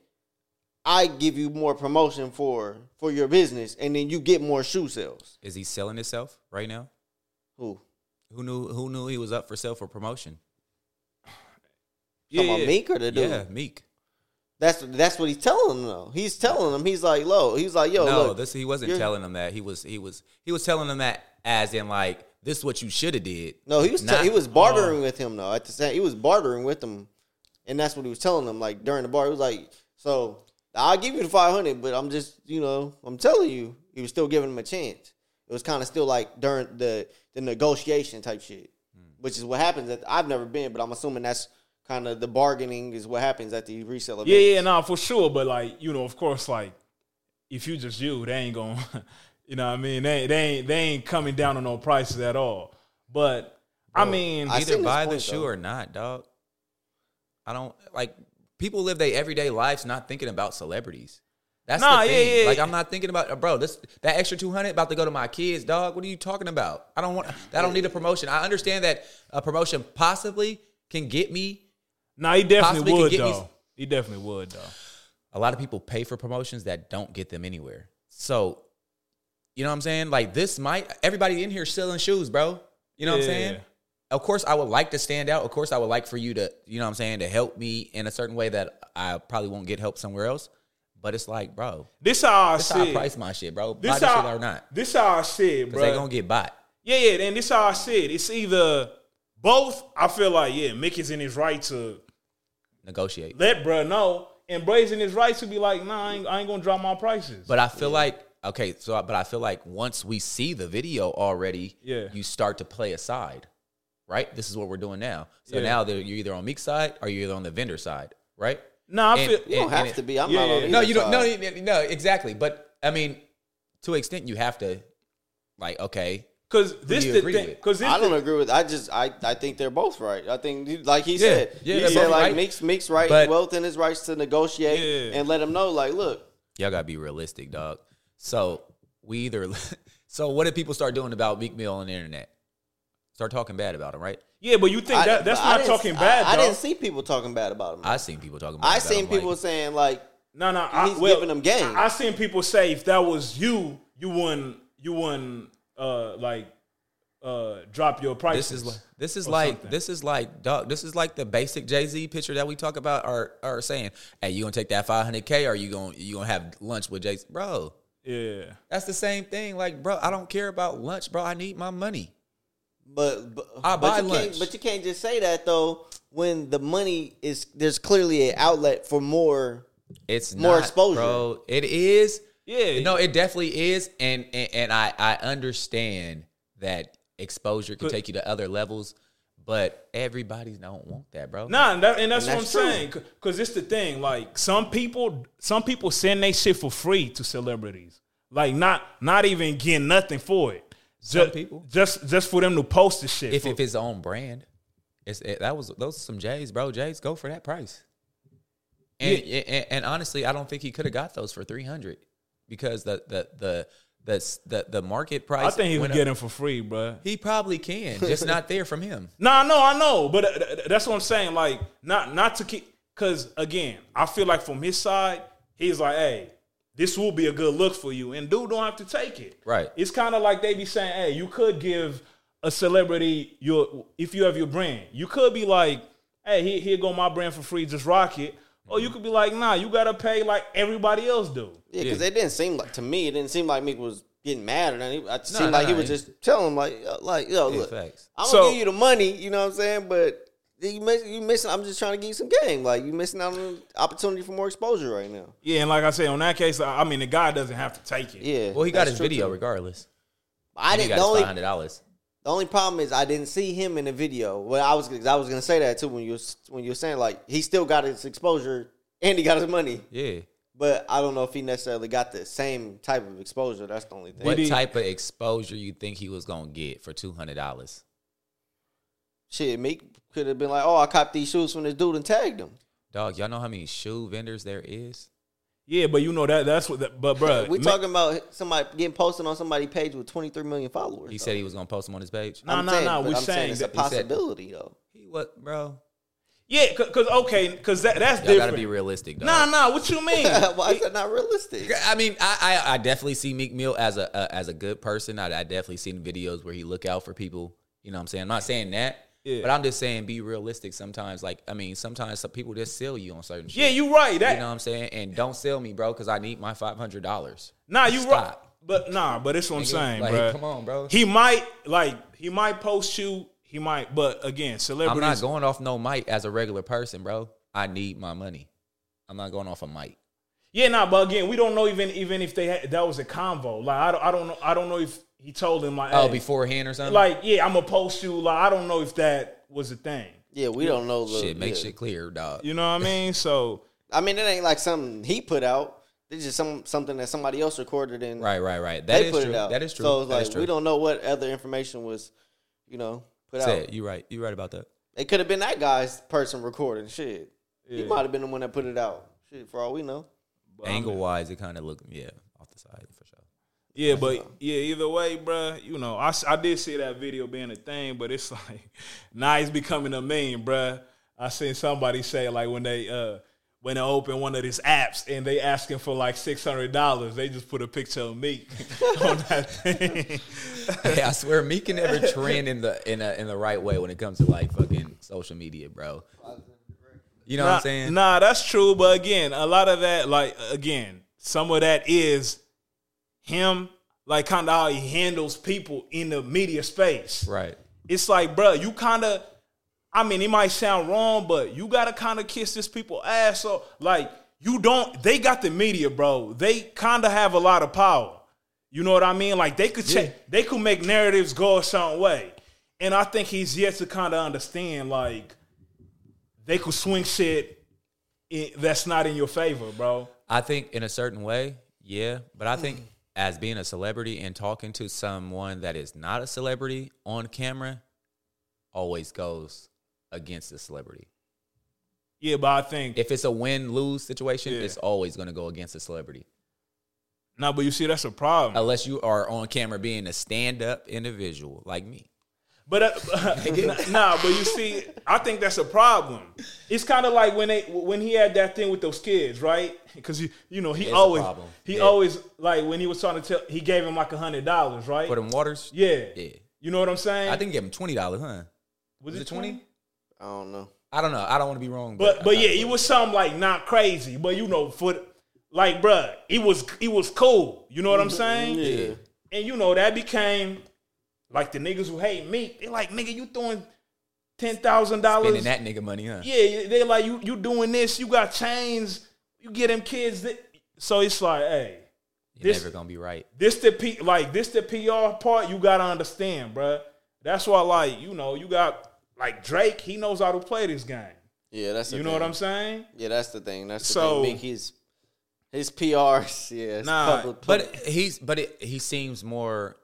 Speaker 2: I give you more promotion for for your business, and then you get more shoe sales.
Speaker 1: Is he selling himself right now?
Speaker 2: Who?
Speaker 1: Who knew? Who knew he was up for sale for promotion?
Speaker 2: Yeah,
Speaker 3: Yeah,
Speaker 2: about
Speaker 3: yeah.
Speaker 2: Meek or the dude?
Speaker 1: Yeah, Meek.
Speaker 2: That's that's what he's telling them though. He's telling them he's like, low. He's like, yo,
Speaker 1: no,
Speaker 2: Oh, look,
Speaker 1: this he wasn't
Speaker 2: you're-
Speaker 1: telling him that. He was he was he was telling him that as in like this is what you should have did.
Speaker 2: no. He was te-
Speaker 1: Nah.
Speaker 2: he was bartering with him though. At the same, he was bartering with him, and that's what he was telling them. Like during the bar, he was like, so I'll give you the five hundred, but I'm just you know I'm telling you, he was still giving him a chance. It was kind of still like during the the negotiation type shit,
Speaker 3: Hmm.
Speaker 2: which is what happens. At I've never been, but I'm assuming that's kind of the bargaining is what happens at the resale event.
Speaker 3: Yeah, yeah, nah, for sure. But like, you know, of course, like if you just you, they ain't gonna, [laughs] you know, what I mean, they they ain't they ain't coming down on no prices at all. But I mean,
Speaker 2: I-
Speaker 1: Either
Speaker 2: seen this
Speaker 1: buy the
Speaker 2: point,
Speaker 1: shoe
Speaker 2: though.
Speaker 1: or not, dog. I don't like people live their everyday lives not thinking about celebrities. That's
Speaker 3: Nah,
Speaker 1: the
Speaker 3: yeah,
Speaker 1: thing.
Speaker 3: yeah,
Speaker 1: like
Speaker 3: yeah.
Speaker 1: I'm not thinking about bro. This that extra two hundred about to go to my kids, dog. What are you talking about? I don't want. I don't need a promotion. I understand that a promotion possibly can get me
Speaker 3: nah, he
Speaker 1: possibly
Speaker 3: definitely
Speaker 1: could
Speaker 3: would
Speaker 1: get me s-
Speaker 3: though. He definitely would though.
Speaker 1: a lot of people pay for promotions that don't get them anywhere. So, you know what I'm saying? Like this might everybody in here selling shoes, bro. You know what I'm
Speaker 3: Yeah.
Speaker 1: saying? Of course I would like to stand out. Of course I would like for you to, you know what I'm saying, to help me in a certain way that I probably won't get help somewhere else. But it's like, bro,
Speaker 3: This how I
Speaker 1: that's
Speaker 3: see.
Speaker 1: how I
Speaker 3: it.
Speaker 1: price my shit, bro. Buy
Speaker 3: This
Speaker 1: this
Speaker 3: how
Speaker 1: shit or not.
Speaker 3: This how I see, it,
Speaker 1: Because they
Speaker 3: bro.
Speaker 1: gonna get bought.
Speaker 3: Yeah, yeah, and this how I said. It's either both. I feel like yeah, Mick is in his right to
Speaker 1: Negotiate.
Speaker 3: let bruh know, and Bray's in his right to be like, nah, I ain't, I ain't gonna drop my prices.
Speaker 1: But I feel like okay, so I- but I feel like once we see the video already,
Speaker 3: Yeah.
Speaker 1: you start to play a side, right? This is what we're doing now. So
Speaker 3: Yeah.
Speaker 1: now that you're either on Meek's side or you're either on the vendor side, right?
Speaker 3: nah, I
Speaker 1: and-
Speaker 3: feel
Speaker 2: you don't
Speaker 1: and-
Speaker 2: have
Speaker 1: and it-
Speaker 2: to be. I'm
Speaker 3: yeah,
Speaker 2: not
Speaker 3: yeah,
Speaker 2: on.
Speaker 3: yeah.
Speaker 2: either
Speaker 1: No, you don't. No,
Speaker 2: side.
Speaker 1: no, no, exactly. But I mean, to an extent, you have to, like, okay,
Speaker 3: because this
Speaker 1: you
Speaker 3: the
Speaker 1: agree
Speaker 3: thing.
Speaker 1: with?
Speaker 3: Because
Speaker 2: I don't agree with. I just I, I think they're both right. I think like he said,
Speaker 1: yeah,
Speaker 2: he
Speaker 1: they're
Speaker 2: said
Speaker 1: both
Speaker 2: like
Speaker 1: right.
Speaker 2: Meek's Meek's right,
Speaker 1: But-
Speaker 2: well within his rights to negotiate
Speaker 3: Yeah.
Speaker 2: and let him know like, look,
Speaker 1: y'all gotta be realistic, dog. So we either. [laughs] so what did people start doing about Meek Mill on the internet? Start talking bad about him, right?
Speaker 3: Yeah, but you think
Speaker 2: I-
Speaker 3: that that's
Speaker 2: I
Speaker 3: not
Speaker 2: didn't-
Speaker 3: talking bad.
Speaker 2: I, I
Speaker 3: though.
Speaker 2: didn't see people talking bad about him. I,
Speaker 1: I seen people talking. Bad about
Speaker 2: seen
Speaker 1: him, like,
Speaker 2: people saying like,
Speaker 3: No, no. I,
Speaker 2: He's
Speaker 3: well,
Speaker 2: giving them game.
Speaker 3: I, I seen people say if that was you, you wouldn't, you wouldn't, uh, like, uh, drop your prices.
Speaker 1: this is like this is
Speaker 3: or
Speaker 1: like
Speaker 3: something.
Speaker 1: this is like dog. This is like the basic Jay Z picture that we talk about. Are are saying, hey, you gonna take that five hundred k? Or you gonna you gonna have lunch with Jay? Bro,
Speaker 3: yeah.
Speaker 1: that's the same thing. Like, bro, I don't care about lunch, bro. I need my money.
Speaker 2: but but,
Speaker 1: I
Speaker 2: but
Speaker 1: buy
Speaker 2: you
Speaker 1: lunch.
Speaker 2: Can't, but you can't just say that though when the money is there's clearly an outlet for more.
Speaker 1: It's
Speaker 2: More
Speaker 1: not,
Speaker 2: exposure.
Speaker 1: bro. It is.
Speaker 3: Yeah.
Speaker 1: No, it definitely is, and and, and I I understand that exposure can take you to other levels, but everybody don't want that, bro.
Speaker 3: Nah, and, that, and that's
Speaker 2: And
Speaker 3: what I'm
Speaker 2: that's
Speaker 3: saying. Because it's the thing. Like some people, some people send they shit for free to celebrities. Like not, not even getting nothing for it.
Speaker 1: Some
Speaker 3: Ju-
Speaker 1: people.
Speaker 3: just, just for them to post the shit.
Speaker 1: if
Speaker 3: for-
Speaker 1: if it's own brand, it's it, that was those are some J's, bro. J's go for that price. And and, and honestly, I don't think he could have got those for three hundred because the the the that's the the market
Speaker 3: I
Speaker 1: price.
Speaker 3: think he
Speaker 1: went
Speaker 3: would
Speaker 1: up.
Speaker 3: get him for free, bruh.
Speaker 1: He probably can, just not there from
Speaker 3: [laughs]
Speaker 1: him.
Speaker 3: No, I know, I know, but uh, th- th- that's what I'm saying. Like, not not to keep, because again, I feel like from his side, he's like, hey, this will be a good look for you, and dude don't have to take it.
Speaker 1: Right.
Speaker 3: It's kind of like they be saying, hey, you could give a celebrity your if you have your brand, you could be like, hey, here, here go my brand for free, just rock it. Or you could be like, nah, you gotta pay like everybody else do.
Speaker 2: Yeah, because it didn't seem like to me. It didn't seem like Meek was getting mad or nothing. It I- seemed
Speaker 1: no,
Speaker 2: like
Speaker 1: no,
Speaker 2: he was
Speaker 1: he-
Speaker 2: just telling him like, uh, like yo,
Speaker 1: Yeah,
Speaker 2: look,
Speaker 1: facts.
Speaker 2: I'm
Speaker 3: So-
Speaker 2: gonna give you the money. You know what I'm saying? But you miss, you missing. I'm just trying to give you some game. Like you missing out on an opportunity for more exposure right now.
Speaker 3: Yeah, and like I said, on that case, I, I mean, the guy doesn't have to take it.
Speaker 2: Yeah.
Speaker 1: Well, he got
Speaker 2: that's
Speaker 1: his
Speaker 2: true,
Speaker 1: video
Speaker 2: too.
Speaker 1: regardless.
Speaker 2: I
Speaker 1: And he
Speaker 2: didn't.
Speaker 1: got
Speaker 2: The
Speaker 1: his
Speaker 2: only,
Speaker 1: five hundred dollars.
Speaker 2: the only problem is I didn't see him in the video. Well, I was 'cause I was gonna say that too when you was, when you were saying like he still got his exposure and he got his money,
Speaker 1: Yeah.
Speaker 2: but I don't know if he necessarily got the same type of exposure. That's the only thing.
Speaker 1: What
Speaker 3: he-
Speaker 1: type of exposure you think he was gonna get for two hundred dollars?
Speaker 2: Shit, Meek could have been like, "Oh, I copped these shoes from this dude and tagged him."
Speaker 1: Dog, y'all know how many shoe vendors there is?
Speaker 3: Yeah, but you know that that's what. That, but bro,
Speaker 2: We talking about somebody getting posted on somebody's page with 23 million followers.
Speaker 1: He
Speaker 2: though.
Speaker 1: said he was gonna post them on his page.
Speaker 3: No,
Speaker 2: I'm
Speaker 3: no,
Speaker 2: saying-
Speaker 3: no,
Speaker 2: but
Speaker 3: we
Speaker 2: I'm
Speaker 3: saying
Speaker 2: it's a
Speaker 3: that he said-
Speaker 2: possibility
Speaker 3: [laughs]
Speaker 2: though.
Speaker 1: He what, bro?
Speaker 3: Yeah, because okay, because that, that's
Speaker 1: Y'all
Speaker 3: different.
Speaker 1: gotta be realistic, dog.
Speaker 3: Nah, nah, what
Speaker 1: [laughs]
Speaker 3: you mean?
Speaker 2: [laughs] Why is that not
Speaker 3: [laughs]
Speaker 2: realistic?
Speaker 1: I mean, I, I, I definitely see Meek Mill as a, a as a good person. I, I definitely seen videos where he look out for people. You know what I'm saying? I'm not saying that,
Speaker 3: Yeah.
Speaker 1: but I'm just saying be realistic sometimes. Like, I mean, sometimes some people just sell you on certain shit.
Speaker 3: yeah, you right. That
Speaker 1: You know what I'm saying? And don't sell me, bro, because I need my five hundred dollars.
Speaker 3: nah, you right.
Speaker 1: Stop.
Speaker 3: But nah, but it's what I'm saying,
Speaker 1: like,
Speaker 3: bro.
Speaker 1: come on, bro.
Speaker 3: He might like he might post you. He might, but again,
Speaker 1: I'm
Speaker 3: celebrities.
Speaker 1: not going off no mic as a regular person, bro. I need my money. I'm not going off a mic.
Speaker 3: yeah, nah, but again, we don't know even even if they had, that was a convo. Like I don't, I don't know, I don't know if he told him like,
Speaker 1: Oh,
Speaker 3: hey,
Speaker 1: beforehand or something.
Speaker 3: like yeah, I'm gonna post you. Like I don't know if that was a thing.
Speaker 2: Yeah, we don't know. The,
Speaker 1: shit, make
Speaker 2: yeah.
Speaker 1: shit clear, dog.
Speaker 3: You know what I mean? So
Speaker 2: I mean, it ain't like something he put out. It's just some something that somebody else recorded and
Speaker 1: Right, right, right. That
Speaker 2: they
Speaker 1: is
Speaker 2: put
Speaker 1: true.
Speaker 2: it out.
Speaker 1: That is true.
Speaker 2: So it's
Speaker 1: That
Speaker 2: like
Speaker 1: is true.
Speaker 2: we don't know what other information was, you know, put
Speaker 1: Said,
Speaker 2: out.
Speaker 1: you right. You right about that.
Speaker 2: It could have been that guy's person recording shit. He might have been the one that put it out. Shit, for all we know.
Speaker 1: Angle wise, it kind of looked yeah off the side for sure. [laughs]
Speaker 3: Yeah, but yeah, either way, bruh, you know, I, s- I did see that video being a thing, but it's [laughs] like now it's becoming a meme, bruh. I seen somebody say like when they uh when they open one of these apps and they asking for like six hundred dollars, they just put a picture of me [laughs] on
Speaker 1: [laughs]
Speaker 3: that thing.
Speaker 1: Hey, I swear, me can never trend in the in a, in the right way when it comes to like fucking social media, bro. You know what I'm saying?
Speaker 3: [laughs] Nah, that's true, but again, a lot of that, like again, some of that is him, like kind of how he handles people in the media space,
Speaker 1: Right.
Speaker 3: it's like, bruh, you kind of, I mean, it might sound wrong, but you gotta kind of kiss this people ass. So, like, you don't. They got the media, bro. They kind of have a lot of power. You know what I mean? Like, they could check,
Speaker 1: Yeah.
Speaker 3: they could make narratives go a certain way, and I think he's yet to kind of understand. Like, they could swing shit in, that's not in your favor, bro.
Speaker 1: I think in a certain way, yeah. But I think as being a celebrity and talking to someone that is not a celebrity on camera always goes against the celebrity.
Speaker 3: Yeah, but I think
Speaker 1: If it's a win lose situation,
Speaker 3: Yeah.
Speaker 1: it's always going to go against the celebrity.
Speaker 3: no, but you see, that's a problem.
Speaker 1: Unless you are on camera being a stand up individual like me.
Speaker 3: But uh, [laughs] nah, but you see, I think that's a problem. It's kind of like when they when he had that thing with those kids, right? Because you you know he
Speaker 1: It's a
Speaker 3: always
Speaker 1: problem.
Speaker 3: he
Speaker 1: Yeah.
Speaker 3: always like when he was trying to tell he gave him like a hundred dollars, right?
Speaker 1: For them waters?
Speaker 3: yeah.
Speaker 1: Yeah.
Speaker 3: you know what I'm saying.
Speaker 1: I think give him twenty dollars, huh?
Speaker 3: was
Speaker 1: is it
Speaker 3: it
Speaker 1: 20?
Speaker 3: twenty?
Speaker 2: I don't know.
Speaker 1: I don't know. I don't want to be wrong,
Speaker 3: But but
Speaker 1: I-
Speaker 3: yeah, it was something like not crazy, but you know for like bruh, it was it was cool. You know what I'm saying?
Speaker 2: Yeah.
Speaker 3: And you know, that became like the niggas who hate me, they like, nigga, you throwing ten thousand dollars.
Speaker 1: spending that nigga money, huh?
Speaker 3: Yeah, they like you you doing this, you got chains, you get them kids that so it's like, hey,
Speaker 1: You're
Speaker 3: This-
Speaker 1: never gonna be right.
Speaker 3: this the P like this the PR part you gotta understand, bruh. That's why like, you know, you got like Drake, he knows how to play this game.
Speaker 2: Yeah, that's the
Speaker 3: You know what
Speaker 2: thing.
Speaker 3: I'm saying?
Speaker 2: Yeah, that's the thing. That's the
Speaker 3: So-
Speaker 2: thing. Big, he's his PRs. [laughs] Yeah, it's
Speaker 3: Nah,
Speaker 2: public,
Speaker 1: But he's but it, he seems more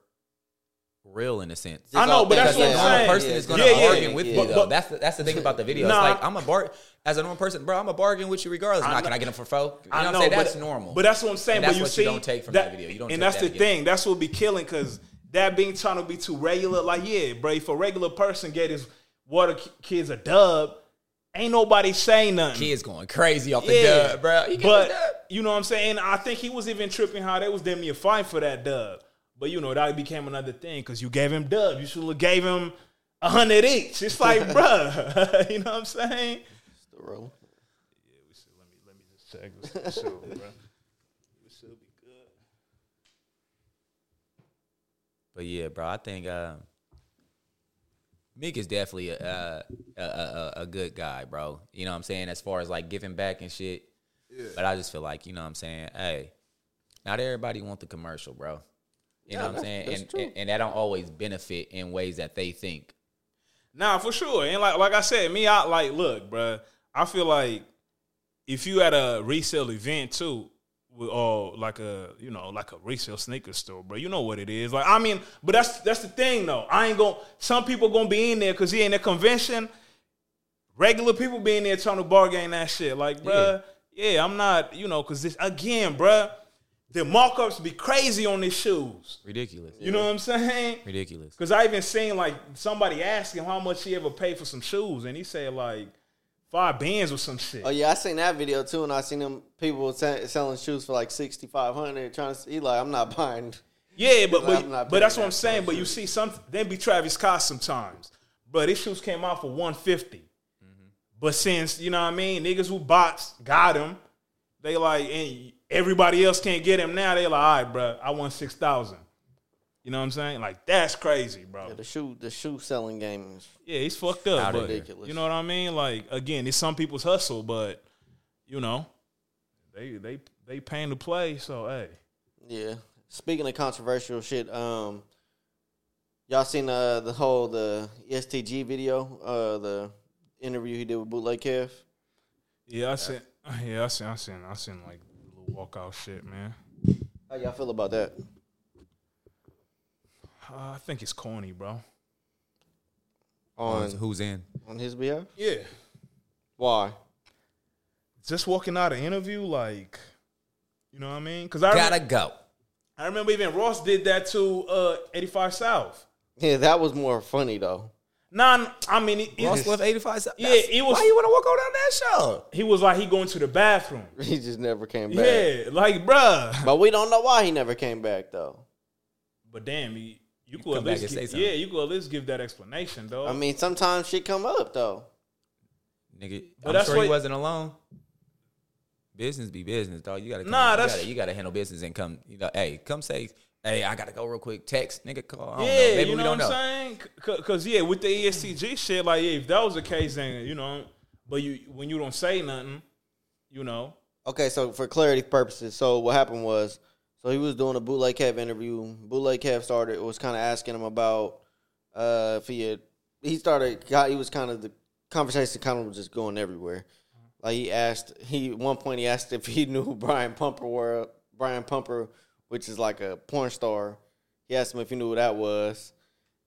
Speaker 1: real in a sense.
Speaker 3: I know, but that's
Speaker 1: Because
Speaker 3: what
Speaker 1: a
Speaker 3: I'm
Speaker 1: normal
Speaker 3: saying.
Speaker 1: person is gonna
Speaker 3: Yeah, yeah.
Speaker 1: bargain with you.
Speaker 3: But-
Speaker 1: though.
Speaker 3: but-
Speaker 1: that's the, that's the thing about the video.
Speaker 3: Nah.
Speaker 1: It's like I'm a bar as a normal person, bro. I'm a bargain with you regardless. Nah, can I get them for four? You know, what I'm saying?
Speaker 3: but-
Speaker 1: That's normal.
Speaker 3: But that's what I'm saying.
Speaker 1: And
Speaker 3: but
Speaker 1: that's
Speaker 3: you
Speaker 1: what
Speaker 3: see,
Speaker 1: you don't take from that video. You don't. take
Speaker 3: and that's
Speaker 1: that
Speaker 3: the
Speaker 1: again.
Speaker 3: thing. That's what be killing because that being trying to be too regular. Like yeah, bro. If a regular person get his water ki- kids a dub, ain't nobody saying nothing.
Speaker 1: Kids going crazy off the
Speaker 3: Yeah,
Speaker 1: dub, bro. You get
Speaker 3: but
Speaker 1: the dub.
Speaker 3: you know what I'm saying. I think he was even tripping how they was damn near fighting for that dub. But you know that became another thing because you gave him dub. You should have gave him a hundred each. It's like, [laughs] bruh, [laughs] you know what I'm saying.
Speaker 2: The roll.
Speaker 3: Let me let me just check this show, bro. This should be good.
Speaker 1: But yeah, bro, I think uh, Meek is definitely a, uh, a, a a a good guy, bro. You know what I'm saying? As far as like giving back and shit. But I just feel like you know what I'm saying. Hey, not everybody want the commercial, bro. You know what I'm saying? and, and and that don't always benefit in ways that they think.
Speaker 3: Nah, for sure. And like like I said, me, I like look, bruh, I feel like if you at a resale event too, with or like a you know like a resale sneaker store, bro, you know what it is. Like I mean, but that's that's the thing though. I ain't gonna. Some people gonna be in there because he ain't a convention. Regular people be in there trying to bargain that shit. Like, bruh, yeah, I'm not. You know, because this again, bruh, the markups be crazy on these shoes.
Speaker 1: Ridiculous.
Speaker 3: You know what I'm saying?
Speaker 1: Ridiculous.
Speaker 3: Because I even seen like somebody ask him how much he ever paid for some shoes, and he said like five bands or some shit.
Speaker 2: Oh yeah, I seen that video too, and I seen them people se- selling shoes for like sixty five hundred. Trying to, he like, I'm not buying.
Speaker 3: yeah, but
Speaker 2: I'm
Speaker 3: but,
Speaker 2: not
Speaker 3: but that's
Speaker 2: paying
Speaker 3: what I'm
Speaker 2: that
Speaker 3: saying. But you see some then be Travis Scott sometimes. But his shoes came out for 150.
Speaker 2: Mm-hmm.
Speaker 3: But since you know what I mean, niggas who bought got him, they like and everybody else can't get him now. They like, all right, bro, I won six thousand. You know what I'm saying? Like that's crazy, bro.
Speaker 2: The shoe, the shoe selling game is
Speaker 3: Yeah, he's fucked up.
Speaker 1: Outta
Speaker 3: But,
Speaker 2: ridiculous.
Speaker 3: You know what I mean? Like again, it's some people's hustle, but you know, they they they paying to play. So hey,
Speaker 2: Yeah. Speaking of controversial shit, um, y'all seen uh, the whole the STG video, uh, the interview he did with Bootleg Kev.
Speaker 3: yeah, I seen, [laughs] yeah, I seen, I seen, I seen like little walkout shit, man.
Speaker 2: How y'all feel about that?
Speaker 3: Uh, I think it's corny, bro.
Speaker 1: Who's-
Speaker 2: On
Speaker 1: Who's in?
Speaker 2: on his behalf?
Speaker 3: Yeah,
Speaker 2: Why?
Speaker 3: just walking out of interview, like, you know what I mean? Because I,
Speaker 1: Gotta
Speaker 3: rem-
Speaker 1: go.
Speaker 3: I remember even Ross did that to uh, 85 South.
Speaker 2: Yeah, that was more funny though.
Speaker 3: Nah, I mean, it, it-
Speaker 1: Ross left 85.
Speaker 3: Yeah,
Speaker 1: That's-
Speaker 3: it was-
Speaker 1: Why you want to walk on down that show?
Speaker 3: he was like he going to the bathroom.
Speaker 2: [laughs] He just never came back.
Speaker 3: Yeah, like, bruh.
Speaker 2: But we don't know why he never came back though.
Speaker 3: But damn, you, you could
Speaker 1: come
Speaker 3: at
Speaker 1: back
Speaker 3: least
Speaker 1: and say
Speaker 3: give,
Speaker 1: something.
Speaker 3: yeah, you could at least give that explanation though.
Speaker 2: I mean, sometimes shit come up though.
Speaker 1: Nigga,
Speaker 3: But
Speaker 1: I'm
Speaker 3: that's
Speaker 1: sure
Speaker 3: what-
Speaker 1: he wasn't alone. Business be business, dog. You gotta come,
Speaker 3: Nah,
Speaker 1: you
Speaker 3: that's-
Speaker 1: gotta, you gotta handle business and come. You know, hey, come say, hey, I gotta go real quick. Text, nigga, call. I don't
Speaker 3: yeah,
Speaker 1: know. Maybe
Speaker 3: you
Speaker 1: we
Speaker 3: know
Speaker 1: don't
Speaker 3: what
Speaker 1: know.
Speaker 3: I'm saying? Because yeah, with the E ESTG shit, like yeah, if that was the case, then you know. But you when you don't say nothing, you know.
Speaker 2: Okay, so for clarity purposes, so what happened was, so he was doing a bootleg Kev interview. Bootleg Kev started was kind of asking him about uh, if he had. He started. got- He was kind of the conversation kind of was just going everywhere. Like he asked. He at one point he asked if he [laughs] knew who Brian Pumper were Brian Pumper, which is like a porn star. He asked him if he knew who that was,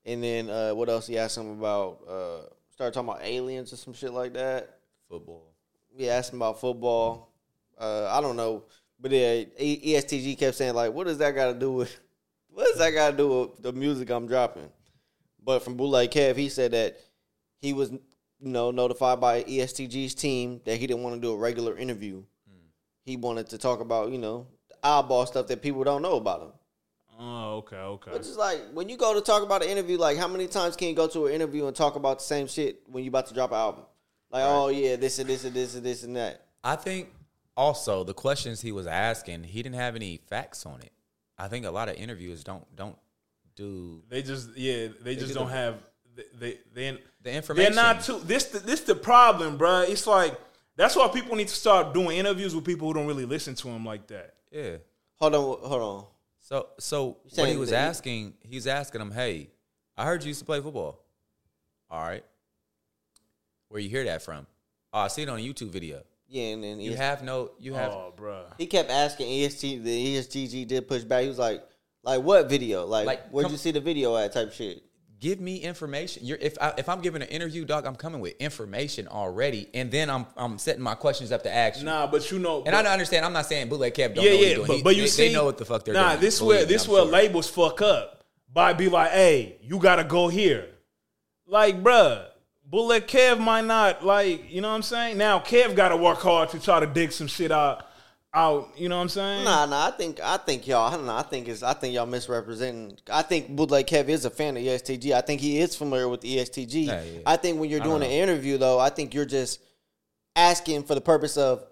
Speaker 2: and then uh, what else he asked him about? Uh, started talking about aliens or some shit like that
Speaker 1: Football.
Speaker 2: yeah, asked him about football. Uh, I don't know, but yeah, E- ESTG kept saying like, "What does that got to do with? [laughs] What does that got to do with the music I'm dropping?" But from Bootleg Kev, he said that he was, you know, notified by E ESTG's team that he didn't want to do a regular interview. He wanted to talk about, you know, the oddball stuff that people don't know about him.
Speaker 3: Oh, okay, okay.
Speaker 2: Which is like when you go to talk about an interview, like how many times can you go to an interview and talk about the same shit when you about to drop an album? Like, oh yeah, this and this and this and this and that.
Speaker 1: I think also the questions he was asking, he didn't have any facts on it. I think a lot of interviewers don't don't do
Speaker 3: They just yeah, they, just
Speaker 1: do
Speaker 3: don't
Speaker 1: the-
Speaker 3: have they they, they
Speaker 1: the information.
Speaker 3: They're not too. This the, this the problem, bruh. It's like that's why people need to start doing interviews with people who don't really listen to them like that.
Speaker 1: Yeah.
Speaker 2: Hold on, hold on.
Speaker 1: So so what he
Speaker 2: saying
Speaker 1: was
Speaker 2: that he-
Speaker 1: asking, he was asking him, "Hey, I heard you used to play football. All right, where you hear that from? Oh, I see it on a YouTube video.
Speaker 2: Yeah, and then E
Speaker 1: You
Speaker 2: ES-
Speaker 1: have no, you have
Speaker 3: Oh, bruh.
Speaker 2: E he kept asking EST. The ESTG did push back. He was like, Like what video? Like,
Speaker 1: Like,
Speaker 2: where'd
Speaker 1: come-
Speaker 2: you see the video at? Type shit.
Speaker 1: give me information. You're, if I, if I'm giving an interview, dog, I'm coming with information already, and then I'm I'm setting my questions up to ask. you.
Speaker 3: Nah, but you know,
Speaker 1: And I don't understand. I'm not saying bootleg cab don't
Speaker 3: yeah,
Speaker 1: know what
Speaker 3: yeah,
Speaker 1: he's doing.
Speaker 3: but,
Speaker 1: He-
Speaker 3: but you
Speaker 1: they,
Speaker 3: see,
Speaker 1: they know what the fuck they're
Speaker 3: nah,
Speaker 1: doing.
Speaker 3: this
Speaker 1: Believe
Speaker 3: where
Speaker 1: me,
Speaker 3: this
Speaker 1: I'm
Speaker 3: where
Speaker 1: sure.
Speaker 3: labels fuck up by be like, hey, you gotta go here. Like, bruh, Bullet Kev might not like, you know what I'm saying? Now Kev gotta work hard to try to dig some shit out, out. You know what I'm saying?
Speaker 2: Nah, nah. I think I think y'all. I don't know. I think it's. I think y'all misrepresenting. I think Bootleg Kev is a fan of E ESTG. I think he is familiar with E ESTG.
Speaker 1: Yeah, yeah.
Speaker 2: I think when you're
Speaker 1: don't
Speaker 2: doing an
Speaker 1: know.
Speaker 2: interview, though, I think you're just asking for the purpose of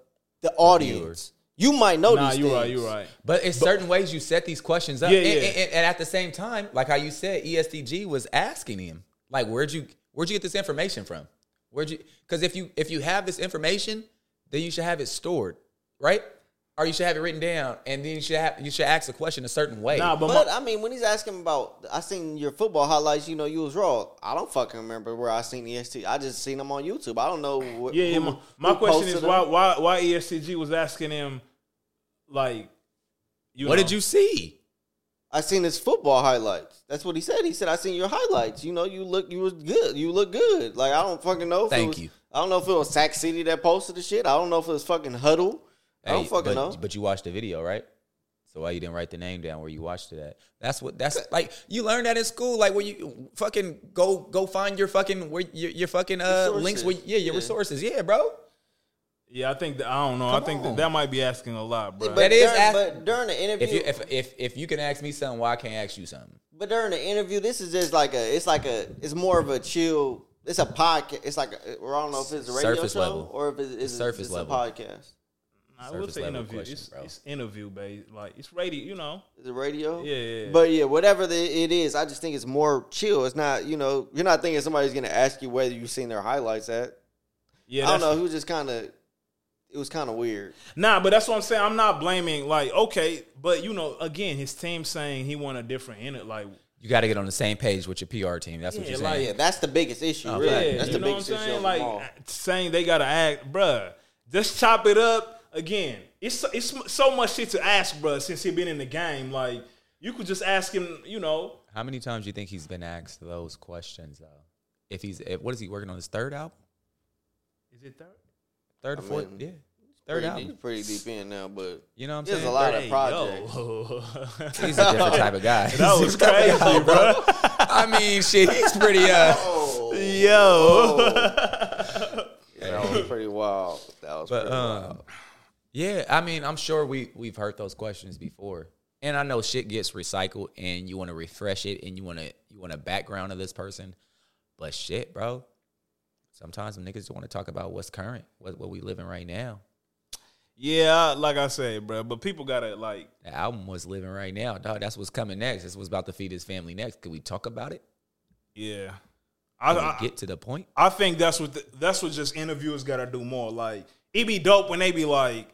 Speaker 2: the audience. you might know
Speaker 3: nah,
Speaker 2: these
Speaker 3: you
Speaker 2: things.
Speaker 3: right, you right.
Speaker 1: But it's certain ways you set these questions up,
Speaker 3: Yeah,
Speaker 1: And-
Speaker 3: yeah.
Speaker 1: And, and- and at the same time, like how you said, E ESTG was asking him, like, where'd you where'd you get this information from? Where'd you? Because if you if you have this information, then you should have it stored, right? Or you should have it written down, and then you should have you should ask a question a certain way.
Speaker 3: Nah, but,
Speaker 2: But
Speaker 3: my,
Speaker 2: I mean, when he's asking about, I seen your football highlights. You know, you was raw. I don't fucking remember where I seen EST. I just seen them on YouTube. I don't know. Wh-
Speaker 3: yeah, yeah.
Speaker 2: who-
Speaker 3: My, my
Speaker 2: who
Speaker 3: question
Speaker 2: posted
Speaker 3: is
Speaker 2: them.
Speaker 3: why why why E ESCG was asking him, like, you
Speaker 1: what
Speaker 3: know,
Speaker 1: did you see?
Speaker 2: I seen his football highlights. That's what he said. He said, "I seen your highlights. You know, you look, you was good. You look good. Like I don't fucking know. If it
Speaker 1: Thank
Speaker 2: was,
Speaker 1: you.
Speaker 2: I don't know if it was Sac City that posted the shit. I don't know if it was fucking Huddle. I don't
Speaker 1: Hey, but,
Speaker 2: fucking know.
Speaker 1: But you watched the video, right? So why you didn't write the name down where you watched it at? That's what. That's like you learn that in school. Like where you fucking go go find your fucking where your, your fucking uh links. Where,
Speaker 2: Resources.
Speaker 1: yeah, your
Speaker 2: Yeah.
Speaker 1: resources. Yeah, bro.
Speaker 3: Yeah, I think that, I don't know. I think
Speaker 1: on.
Speaker 3: that, that might be asking a lot, bro.
Speaker 2: But,
Speaker 1: That is
Speaker 2: during,
Speaker 1: ask-
Speaker 2: but during the interview,
Speaker 1: If you if if if you can ask me something, why I can't ask you something?
Speaker 2: but during the interview, this is just like a. It's like a. It's more of a chill. It's a podcast. It's like a, or I don't know if it's a radio
Speaker 1: Surface
Speaker 2: show
Speaker 1: level.
Speaker 2: or if it's, it's, a-
Speaker 1: surface
Speaker 2: it's
Speaker 1: level.
Speaker 2: a podcast.
Speaker 3: Nah, we'll
Speaker 1: surface
Speaker 3: say
Speaker 1: level
Speaker 3: interview.
Speaker 1: question,
Speaker 3: it's,
Speaker 1: bro.
Speaker 3: it's interview based, like it's radio. You know,
Speaker 2: Is it radio?
Speaker 3: Yeah, yeah, yeah.
Speaker 2: But yeah, whatever the, it is, I just think it's more chill. It's not, you know, you're not thinking somebody's gonna ask you whether you've seen their highlights at.
Speaker 3: yeah.
Speaker 2: I don't
Speaker 3: that's-
Speaker 2: know. He was just kind of. It was kind of weird.
Speaker 3: Nah, but that's what I'm saying. I'm not blaming. Like, okay, but you know, again, his team saying he want a different in it. Like,
Speaker 1: You got to get on the same page with your PR team. That's what
Speaker 3: Yeah,
Speaker 1: you're
Speaker 3: like-
Speaker 1: saying.
Speaker 2: Yeah, that's the biggest issue.
Speaker 1: Oh,
Speaker 2: really.
Speaker 1: fact.
Speaker 3: yeah,
Speaker 2: that's
Speaker 3: you
Speaker 2: the
Speaker 3: know what I'm
Speaker 2: biggest issue.
Speaker 3: saying.
Speaker 2: of
Speaker 3: Like,
Speaker 2: them all.
Speaker 3: saying they gotta act, bruh. Just chop it up again. It's so- it's so much shit to ask, bruh. Since he been in the game, like you could just ask him. You know,
Speaker 1: How many times do you think he's been asked those questions though? If he's if, what is he working on his third album,
Speaker 3: is it third?
Speaker 1: third or
Speaker 2: I
Speaker 1: fourth?
Speaker 2: mean,
Speaker 1: yeah, third
Speaker 2: pretty,
Speaker 1: album.
Speaker 2: deep, pretty deep in now, but
Speaker 1: You know what I'm
Speaker 2: there's
Speaker 1: saying?
Speaker 2: a lot of
Speaker 3: Hey,
Speaker 2: projects.
Speaker 3: yo.
Speaker 1: [laughs]
Speaker 3: [laughs]
Speaker 1: He's a different type of guy.
Speaker 3: that was crazy, bruh.
Speaker 1: I mean, shit, he's pretty. uh
Speaker 2: Oh,
Speaker 3: Yo.
Speaker 2: that was pretty wild. That was
Speaker 1: But
Speaker 2: pretty
Speaker 1: um, yeah, I mean, I'm sure we we've heard those questions before, and I know shit gets recycled, and you want to refresh it, and you want to you want a background of this person, but shit, bro. Sometimes them niggas want to talk about what's current, what what we living right now.
Speaker 3: Yeah, like I said, bruh. But people gotta like.
Speaker 1: The album was living right now, dog. That's what's coming next. That's what's about to feed his family next. Could we talk about it?
Speaker 3: Yeah, I,
Speaker 1: Can
Speaker 3: I
Speaker 1: we get to the point?
Speaker 3: I think that's what the, that's what just interviewers gotta do more. Like it be dope when they be like,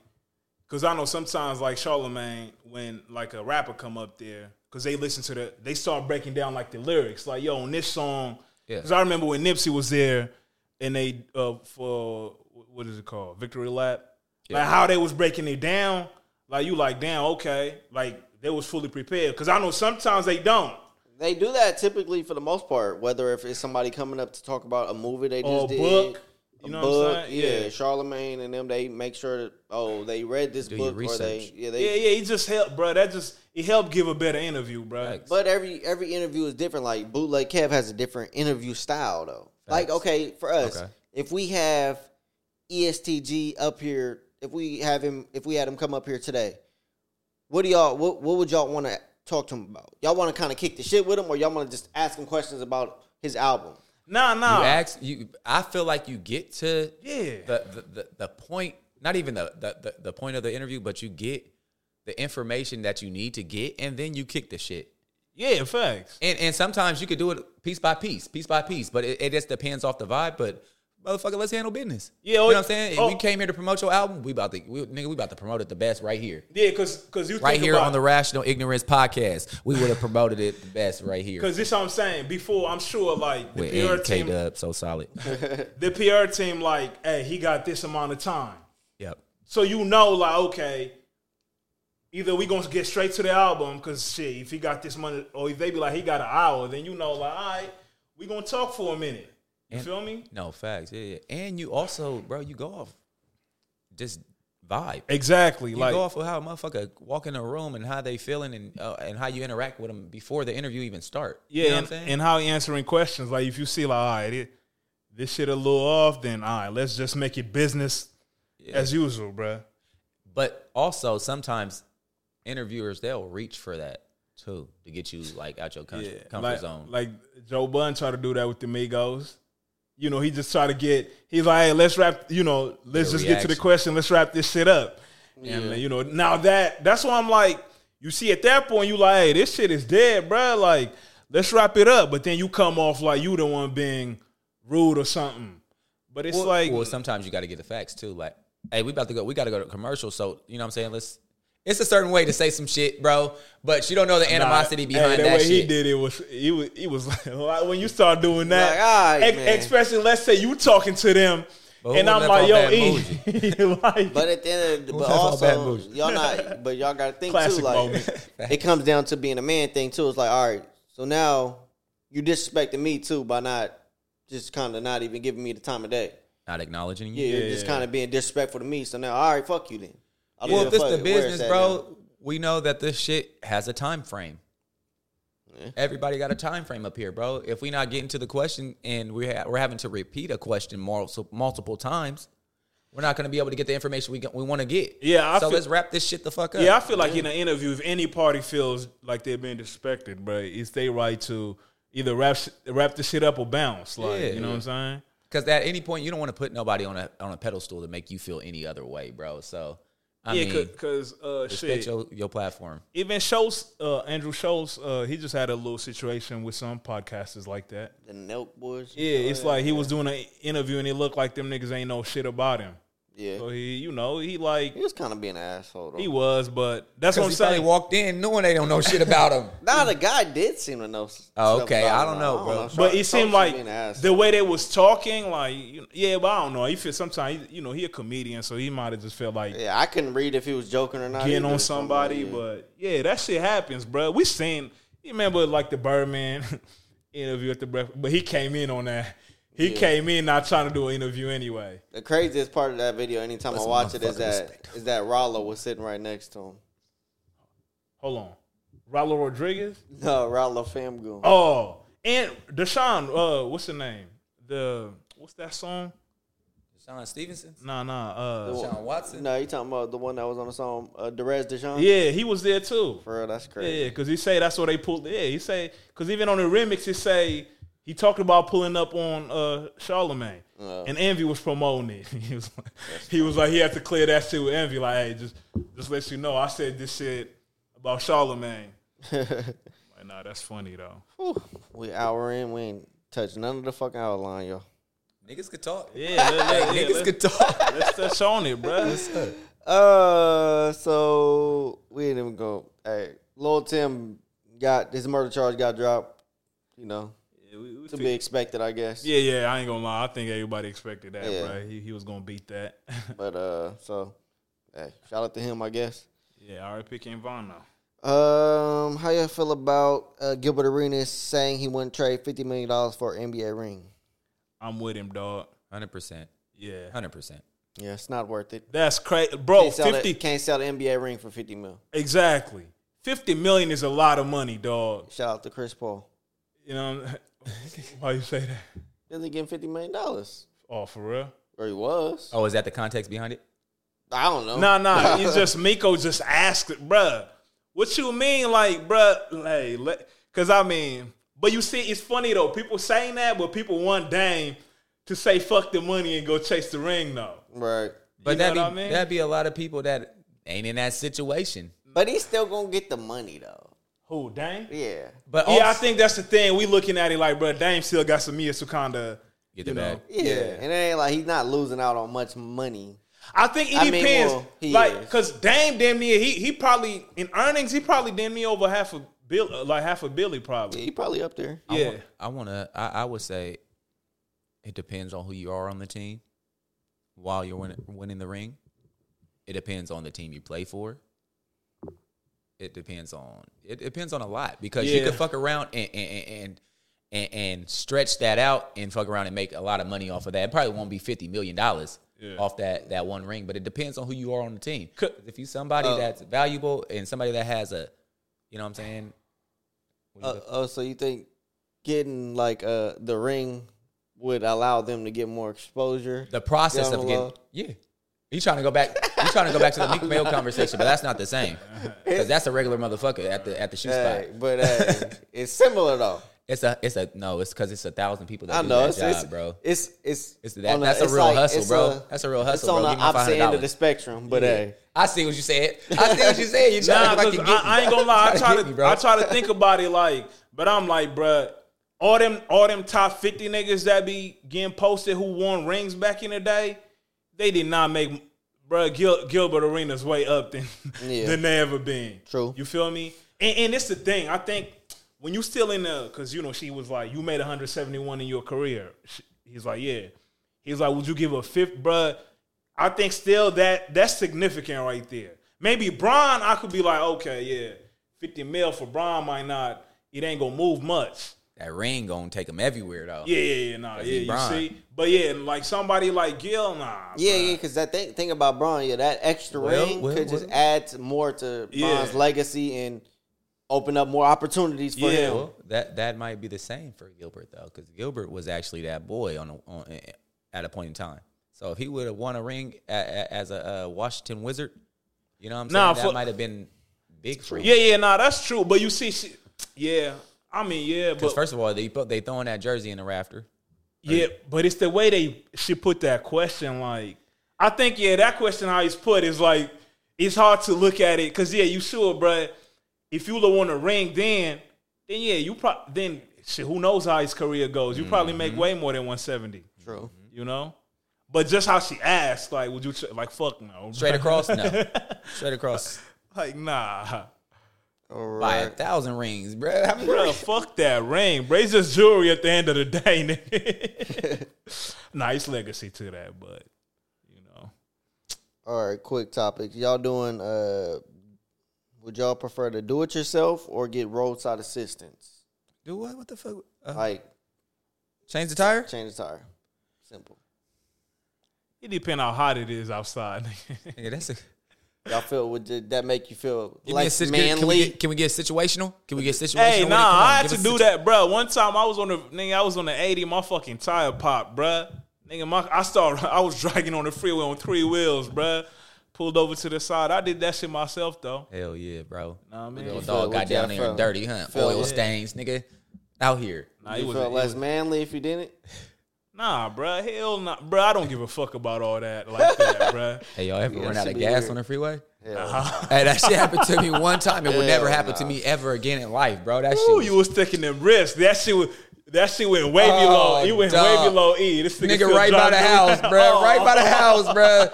Speaker 3: because I know sometimes like Charlemagne when like a rapper come up there because they listen to the they start breaking down like the lyrics. Like yo, on this song,
Speaker 1: Yeah.
Speaker 3: because I remember when Nipsey was there and they uh for what is it called Victory Lap, like how they was breaking it down. Like you like damn okay, like they was fully prepared. Because I know sometimes they don't.
Speaker 2: They do that typically for the most part, whether if it's somebody coming up to talk about a movie they just
Speaker 3: Or a
Speaker 2: did,
Speaker 3: Oh, book,
Speaker 2: a
Speaker 3: you know what I'm saying?
Speaker 2: Yeah,
Speaker 3: Yeah.
Speaker 2: Charlemagne and them, they make sure that oh they read this
Speaker 1: Do your
Speaker 2: book or they
Speaker 1: research.
Speaker 2: yeah
Speaker 3: Yeah,
Speaker 2: they.
Speaker 3: yeah, he just helped, bro. That just it helped give a better interview, bro.
Speaker 1: Facts.
Speaker 2: But every every interview is different. Like Bootleg Kev has a different interview style though. Like
Speaker 1: Facts.
Speaker 2: okay, for us,
Speaker 1: Okay.
Speaker 2: if we have E ESTG up here, if we have him, if we had him come up here today, what do y'all what what would y'all want to talk to him about? Y'all want to kind of kick the shit with him, or y'all want to just ask him questions about his album?
Speaker 3: Nah,
Speaker 1: You
Speaker 3: nah.
Speaker 1: ask you. I feel like you get to
Speaker 3: Yeah.
Speaker 1: the the, the, the point not even the, the the the point of the interview but you get the information that you need to get and then you kick the shit
Speaker 3: yeah, facts.
Speaker 1: and and sometimes you could do it piece by piece piece by piece but it, it just depends off the vibe but motherfucker let's handle business
Speaker 3: Yeah,
Speaker 1: you know
Speaker 3: oh,
Speaker 1: what i'm saying
Speaker 3: oh.
Speaker 1: if we came here to promote your album we about to we, nigga we about to promote it the best right here
Speaker 3: Yeah, cause cause you
Speaker 1: right
Speaker 3: think
Speaker 1: here
Speaker 3: about,
Speaker 1: on the rational ignorance podcast we would have promoted it the best right here
Speaker 3: [laughs] cause this what I'm saying. Before I'm sure like the
Speaker 1: with
Speaker 3: PR
Speaker 1: Ed K
Speaker 3: team,
Speaker 1: Dub so
Speaker 3: [laughs]
Speaker 1: solid
Speaker 3: the PR team like, hey, he got this amount of time,
Speaker 1: yep
Speaker 3: so you know like okay, either we gonna get straight to the album because shit, if he got this money, or if they be like he got an hour, then you know like all right, we gonna talk for a minute. You
Speaker 1: And-
Speaker 3: feel me?
Speaker 1: No facts. Yeah, yeah. And you also, bro, you go off just vibe.
Speaker 3: Exactly.
Speaker 1: You
Speaker 3: like
Speaker 1: go off of how a motherfucker walk in a room and how they feeling and uh, and how you interact with them before the interview even start.
Speaker 3: yeah,
Speaker 1: you know
Speaker 3: and,
Speaker 1: what I'm saying.
Speaker 3: and how he answering questions. Like if you see like all right, it, this shit a little off, then all right, let's just make it business as usual, bruh.
Speaker 1: but also sometimes interviewers they'll reach for that too to get you like out your country, comfort
Speaker 3: like,
Speaker 1: zone.
Speaker 3: Like Joe Budden tried to do that with the Migos. You know, he just tried to get. He's like, hey, let's wrap. You know, let's
Speaker 1: The
Speaker 3: just get to the
Speaker 1: reaction.
Speaker 3: question. Let's wrap this shit up. And you know, now that that's why I'm like, you see, at that point, you like, hey, this shit is dead, bruh. Like, let's wrap it up. But then you come off like you the one being rude or something. But it's
Speaker 1: well,
Speaker 3: like,
Speaker 1: well, sometimes you got to get the facts too. Like, hey, we about to go. We got to go to commercial. So you know what I'm saying. Let's. It's a certain way to say some shit, bro. But you don't know the
Speaker 3: nah,
Speaker 1: animosity
Speaker 3: hey,
Speaker 1: behind
Speaker 3: the
Speaker 1: that
Speaker 3: way
Speaker 1: shit.
Speaker 3: he did it was he was he was [laughs] like, like, when you start doing that,
Speaker 2: Like, all right,
Speaker 3: ex-
Speaker 2: man.
Speaker 3: especially let's say you talking to them,
Speaker 1: But who
Speaker 3: and I'm
Speaker 1: left
Speaker 3: like,
Speaker 1: off
Speaker 3: yo,
Speaker 1: that
Speaker 3: E, [laughs] like,
Speaker 2: But at the end, of the, but
Speaker 1: that's all bad
Speaker 2: also
Speaker 1: moves.
Speaker 2: y'all not. But y'all gotta think
Speaker 3: Classic
Speaker 2: too. Like
Speaker 3: moment.
Speaker 2: [laughs] it comes down to being a man thing too. It's like all right, so now you disrespecting me too by not just kind of not even giving me the time of day.
Speaker 1: Not acknowledging
Speaker 2: Yeah,
Speaker 1: you.
Speaker 2: you're just kind of being disrespectful to me. So now all right, fuck you then. I don't
Speaker 1: Well, if
Speaker 2: give a
Speaker 1: this the
Speaker 2: fuck where it's
Speaker 1: business,
Speaker 2: at
Speaker 1: bro, we know that this shit has a time frame. Everybody got a time frame up here, bro. If we not getting to the question and we ha- we're having to repeat a question multiple multiple times, we're not going to be able to get the information we get, we want to get.
Speaker 3: Yeah, I
Speaker 1: so
Speaker 3: feel-
Speaker 1: let's wrap this shit the fuck up.
Speaker 3: yeah, I feel like in an interview, if any party feels like they're being disrespected, but it's their right to either wrap sh- wrap the shit up or bounce. Like,
Speaker 1: Yeah.
Speaker 3: you know what I'm saying?
Speaker 1: Because at any point, you don't want to put nobody on a on a pedestal to make you feel any other way, bro. So I
Speaker 3: yeah,
Speaker 1: mean,
Speaker 3: because uh,
Speaker 1: respect
Speaker 3: shit,
Speaker 1: your, your platform.
Speaker 3: even Schultz, uh, Andrew Schultz, uh, he just had a little situation with some podcasters like that.
Speaker 2: The Nelk boys.
Speaker 3: Yeah, it's like he was doing an interview and it looked like them niggas ain't know shit about him.
Speaker 2: yeah.
Speaker 3: So he, you know, he like
Speaker 2: He was kind of being an asshole. Though.
Speaker 3: he was, but that's
Speaker 1: Because
Speaker 3: what I'm
Speaker 1: he probably
Speaker 3: saying.
Speaker 1: walked in knowing they don't know shit about him.
Speaker 2: Nah, the guy did seem to know. s-
Speaker 1: Oh,
Speaker 2: stuff
Speaker 1: okay.
Speaker 2: about
Speaker 1: I
Speaker 2: him.
Speaker 1: don't know, bro.
Speaker 3: But it
Speaker 2: Schultz
Speaker 3: seemed
Speaker 2: was
Speaker 3: like
Speaker 2: being an asshole.
Speaker 3: the way they was talking, like you- yeah, but I don't know. He feel sometimes you know he a comedian, so he might have just felt like
Speaker 2: Yeah, I couldn't read if he was joking or not.
Speaker 3: getting
Speaker 2: either.
Speaker 3: on somebody.
Speaker 2: Yeah.
Speaker 3: But yeah, that shit happens, bro. We seen you remember like the Birdman [laughs] interview at the breakfast, but he came in on that. He came in not trying to do an interview anyway.
Speaker 2: the craziest part of that video, anytime I
Speaker 1: Listen,
Speaker 2: watch it, is
Speaker 1: motherfucker,
Speaker 2: that
Speaker 1: respect.
Speaker 2: is that Rollo was sitting right next to him. [laughs]
Speaker 3: Hold on, Rollo Rodriguez.
Speaker 2: No, Rollo Famgoon.
Speaker 3: Oh, and Deshaun, uh, what's the name? The what's that song?
Speaker 1: Sean Stevenson,
Speaker 3: Nah, nah. Uh,
Speaker 1: Sean Watson.
Speaker 2: No, you talking about the one that was on the song uh, Derez Deshaun?
Speaker 3: yeah, he was there too.
Speaker 2: for real, that's crazy.
Speaker 3: Yeah, because he say that's what they pulled. Yeah, he say because even on the remix, he say he talked about pulling up on uh Charlemagne, and Envy was promoting it. [laughs] he was like, he was like he had to clear that shit with Envy. Like, hey, just just let you know, I said this shit about Charlemagne. like, nah, that's funny though.
Speaker 2: [laughs] Whew. we hour in, we ain't touched none of the fucking outline, y'all.
Speaker 1: Niggas could talk.
Speaker 3: Yeah, let, let, yeah,
Speaker 1: Niggas
Speaker 3: let's,
Speaker 1: could
Speaker 3: [laughs]
Speaker 1: talk.
Speaker 3: let's touch on it, bro.
Speaker 2: Uh, so we didn't even go. Hey, Lil Tim got his murder charge got dropped. You know, to be expected, I guess.
Speaker 3: Yeah, yeah, I ain't gonna lie. I think everybody expected that,
Speaker 2: Yeah.
Speaker 3: bro. He, he was gonna beat that. [laughs]
Speaker 2: But uh, so hey, shout out to him, I guess.
Speaker 3: yeah, RIP King Von now.
Speaker 2: Um, how y'all feel about uh, Gilbert Arenas saying he wouldn't trade fifty million dollars for an NBA ring?
Speaker 3: I'm with him, dog.
Speaker 1: Hundred percent.
Speaker 3: Yeah,
Speaker 1: Hundred percent.
Speaker 2: Yeah, it's not worth it.
Speaker 3: that's crazy, bro.
Speaker 2: Can't sell,
Speaker 3: Oh, Fifty,
Speaker 2: the, can't sell the NBA ring for fifty mil.
Speaker 3: exactly. Fifty million is a lot of money, dog.
Speaker 2: Shout out to Chris Paul.
Speaker 3: You know [laughs] why you say that?
Speaker 2: Is he getting fifty million dollars?
Speaker 3: Oh, for real?
Speaker 2: Or he was?
Speaker 1: Oh, is that the context behind it?
Speaker 2: I don't know.
Speaker 3: Nah, nah. It's just Miko just asked, it, bruh. What you mean, like, bruh? Hey, let, cause I mean, but you see, it's funny though. People saying that, but people want Dame to say fuck the money and go chase the ring, though.
Speaker 2: [laughs] Right.
Speaker 1: But
Speaker 3: You know
Speaker 1: that'd be
Speaker 3: what I mean?
Speaker 1: that'd be a lot of people that ain't in that situation.
Speaker 2: But he's still gonna get the money though.
Speaker 3: Who Dame?
Speaker 2: Yeah.
Speaker 1: But
Speaker 3: Yeah, I
Speaker 1: also-
Speaker 3: think that's the thing. We looking at it like, bro, Dame still got some years to kind of
Speaker 1: Get the bag.
Speaker 2: Yeah. And it ain't like he's not losing out on much money.
Speaker 3: I think it
Speaker 2: I mean,
Speaker 3: depends,
Speaker 2: well, he
Speaker 3: like,
Speaker 2: is.
Speaker 3: because Dame damn near he he probably in earnings he probably damn near over half a bill, uh, like half a billy
Speaker 2: Yeah,
Speaker 3: probably.
Speaker 2: he probably up there.
Speaker 1: I
Speaker 3: Yeah.
Speaker 1: wa- I want to. I, I would say it depends on who you are on the team. While you're winning, winning the ring, it depends on the team you play for. it depends on it depends on a lot because you
Speaker 3: Yeah.
Speaker 1: could fuck around and and, and and and stretch that out and fuck around and make a lot of money off of that. It probably won't be fifty million dollars
Speaker 3: Yeah.
Speaker 1: off that that one ring, but it depends on who you are on the team.
Speaker 3: Could-
Speaker 1: If you somebody
Speaker 2: Uh,
Speaker 1: that's valuable and somebody that has a, you know what I'm saying. What do you
Speaker 2: Uh, oh, so you think getting like uh the ring would allow them to get more exposure?
Speaker 1: the process
Speaker 2: Down
Speaker 1: of
Speaker 2: below.
Speaker 1: getting yeah. You trying to go back? You trying to go back to the Meek Mill conversation, but that's not the
Speaker 2: [laughs]
Speaker 1: same because that's a regular motherfucker at the at the shoe spot.
Speaker 2: Hey, but uh, it's
Speaker 1: [laughs]
Speaker 2: similar though.
Speaker 1: It's a it's a no. It's because it's a thousand people that
Speaker 2: I
Speaker 1: do
Speaker 2: know
Speaker 1: that
Speaker 2: it's,
Speaker 1: job,
Speaker 2: it's
Speaker 1: bro.
Speaker 2: It's it's
Speaker 1: It's that-
Speaker 2: on
Speaker 1: that's a real hustle,
Speaker 2: it's
Speaker 1: bro. That's a real hustle,
Speaker 2: It's
Speaker 1: bro.
Speaker 2: on the
Speaker 1: Give me my
Speaker 2: opposite end of
Speaker 1: $500.
Speaker 2: the spectrum, but hey,
Speaker 1: I see what you said. I see what you said. You trying
Speaker 3: Nah,
Speaker 1: to go back
Speaker 3: 'cause
Speaker 1: and
Speaker 3: I,
Speaker 1: get me.
Speaker 3: I
Speaker 1: [laughs]
Speaker 3: ain't gonna lie. I try to,
Speaker 1: get me, bro.
Speaker 3: I try to think about it like, but I'm like, bruh, all them all them top fifty niggas that be getting posted who won rings back in the day, they did not make bruh Gil, Gilbert Arenas way up than
Speaker 2: Yeah.
Speaker 3: than they ever been.
Speaker 2: True.
Speaker 3: You feel me? And, and it's the thing. I think when you still in the, cause you know she was like, you made 171 in your career. She- He's like, yeah. He's like, would you give a fifth, bruh? I think still that that's significant right there. Maybe Braun, I could be like, okay, yeah, 50 mil for Braun might not, it ain't gonna move much.
Speaker 1: that ring gonna take them everywhere though.
Speaker 3: Yeah, yeah, yeah, nah,
Speaker 1: he
Speaker 3: yeah, you
Speaker 1: Bron.
Speaker 3: see. But yeah, like somebody like Gil, nah.
Speaker 2: yeah,
Speaker 3: bruh.
Speaker 2: yeah, because that thing, thing about Braun, yeah, that extra
Speaker 1: Well,
Speaker 2: ring
Speaker 1: well,
Speaker 2: could just
Speaker 1: well.
Speaker 2: add to- more to
Speaker 3: Yeah.
Speaker 2: Braun's legacy and open up more opportunities for
Speaker 3: Yeah.
Speaker 2: him.
Speaker 1: Well, that that might be the same for Gilbert though, because Gilbert was actually that boy on, a, on at a point in time. So if he would have won a ring a, a, as a, uh Washington Wizard, you know what I'm saying?
Speaker 3: Nah,
Speaker 1: that
Speaker 3: for-
Speaker 1: might have been big for him.
Speaker 3: Yeah, yeah, nah, that's true. But you see, she, yeah, I mean, yeah, but
Speaker 1: Because first of all, they put, they throwing that jersey in the rafter.
Speaker 3: yeah, but it's the way they she put that question. Like, I think yeah, that question how he's put is like it's hard to look at it because yeah, you sure, bruh. If you would've won a ring, then then yeah, you probably then shit, who knows how his career goes? You probably make way more than one seventy.
Speaker 2: True.
Speaker 3: You know. But just how she asked, like, would you tr- like fuck no?
Speaker 1: Straight across?
Speaker 3: [laughs]
Speaker 1: No. Straight across
Speaker 3: Like, nah,
Speaker 2: All
Speaker 1: by a
Speaker 2: right.
Speaker 1: thousand rings, bro. How many
Speaker 3: Bruh, fuck that ring. Raise just jewelry at the end of the day, [laughs] nigga. nice legacy to that, but you know.
Speaker 2: All right, quick topics. Y'all doing? uh Would y'all prefer to do it yourself or get roadside assistance?
Speaker 1: Do what? What the fuck? Uh,
Speaker 2: Like
Speaker 1: change the tire?
Speaker 2: change the tire. Simple.
Speaker 3: It depends how hot it is outside.
Speaker 1: [laughs]
Speaker 3: nigga.
Speaker 1: Nigga, that's a.
Speaker 2: Y'all feel? Would did that make you feel
Speaker 1: Give me a
Speaker 2: like
Speaker 1: sit- can, can we
Speaker 2: manly?
Speaker 1: get, can we get situational? Can we get situational?
Speaker 3: hey,
Speaker 1: with it? Come
Speaker 3: nah,
Speaker 1: on,
Speaker 3: I had
Speaker 1: give
Speaker 3: to
Speaker 1: us
Speaker 3: do
Speaker 1: situ-
Speaker 3: that, bro. One time I was on the nigga, I was on the 80, my fucking tire popped, bruh. Nigga, my I started [laughs] I was dragging on the freeway on three wheels, bruh. Pulled over to the side. I did that shit myself though.
Speaker 1: Hell yeah, bro.
Speaker 3: Nah, man.
Speaker 1: Little
Speaker 3: You
Speaker 2: feel
Speaker 1: dog
Speaker 2: what
Speaker 1: got down
Speaker 2: y'all
Speaker 1: there and
Speaker 2: felt.
Speaker 1: dirty, huh?
Speaker 2: Feel
Speaker 1: Oil
Speaker 2: it.
Speaker 1: stains, nigga. Out here.
Speaker 3: Nah, it
Speaker 2: You
Speaker 3: was,
Speaker 2: feel
Speaker 3: it
Speaker 2: less
Speaker 3: was-
Speaker 2: manly if you didn't.
Speaker 3: nah, bruh. Hell nah. Bruh, I don't give a fuck about all that
Speaker 1: [laughs]
Speaker 3: like that, bruh.
Speaker 1: Hey, y'all ever
Speaker 2: Yeah,
Speaker 1: run
Speaker 2: that
Speaker 1: out
Speaker 2: should
Speaker 1: of
Speaker 2: be
Speaker 1: gas
Speaker 2: weird.
Speaker 1: on the [laughs] freeway?
Speaker 2: Yeah.
Speaker 1: Hey, that shit happened to me one time. It will never
Speaker 2: Hell
Speaker 1: happen to
Speaker 2: nah.
Speaker 1: me ever again in life, bro. That shit.
Speaker 3: Ooh,
Speaker 1: was-
Speaker 3: you was sticking them wrists. That shit was. That shit went way below.
Speaker 1: Oh,
Speaker 3: You went
Speaker 1: dog.
Speaker 3: way below E. This nigga,
Speaker 1: Nigga,
Speaker 3: still
Speaker 1: right by
Speaker 3: dropped
Speaker 1: the
Speaker 3: them.
Speaker 1: house, bro.
Speaker 3: [laughs] Oh.
Speaker 1: Right by the house, [laughs] bro.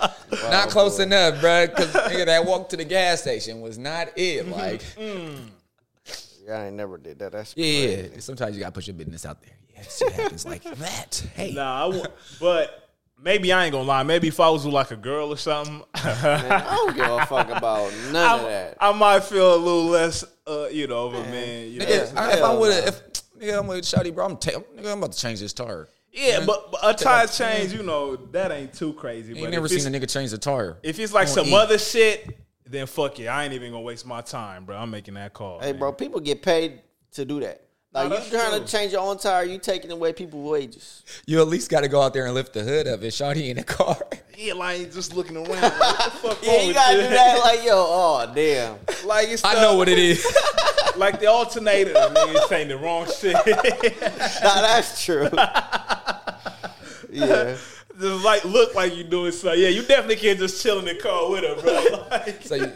Speaker 1: not close enough, bro. Because nigga, that walk to the gas station was not it. [laughs] Like,
Speaker 2: Yeah, I ain't never did that. That's
Speaker 1: yeah,
Speaker 2: crazy.
Speaker 1: yeah. Sometimes you gotta put your business out there. Yeah, shit happens [laughs] like that. Hey,
Speaker 3: Nah, I w- but maybe I ain't gonna lie. Maybe if I was with like a girl or something, [laughs] I,
Speaker 2: Man, I don't give a fuck about none of that.
Speaker 3: I might feel a little less, uh, you know, of a man. You know.
Speaker 1: Nigga,
Speaker 2: Yeah,
Speaker 1: I- if I
Speaker 2: hell
Speaker 1: would have, if nigga, I'm with Shotty, bro, I'm, ta- nigga, I'm about to change this tire.
Speaker 3: Yeah, but, but a tire change, you know, that ain't too crazy.
Speaker 1: You
Speaker 3: but
Speaker 1: never
Speaker 3: if
Speaker 1: seen
Speaker 3: it's,
Speaker 1: a nigga change the tire.
Speaker 3: if it's like
Speaker 1: on
Speaker 3: some
Speaker 1: E.
Speaker 3: other shit, then fuck it. I ain't even gonna waste my time, bro. I'm making that call.
Speaker 2: Hey,
Speaker 3: man.
Speaker 2: bro, people get paid to do that. Like
Speaker 3: No,
Speaker 2: you
Speaker 3: that's
Speaker 2: trying to
Speaker 3: true.
Speaker 2: change your own tire, you taking away people's wages.
Speaker 1: you at least got to go out there and lift the hood up. It's Shotty in the car.
Speaker 3: Yeah, like just looking around. Like, what the fuck
Speaker 2: Yeah,
Speaker 3: wrong
Speaker 2: Oh, you
Speaker 3: with
Speaker 2: gotta
Speaker 3: you?
Speaker 2: do that. Like yo, oh damn.
Speaker 3: Like
Speaker 1: [laughs]
Speaker 3: it's
Speaker 1: I
Speaker 3: the-
Speaker 1: know what it is.
Speaker 3: [laughs] like the alternator. nigga, it's saying the wrong shit. [laughs]
Speaker 2: Nah, that's true. yeah.
Speaker 3: just like look like you doing so. Yeah, you definitely can't just chill in the car with her, bro. [laughs]
Speaker 1: [laughs]
Speaker 3: Like,
Speaker 1: so you,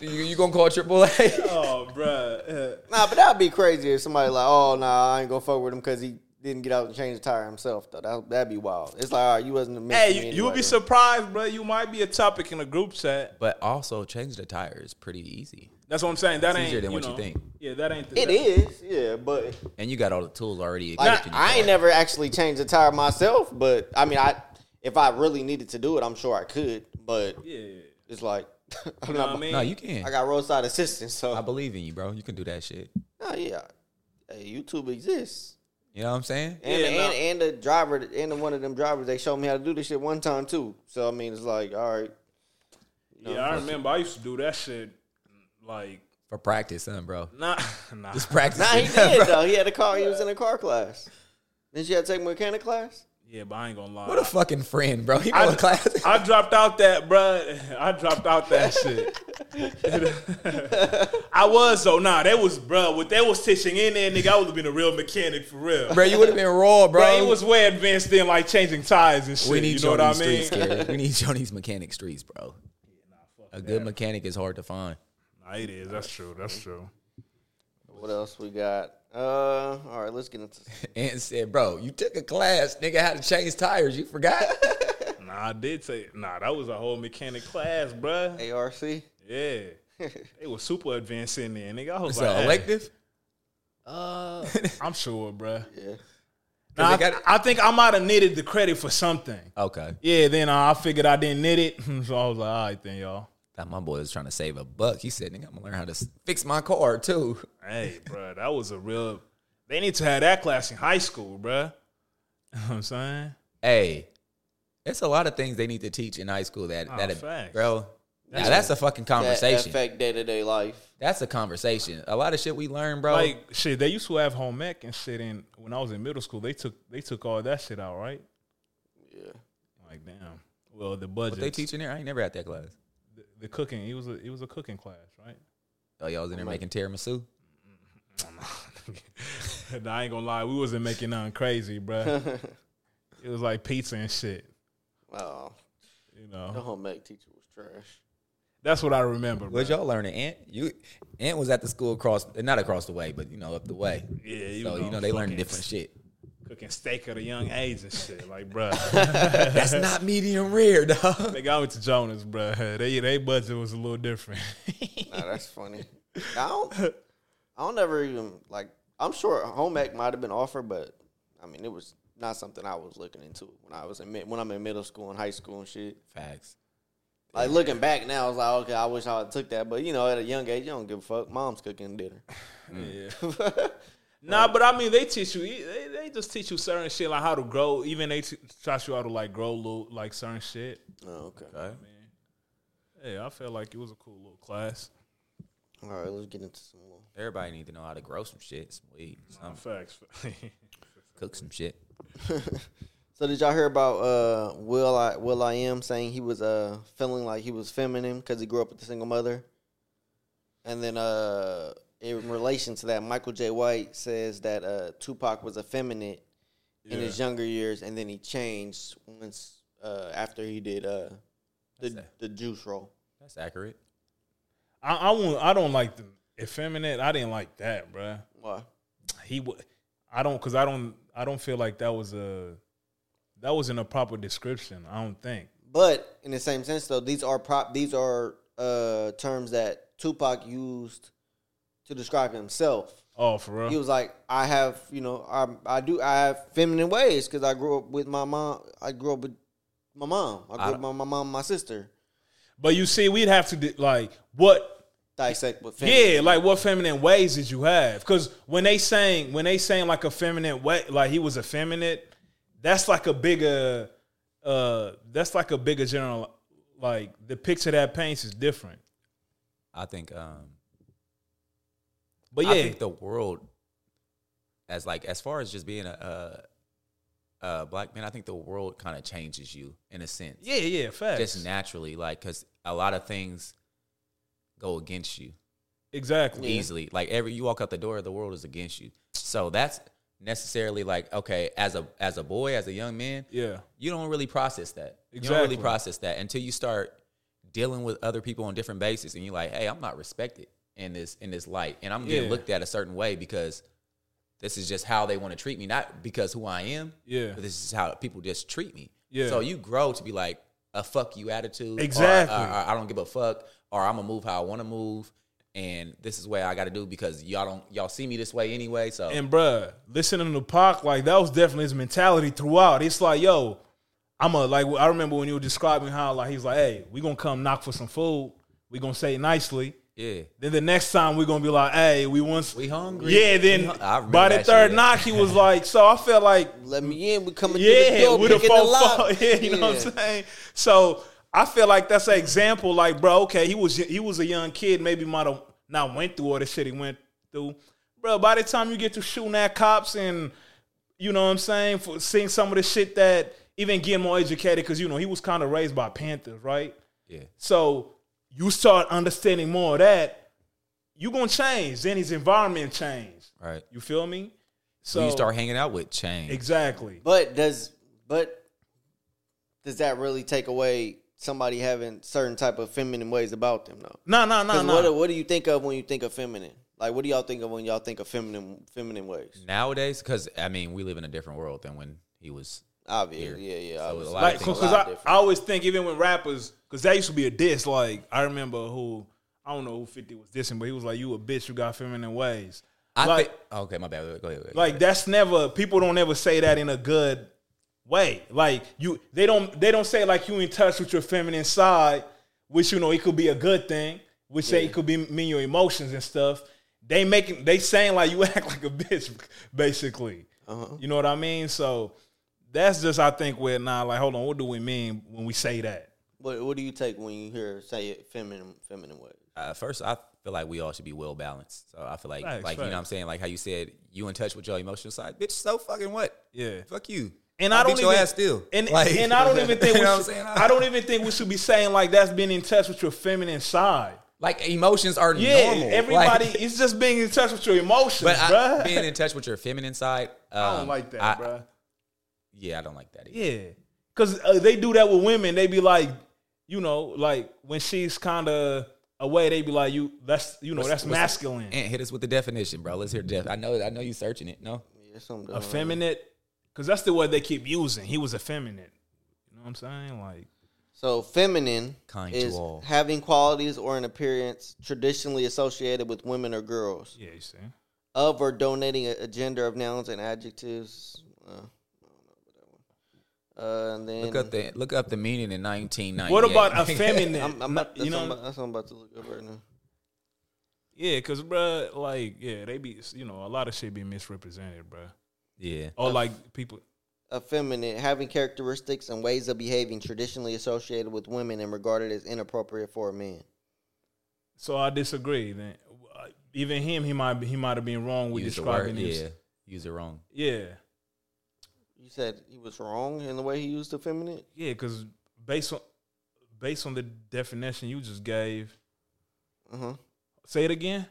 Speaker 1: you, you gonna call AAA?
Speaker 3: oh, bro.
Speaker 2: Nah, but that'd be crazy if somebody like, oh nah, I ain't gonna fuck with him because he didn't get out and change the tire himself though. That that'd be wild. It's like, all right, you wasn't the
Speaker 3: Hey, you, you would be surprised, bro. You might be a topic in a group
Speaker 1: [laughs]
Speaker 3: chat.
Speaker 1: but also, change the tire is pretty easy,
Speaker 3: That's what I'm saying. That
Speaker 1: It's
Speaker 3: ain't
Speaker 1: easier than what you
Speaker 3: know,
Speaker 1: think.
Speaker 3: Yeah, that ain't. The,
Speaker 2: It is, yeah, but
Speaker 1: and you got all the tools already.
Speaker 2: like,
Speaker 1: equipped in your
Speaker 2: I ain't
Speaker 1: car.
Speaker 2: never actually changed the tire myself. But I mean, I if I really needed to do it, I'm sure I could. But
Speaker 3: Yeah.
Speaker 2: it's like [laughs] I'm
Speaker 3: You know what
Speaker 2: not.
Speaker 3: I mean?
Speaker 1: No, you can.
Speaker 2: I got roadside assistance, so
Speaker 1: I believe in you, bro. You can do that shit.
Speaker 2: Oh yeah, hey, YouTube exists.
Speaker 1: You know what I'm saying?
Speaker 2: And,
Speaker 3: Yeah,
Speaker 2: the,
Speaker 3: no.
Speaker 2: and, and the driver, and the, one of them drivers, they showed me how to do this shit one time too. So I mean, it's like, all right,
Speaker 3: Yeah, I remember I used to do that shit like
Speaker 1: For practice, son, bro.
Speaker 3: nah [laughs] nah.
Speaker 1: Just practice.
Speaker 2: nah,
Speaker 3: [laughs]
Speaker 2: he
Speaker 1: it, [laughs]
Speaker 2: did
Speaker 1: bro.
Speaker 2: though. He had a car. He was in a car class. Then she had to take mechanic class.
Speaker 3: Yeah, but I ain't gonna lie.
Speaker 1: What a fucking friend, bro. He know
Speaker 3: I,
Speaker 1: the class.
Speaker 3: [laughs] I dropped out that, bruh. [laughs] I dropped
Speaker 1: [laughs]
Speaker 3: out that shit. [laughs] I was though. Nah, they was, bruh. What they was teaching in there, nigga, I would have been a real mechanic for real. Bruh,
Speaker 1: bro, you would have been raw, bro.
Speaker 3: it was way advanced then, like changing tires and shit.
Speaker 1: we need
Speaker 3: you know
Speaker 1: you
Speaker 3: what
Speaker 1: on
Speaker 3: I
Speaker 1: these
Speaker 3: mean?
Speaker 1: streets, Gary. We
Speaker 3: [laughs]
Speaker 1: need you on these mechanic streets, bro. A good mechanic is hard to find.
Speaker 3: Nah, it is. That's true. That's true.
Speaker 2: What else we got? Uh, all right, let's get into.
Speaker 1: And said, bro, you took a class, nigga, how to change tires. You [laughs] forgot?
Speaker 3: Nah, I did say. Nah, that was a whole mechanic class, bruh.
Speaker 2: ARC.
Speaker 3: Yeah, they was super advanced in there, nigga. I was
Speaker 1: It's
Speaker 3: like,
Speaker 1: an
Speaker 3: hey,
Speaker 1: elective.
Speaker 3: I'm sure, bruh.
Speaker 2: Yeah.
Speaker 3: Nah,
Speaker 1: they
Speaker 3: I,
Speaker 1: got it.
Speaker 3: I think I might have needed the credit for something.
Speaker 1: Okay.
Speaker 3: Yeah, then uh, I figured I didn't need it, [laughs] so I was like, all right then, y'all.
Speaker 1: That my boy was trying to save a buck. He said, nigga, I'm gonna learn how to s- fix my car too.
Speaker 3: Hey, bro, that was a real. They need to have that class in high school, bruh. You know what I'm saying?
Speaker 1: Hey, it's a lot of things they need to teach in high school that
Speaker 3: Oh,
Speaker 1: that
Speaker 3: facts.
Speaker 1: bro. That's, that's a fucking
Speaker 2: That
Speaker 1: conversation.
Speaker 2: affect day to day life.
Speaker 1: that's a conversation. A lot of shit we learn, bro.
Speaker 3: Like shit, they used to have home ec and shit. And when I was in middle school, they took they took all that shit out, right?
Speaker 2: Yeah.
Speaker 3: Like damn. Well, the budget,
Speaker 1: what they teach in there, I ain't never had that class.
Speaker 3: the, the cooking. It was a, it was a cooking class, right? [laughs]
Speaker 1: Oh, y'all was in there making tiramisu.
Speaker 3: Nah, I ain't gonna lie, we wasn't making nothing crazy, bruh. it was like pizza and shit.
Speaker 2: Wow.
Speaker 3: You
Speaker 2: Oh, The
Speaker 3: know,
Speaker 2: home ec teacher was trash.
Speaker 3: that's what I remember.
Speaker 1: What
Speaker 3: bruh.
Speaker 1: y'all learning, Ant? You Ant was at the school across, not across the way, but you know up the way.
Speaker 3: Yeah, you
Speaker 1: So
Speaker 3: know,
Speaker 1: you know they learn
Speaker 3: fucking
Speaker 1: different shit.
Speaker 3: Cooking steak at a young age and shit, like bruh. [laughs]
Speaker 1: That's not medium rare, dog.
Speaker 3: Nigga, I went to Jonas, bro. They they budget was a little different. [laughs]
Speaker 2: Nah, that's funny. I don't. I don't ever even like. I'm sure home ec might have been offered, but I mean, it was not something I was looking into when I was in mid, when I'm in middle school and high school and shit.
Speaker 1: Facts.
Speaker 2: Like looking back now, I was like, okay, I wish I would took that, but you know, at a young age, you don't give a fuck. Mom's cooking dinner.
Speaker 3: nah, but I mean, they teach you. They, they just teach you certain shit like how to grow. Even they t- teach you how to like grow little like certain shit.
Speaker 2: [laughs] Oh, okay.
Speaker 3: Hey, I felt like it was a cool little class.
Speaker 2: All right, let's get into some more.
Speaker 1: Everybody need to know how to grow some shit, some weed, some,
Speaker 3: Facts. [laughs]
Speaker 1: cook some shit.
Speaker 2: [laughs] So did y'all hear about uh, Will I Will I am saying he was uh feeling like he was feminine because he grew up with a single mother, and then uh in relation to that, Michael J. White says that uh Tupac was effeminate in his younger years, and then he changed once uh after he did uh the
Speaker 1: that?
Speaker 2: the Juice Roll.
Speaker 1: That's accurate.
Speaker 3: I I, won't, I don't like the effeminate. I didn't like that, bro.
Speaker 2: Why?
Speaker 3: He would. I don't because I don't. I don't feel like that was a. That wasn't a proper description. I don't think.
Speaker 2: But in the same sense, though, these are prop. These are uh terms that Tupac used to describe himself.
Speaker 3: Oh, for real.
Speaker 2: he was like, I have, you know, I I do I have feminine ways because I grew up with my mom. I grew up with my mom. I grew up with my mom, and my sister.
Speaker 3: But you see, we'd have to di- like what
Speaker 2: Dissect with feminine.
Speaker 3: Yeah, like what feminine ways did you have? Because when they saying when they saying like a feminine way, like he was effeminate, that's like a bigger, uh, that's like a bigger general. Like the picture that paints is different.
Speaker 1: I think. um
Speaker 3: But
Speaker 1: I
Speaker 3: yeah,
Speaker 1: think the world, as like as far as just being a, a, a black man, I think the world kind of changes you in a sense,
Speaker 3: yeah, yeah, facts.
Speaker 1: just naturally, like because a lot of things go against you
Speaker 3: exactly.
Speaker 1: easily. Like every you walk out the door, the world is against you. So that's necessarily like okay, as a as a boy, as a young man,
Speaker 3: Yeah,
Speaker 1: you don't really process that. You don't really
Speaker 3: Exactly.
Speaker 1: process that until you start dealing with other people on different bases, and you're like, hey, I'm not respected in this in this light, and I'm getting
Speaker 3: Yeah.
Speaker 1: looked at a certain way because this is just how they want to treat me, not because who I am.
Speaker 3: Yeah.
Speaker 1: but this is how people just treat me.
Speaker 3: Yeah.
Speaker 1: So you grow to be like a fuck you attitude. or,
Speaker 3: Exactly.
Speaker 1: Or, or I don't give a fuck. Or I'm gonna move how I want to move, and this is what I got to do because y'all don't y'all see me this way anyway. So
Speaker 3: and bruh, listening to Pac, like that was definitely his mentality throughout. It's like, yo, I'm a like I remember when you were describing how like he's like, hey, we gonna come knock for some food. we gonna say it nicely.
Speaker 1: Yeah.
Speaker 3: Then the next time we're gonna be like, hey, we once
Speaker 1: We hungry.
Speaker 3: yeah.
Speaker 1: We
Speaker 3: Then
Speaker 1: hun- I remember
Speaker 3: by the
Speaker 1: that
Speaker 3: third
Speaker 1: shit.
Speaker 3: knock, he was like, so I felt like
Speaker 2: Let me in. We coming through the
Speaker 3: yeah,
Speaker 2: door.
Speaker 3: with a
Speaker 2: picking the
Speaker 3: four
Speaker 2: lock.
Speaker 3: four. [laughs] Yeah, you know what I'm saying. So I feel like that's an example. Like, bro, okay, he was he was a young kid. Maybe might have not went through all the shit he went through, bro. By the time you get to shooting at cops and you know what I'm saying, for seeing some of the shit that even getting more educated because you know he was kind of raised by Panthers, right?
Speaker 1: Yeah.
Speaker 3: So you start understanding more of that. You gonna change. Then his environment change.
Speaker 1: Right.
Speaker 3: You feel me? So
Speaker 1: So you start hanging out with Chain.
Speaker 3: exactly.
Speaker 2: But does but does that really take away somebody having certain type of feminine ways about them though?
Speaker 3: No, no, no,
Speaker 2: 'Cause
Speaker 3: no.
Speaker 2: What, what do you think of when you think of feminine? Like what do y'all think of when y'all think of feminine feminine ways?
Speaker 1: Nowadays, because I mean, we live in a different world than when he was.
Speaker 2: Obviously, yeah, yeah.
Speaker 1: So
Speaker 2: I was
Speaker 1: a lot
Speaker 3: like
Speaker 1: of things
Speaker 3: because
Speaker 1: are
Speaker 2: a lot
Speaker 3: I,
Speaker 2: different.
Speaker 3: I always think even with rappers because that used to be a diss like i remember who i don't know who 50 was dissing but he was like you a bitch you got feminine ways
Speaker 1: I
Speaker 3: Like-
Speaker 1: think. Okay, my bad. Go ahead. Go ahead.
Speaker 3: like that's never people don't ever say that in a good way like you they don't they don't say like you in touch with your feminine side which you know it could be a good thing which say it could be mean your emotions and stuff they making they saying like you [laughs] act like a bitch basically
Speaker 1: Uh-huh.
Speaker 3: you know what i mean so that's just i think where now like hold on what do we mean when we say that
Speaker 2: What what do you take when you hear say it feminine feminine ways?
Speaker 1: uh, first, I feel like we all should be well balanced. So I feel like,
Speaker 3: Facts,
Speaker 1: like you know,
Speaker 3: facts.
Speaker 1: what I'm saying, like how you said, you in touch with your emotional side, bitch. So fucking what?
Speaker 3: Yeah.
Speaker 1: Fuck you.
Speaker 3: And
Speaker 1: I'll
Speaker 3: I don't
Speaker 1: beat
Speaker 3: even
Speaker 1: your ass still.
Speaker 3: And,
Speaker 1: [laughs] Like-
Speaker 3: and I don't even think
Speaker 1: you know what
Speaker 3: we
Speaker 1: I'm saying.
Speaker 3: should, I don't even think we should be saying like that's been in touch with your feminine side.
Speaker 1: like emotions are
Speaker 3: Yeah,
Speaker 1: normal. Like- [laughs]
Speaker 3: everybody it's just being in touch with your emotions,
Speaker 1: but I,
Speaker 3: bruh.
Speaker 1: being in touch with your feminine side, um,
Speaker 3: I don't like that,
Speaker 1: I-
Speaker 3: bruh.
Speaker 1: Yeah, I don't like that. Either.
Speaker 3: Yeah, because uh, they do that with women. They be like, you know, like when she's kind of away, they be like, you that's you know that's
Speaker 1: what's-
Speaker 3: masculine,
Speaker 1: And hit us with the definition, bro. Let's hear the def. I know, I know you searching it. No,
Speaker 2: Yeah, something dumb.
Speaker 3: effeminate, because that's the word they keep using. He was effeminate. You know what I'm saying? Like,
Speaker 2: So feminine
Speaker 1: Kind to
Speaker 2: is
Speaker 1: all.
Speaker 2: having qualities or an appearance traditionally associated with women or girls.
Speaker 3: yeah, you see.
Speaker 2: of or donating a, a gender of nouns and adjectives. Uh, I don't know about that one. Uh, and then
Speaker 1: look up the look up the meaning in 1990.
Speaker 3: Mm-hmm. What
Speaker 1: [laughs]
Speaker 3: about effeminate?
Speaker 2: I'm, I'm about, that's, what
Speaker 3: you know,
Speaker 2: I'm about, that's what I'm about to look up right now.
Speaker 3: Yeah, cause bruh, like yeah, they be you know a lot of shit be misrepresented, bruh.
Speaker 1: yeah,
Speaker 3: Or like people,
Speaker 2: Effeminate, having characteristics and ways of behaving traditionally associated with women and regarded as inappropriate for a man.
Speaker 3: so I disagree. Then Uh, even him, he might he might have been wrong with
Speaker 1: use the
Speaker 3: describing
Speaker 1: word.
Speaker 3: his
Speaker 1: Yeah, use it wrong.
Speaker 3: yeah
Speaker 2: You said he was wrong in the way he used effeminate.
Speaker 3: yeah, cause based on based on the definition you just gave,
Speaker 2: Uh huh.
Speaker 3: say it again.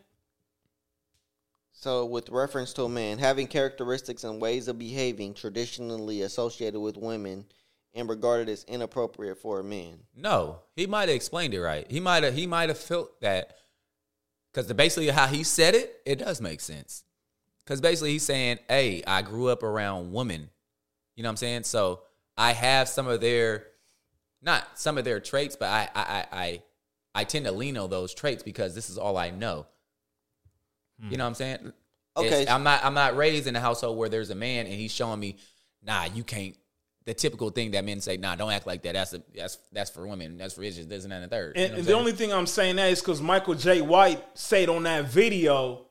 Speaker 2: So, with reference to a man, having characteristics and ways of behaving traditionally associated with women and regarded as inappropriate for a man.
Speaker 1: No, he might have explained it right. He might have he might have felt that because basically how he said it, it does make sense. Because basically he's saying, "Hey, I grew up around women," you know what I'm saying? So I have some of their, not some of their traits, but I I I I, I tend to lean on those traits because this is all I know. You know what I'm saying?
Speaker 2: Okay.
Speaker 1: It's- I'm not I'm not raised in a household where there's a man and he's showing me, nah, you can't. The typical thing that men say, nah, don't act like that. That's a, that's that's for women. That's for issues. This and that and the third. You
Speaker 3: And,
Speaker 1: know what
Speaker 3: and the
Speaker 1: I'm saying?
Speaker 3: only thing I'm saying that is because Michael J. White said on that video,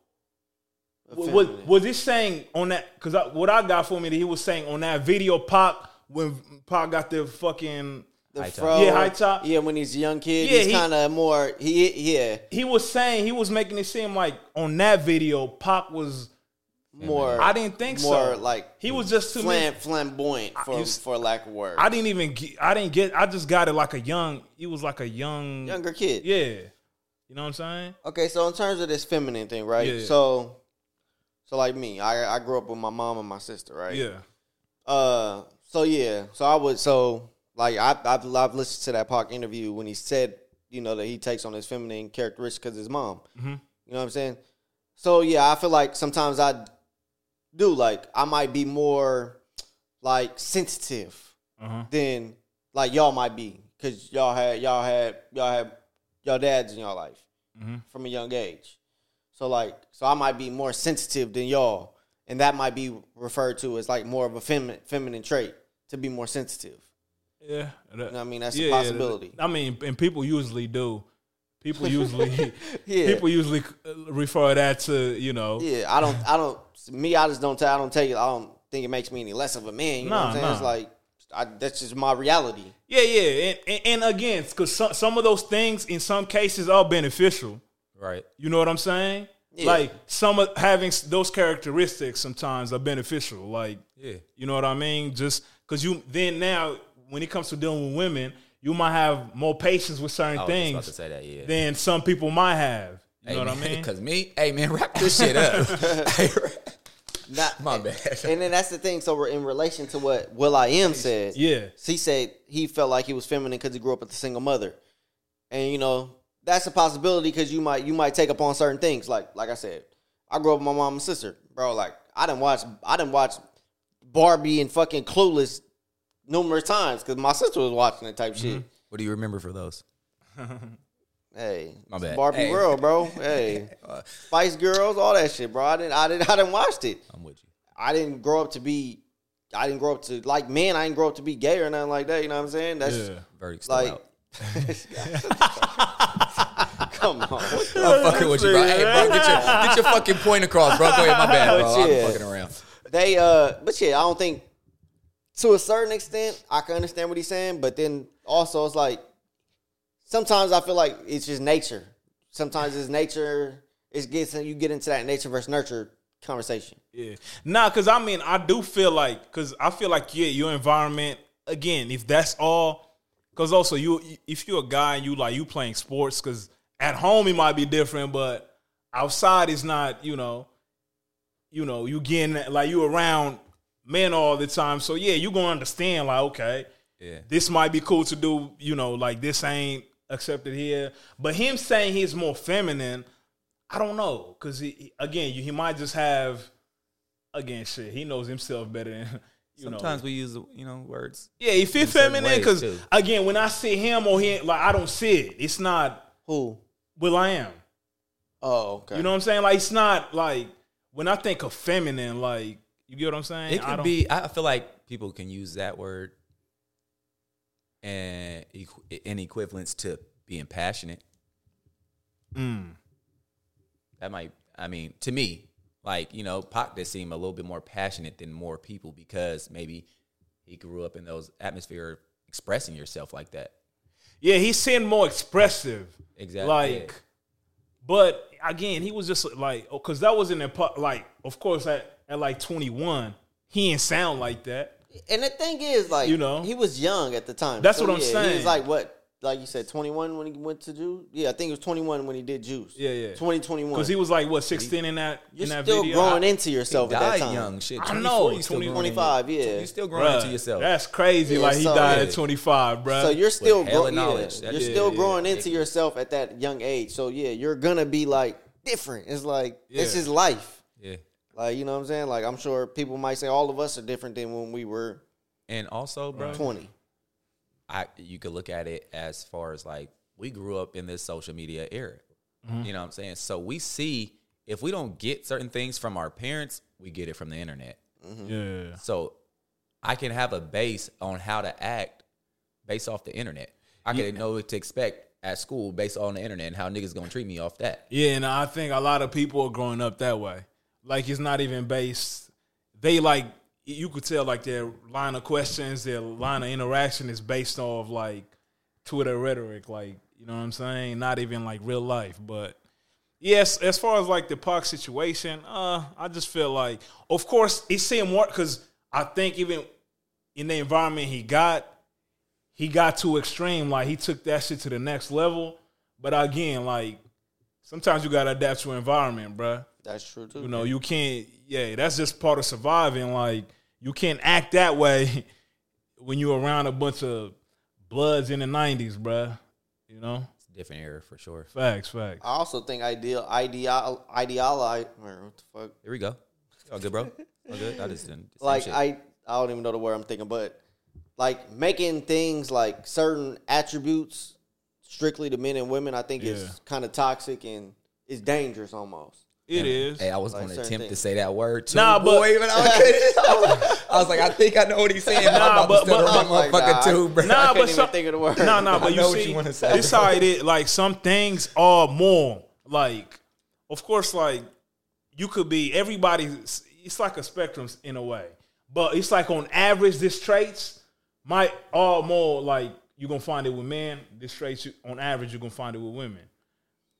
Speaker 3: wa- was
Speaker 2: Effeminate.
Speaker 3: was he saying on that? Because I, what I got for me that he was saying on that video, Pop when Pop got the fucking
Speaker 2: the
Speaker 1: High top.
Speaker 2: fro.
Speaker 3: Yeah, high top.
Speaker 2: Yeah, when he's a young kid,
Speaker 3: Yeah,
Speaker 2: he's
Speaker 3: he-
Speaker 2: kind of more. He yeah,
Speaker 3: he was saying he was making it seem like on that video Pop was
Speaker 2: more.
Speaker 3: I didn't think
Speaker 2: more
Speaker 3: so.
Speaker 2: like
Speaker 3: he was just too
Speaker 2: flam, flamboyant for
Speaker 3: he's-
Speaker 2: for lack of word.
Speaker 3: I didn't even get, I didn't get I just got it like a young he was like a young
Speaker 2: Younger kid.
Speaker 3: yeah you know what I'm saying
Speaker 2: Okay, so in terms of this feminine thing, right?
Speaker 3: Yeah.
Speaker 2: So, so like me, I I grew up with my mom and my sister, right?
Speaker 3: yeah
Speaker 2: Uh, so yeah, so I would so like I I've, I've listened to that Pac interview when he said you know that he takes on his feminine characteristics because his mom. You know what I'm saying? So yeah, I feel like sometimes I do like I might be more like sensitive
Speaker 3: uh-huh
Speaker 2: than like y'all might be because y'all had y'all had y'all had y'all dads in your life
Speaker 3: Mm-hmm.
Speaker 2: from a young age. So like, so I might be more sensitive than y'all, and that might be referred to as like more of a feminine feminine trait to be more sensitive.
Speaker 3: yeah that-
Speaker 2: know what I mean? That's a
Speaker 3: yeah, yeah,
Speaker 2: possibility.
Speaker 3: that- I mean and people usually do
Speaker 2: [laughs]
Speaker 3: People usually
Speaker 2: Yeah.
Speaker 3: [laughs] people usually uh, refer that to you know
Speaker 2: Yeah, I don't. I don't. Me, I just don't tell. I don't tell you. I don't think it makes me any less of a man. You know what I'm
Speaker 3: Nah,
Speaker 2: saying? It's
Speaker 3: nah.
Speaker 2: like I, that's just my
Speaker 3: [laughs]
Speaker 2: reality.
Speaker 3: yeah yeah and and, and again because some some of those things in some cases are beneficial.
Speaker 1: Right.
Speaker 3: You know what I'm saying?
Speaker 2: Yeah.
Speaker 3: Like some of having s- those characteristics sometimes are beneficial. Like
Speaker 1: Yeah.
Speaker 3: You know what I mean? Just because you then now when it comes to dealing with women, you might have more patience with certain
Speaker 1: I was just
Speaker 3: things
Speaker 1: about to say that. Yeah.
Speaker 3: than some people might have. You know what I mean?
Speaker 1: Because me, hey man, wrap this shit up. [laughs]
Speaker 3: [laughs]
Speaker 1: Hey, wrap-
Speaker 2: Not
Speaker 1: My bad.
Speaker 2: And then that's the thing. So we're in relation to what Will I Am said.
Speaker 3: Yeah.
Speaker 2: he said he felt like he was feminine because he grew up with a single mother, and you know that's a possibility because you might you might take upon certain things. Like like I said, I grew up with my mom and sister, bro. Like I didn't watch I didn't watch Barbie and fucking Clueless numerous times because my sister was watching that type shit.
Speaker 1: what do you remember for those?
Speaker 2: Hey,
Speaker 1: My
Speaker 2: it's
Speaker 1: bad.
Speaker 2: Barbie
Speaker 1: Hey. Uh, [laughs]
Speaker 2: World, bro. Hey, Spice Girls, all that shit, bro. I didn't, I didn't, I didn't watch it.
Speaker 1: I'm with you.
Speaker 2: I didn't grow up to be, I didn't grow up to like men. I didn't grow up to be gay or nothing like that. You know what I'm saying? That's
Speaker 3: Yeah.
Speaker 1: Verdict's still
Speaker 2: like,
Speaker 1: [laughs] out.
Speaker 2: come on. What the-
Speaker 3: [laughs]
Speaker 1: I'm fucking with you, bro. Hey, bro, get your, get your fucking point across, bro. Go ahead, my bad, bro.
Speaker 2: But [laughs] yeah.
Speaker 1: I'm fucking around.
Speaker 2: They, uh, but yeah, I don't think to a certain extent I can understand what he's saying, but then also it's like sometimes I feel like it's just nature. Sometimes it's nature. It gets you get into that nature versus nurture conversation.
Speaker 3: Yeah. Nah, cause I mean, I do feel like, cause I feel like, yeah, your environment. Again, if that's all, cause also you, if you're a guy and you like you playing sports, cause at home it might be different, but outside it's not. You know, you know, you getting like you around men all the time, so yeah, you gonna understand. Like, okay,
Speaker 1: Yeah.
Speaker 3: this might be cool to do, you know, like this ain't accepted here. But him saying he's more feminine, I don't know, because he, he- again, you, he might just have again shit. He knows himself better than you
Speaker 1: Sometimes
Speaker 3: know.
Speaker 1: we use you know words.
Speaker 3: Yeah, he feel
Speaker 1: certain
Speaker 3: feminine
Speaker 1: ways,
Speaker 3: because
Speaker 1: too.
Speaker 3: again, when I see him or him, like I don't see it. It's not
Speaker 2: Who?
Speaker 3: Will I am.
Speaker 2: Oh, okay.
Speaker 3: You know what I'm saying? Like it's not like when I think of feminine, like you get what I'm saying.
Speaker 1: It
Speaker 3: I
Speaker 1: can
Speaker 3: don't-
Speaker 1: be. I feel like people can use that word and equ- in equivalence to being passionate.
Speaker 3: Mm.
Speaker 1: That might. I mean, to me, like you know, Pac does seem a little bit more passionate than more people because maybe he grew up in those atmosphere of expressing yourself like that.
Speaker 3: Yeah, he seemed more expressive.
Speaker 1: Exactly.
Speaker 3: Like, but again, he was just like, because that was in the part. Like, of course, at, at like 21, he didn't sound like that.
Speaker 2: And the thing is, like,
Speaker 3: You know?
Speaker 2: he was young at the time.
Speaker 3: That's what I'm
Speaker 2: He
Speaker 3: saying.
Speaker 2: was like what, like you said, 21 when he went to Jews. Yeah, I think it was 21 when he did Jews.
Speaker 3: Yeah, yeah.
Speaker 2: 2021.
Speaker 3: Because he was like, what, 16 in that,
Speaker 2: You're
Speaker 3: in that
Speaker 2: still
Speaker 3: video?
Speaker 2: growing
Speaker 3: I-
Speaker 2: into yourself at that
Speaker 1: died
Speaker 2: time.
Speaker 1: young, shit.
Speaker 3: I
Speaker 1: 24,
Speaker 3: know,
Speaker 1: you still
Speaker 3: 20,
Speaker 1: growing in-
Speaker 2: 25, yeah.
Speaker 1: you still growing
Speaker 3: Bruh,
Speaker 1: into yourself.
Speaker 3: That's crazy.
Speaker 2: Yeah,
Speaker 3: like, he
Speaker 2: so-
Speaker 3: died
Speaker 1: Yeah.
Speaker 3: at 25, bro.
Speaker 2: So you're still
Speaker 1: hella
Speaker 2: growing.
Speaker 1: knowledge.
Speaker 2: Yeah,
Speaker 1: That
Speaker 2: you're
Speaker 1: shit
Speaker 2: still
Speaker 1: is
Speaker 2: growing into
Speaker 1: ridiculous.
Speaker 2: yourself at that young age. So yeah, you're gonna be like different. It's like it's
Speaker 3: Yeah.
Speaker 2: just life.
Speaker 1: yeah.
Speaker 2: Like you know what I'm saying? Like I'm sure people might say all of us are different than when we were
Speaker 1: And also, bro,
Speaker 2: 20.
Speaker 1: I you could look at it as far as like we grew up in this social media era.
Speaker 3: Mm-hmm.
Speaker 1: You know what I'm saying? So we see if we don't get certain things from our parents, we get it from the internet.
Speaker 3: yeah.
Speaker 1: So I can have a base on how to act based off the internet. I can know what to expect at school based on the internet and how niggas gonna treat me off that.
Speaker 3: Yeah, and I think a lot of people are growing up that way. Like it's not even based. They like you could tell like their line of questions, their line of interaction is based off like Twitter rhetoric. Like you know what I'm saying? Not even like real life, but. Yes, as far as like the Pac situation, uh, I just feel like, of course, it seemed more because I think even in the environment he got, he got too extreme. Like he took that shit to the next level. But again, like sometimes you gotta adapt to your environment, bruh.
Speaker 2: That's true too.
Speaker 3: You know, you can't. Yeah, that's just part of surviving. Like you can't act that way [laughs] when you're around a bunch of bloods in the '90s, bruh. You know,
Speaker 1: It's a different era for sure.
Speaker 3: facts, facts.
Speaker 2: I also think ideal ideal ideology. What the fuck?
Speaker 1: Here we go. All good, bro. All good. I just didn't same
Speaker 2: Like
Speaker 1: shit.
Speaker 2: I I don't even know the word I'm thinking, but like making things like certain attributes strictly to men and women, I think
Speaker 3: Yeah.
Speaker 2: is kind of toxic and it's dangerous almost.
Speaker 3: It is.
Speaker 5: Hey, I was
Speaker 2: Like
Speaker 5: going to
Speaker 2: certain
Speaker 5: attempt to
Speaker 2: things.
Speaker 5: say that word too.
Speaker 3: Nah, but-
Speaker 5: boy, but I, was, I was like, I think I know what he's saying. but
Speaker 3: Nah,
Speaker 5: I'm about
Speaker 3: but-
Speaker 5: to stutter
Speaker 3: but-
Speaker 5: that
Speaker 2: I'm like,
Speaker 5: motherfucker
Speaker 2: nah, [laughs]
Speaker 5: too, bro.
Speaker 3: Nah,
Speaker 2: I
Speaker 3: but
Speaker 2: can't even
Speaker 3: some-
Speaker 2: think of the word. [laughs]
Speaker 3: No, no, but
Speaker 5: know
Speaker 3: you
Speaker 5: what you
Speaker 3: see,
Speaker 5: wanna
Speaker 3: this
Speaker 5: say.
Speaker 3: how it is. Like some things are more like, of course, like you could be everybody's. It's like a spectrum in a way, but it's like on average, this traits might all more like you're gonna find it with men. This traits you- on average you're gonna find it with women.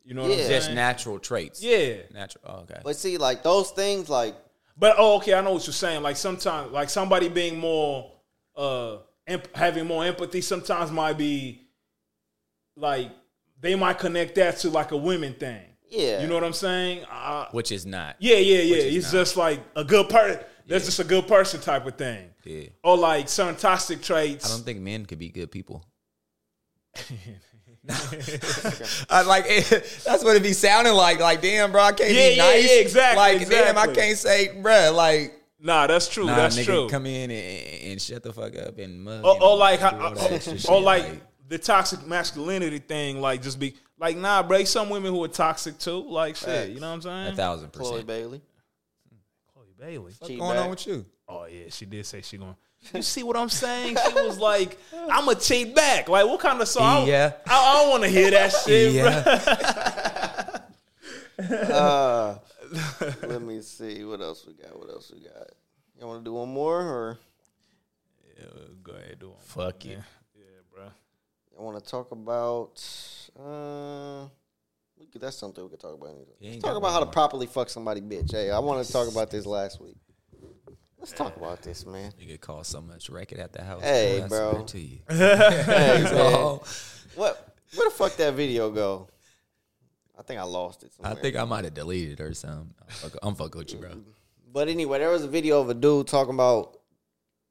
Speaker 3: You know what
Speaker 2: Yeah.
Speaker 3: I'm
Speaker 1: Just
Speaker 3: saying?
Speaker 1: natural traits.
Speaker 3: yeah,
Speaker 1: Natural. Oh, okay.
Speaker 2: But see, like those things, like
Speaker 3: but oh, okay, I know what you're saying. Like sometimes, like somebody being more, uh, emp- having more empathy sometimes might be, like they might connect that to like a women thing.
Speaker 2: Yeah.
Speaker 3: you know what I'm saying? Uh,
Speaker 1: Which is not.
Speaker 3: yeah, yeah, yeah.
Speaker 1: is
Speaker 3: It's
Speaker 1: not.
Speaker 3: just like a good person. That's just a good person type of thing.
Speaker 1: Yeah.
Speaker 3: Or like certain toxic traits.
Speaker 1: I don't think men could be good
Speaker 3: [laughs]
Speaker 1: people.
Speaker 5: I like
Speaker 1: [laughs]
Speaker 5: that's what it be sounding like. Like, damn, bro, I can't
Speaker 3: Yeah,
Speaker 5: be
Speaker 3: yeah,
Speaker 5: nice.
Speaker 3: yeah, exactly,
Speaker 5: Like, damn, I
Speaker 3: exactly.
Speaker 5: can't say, bruh, Like,
Speaker 3: nah, that's true.
Speaker 1: Nah,
Speaker 3: that's
Speaker 1: nigga
Speaker 3: true.
Speaker 1: come in and, and shut the fuck up and mug.
Speaker 3: or,
Speaker 1: and
Speaker 3: or like,
Speaker 1: do
Speaker 3: how-
Speaker 1: all
Speaker 3: or,
Speaker 1: that extra shit,
Speaker 3: or like the toxic masculinity thing. Like, just be like, nah, bro. Some women who are toxic too. Like, shit. You know what
Speaker 1: a
Speaker 3: I'm saying?
Speaker 1: thousand
Speaker 2: Chloe
Speaker 1: percent.
Speaker 2: Bailey.
Speaker 3: Chloe Bailey.
Speaker 2: She
Speaker 5: what's going
Speaker 2: back.
Speaker 5: on with you?
Speaker 3: Oh yeah, she did say she going. You see what I'm saying? She [laughs] was like, "I'm a cheat back." Like, what kind of song?
Speaker 1: Yeah.
Speaker 3: Oh, I, I don't want to
Speaker 1: [laughs]
Speaker 3: hear that shit, bro.
Speaker 1: Yeah,
Speaker 2: Uh,
Speaker 1: [laughs]
Speaker 2: let me see what else we got. What else we got? You want to do one more, or
Speaker 3: Go ahead, do it.
Speaker 1: fuck it.
Speaker 2: you want to talk about? Uh, we could, that's something we could talk about. Anyway.
Speaker 1: ain't
Speaker 2: Let's
Speaker 1: got
Speaker 2: talk about
Speaker 1: no
Speaker 2: how to
Speaker 1: more.
Speaker 2: properly fuck somebody, bitch. Hey, I want to
Speaker 1: [laughs]
Speaker 2: talk about this last week. Let's talk about this, man.
Speaker 1: Nigga caused so much racket at the house.
Speaker 2: Hey,
Speaker 1: boy, I
Speaker 2: bro.
Speaker 1: swear to you.
Speaker 2: [laughs]
Speaker 1: [laughs] Oh,
Speaker 2: Hey, man.
Speaker 1: So,
Speaker 2: [laughs] What? Where the fuck that video go? I think I lost it.
Speaker 1: I
Speaker 2: Somewhere.
Speaker 1: think I might have deleted or something. I'm fuck, I'm fuck with
Speaker 2: [laughs]
Speaker 1: you, bro.
Speaker 2: But anyway, there was a video of a dude talking about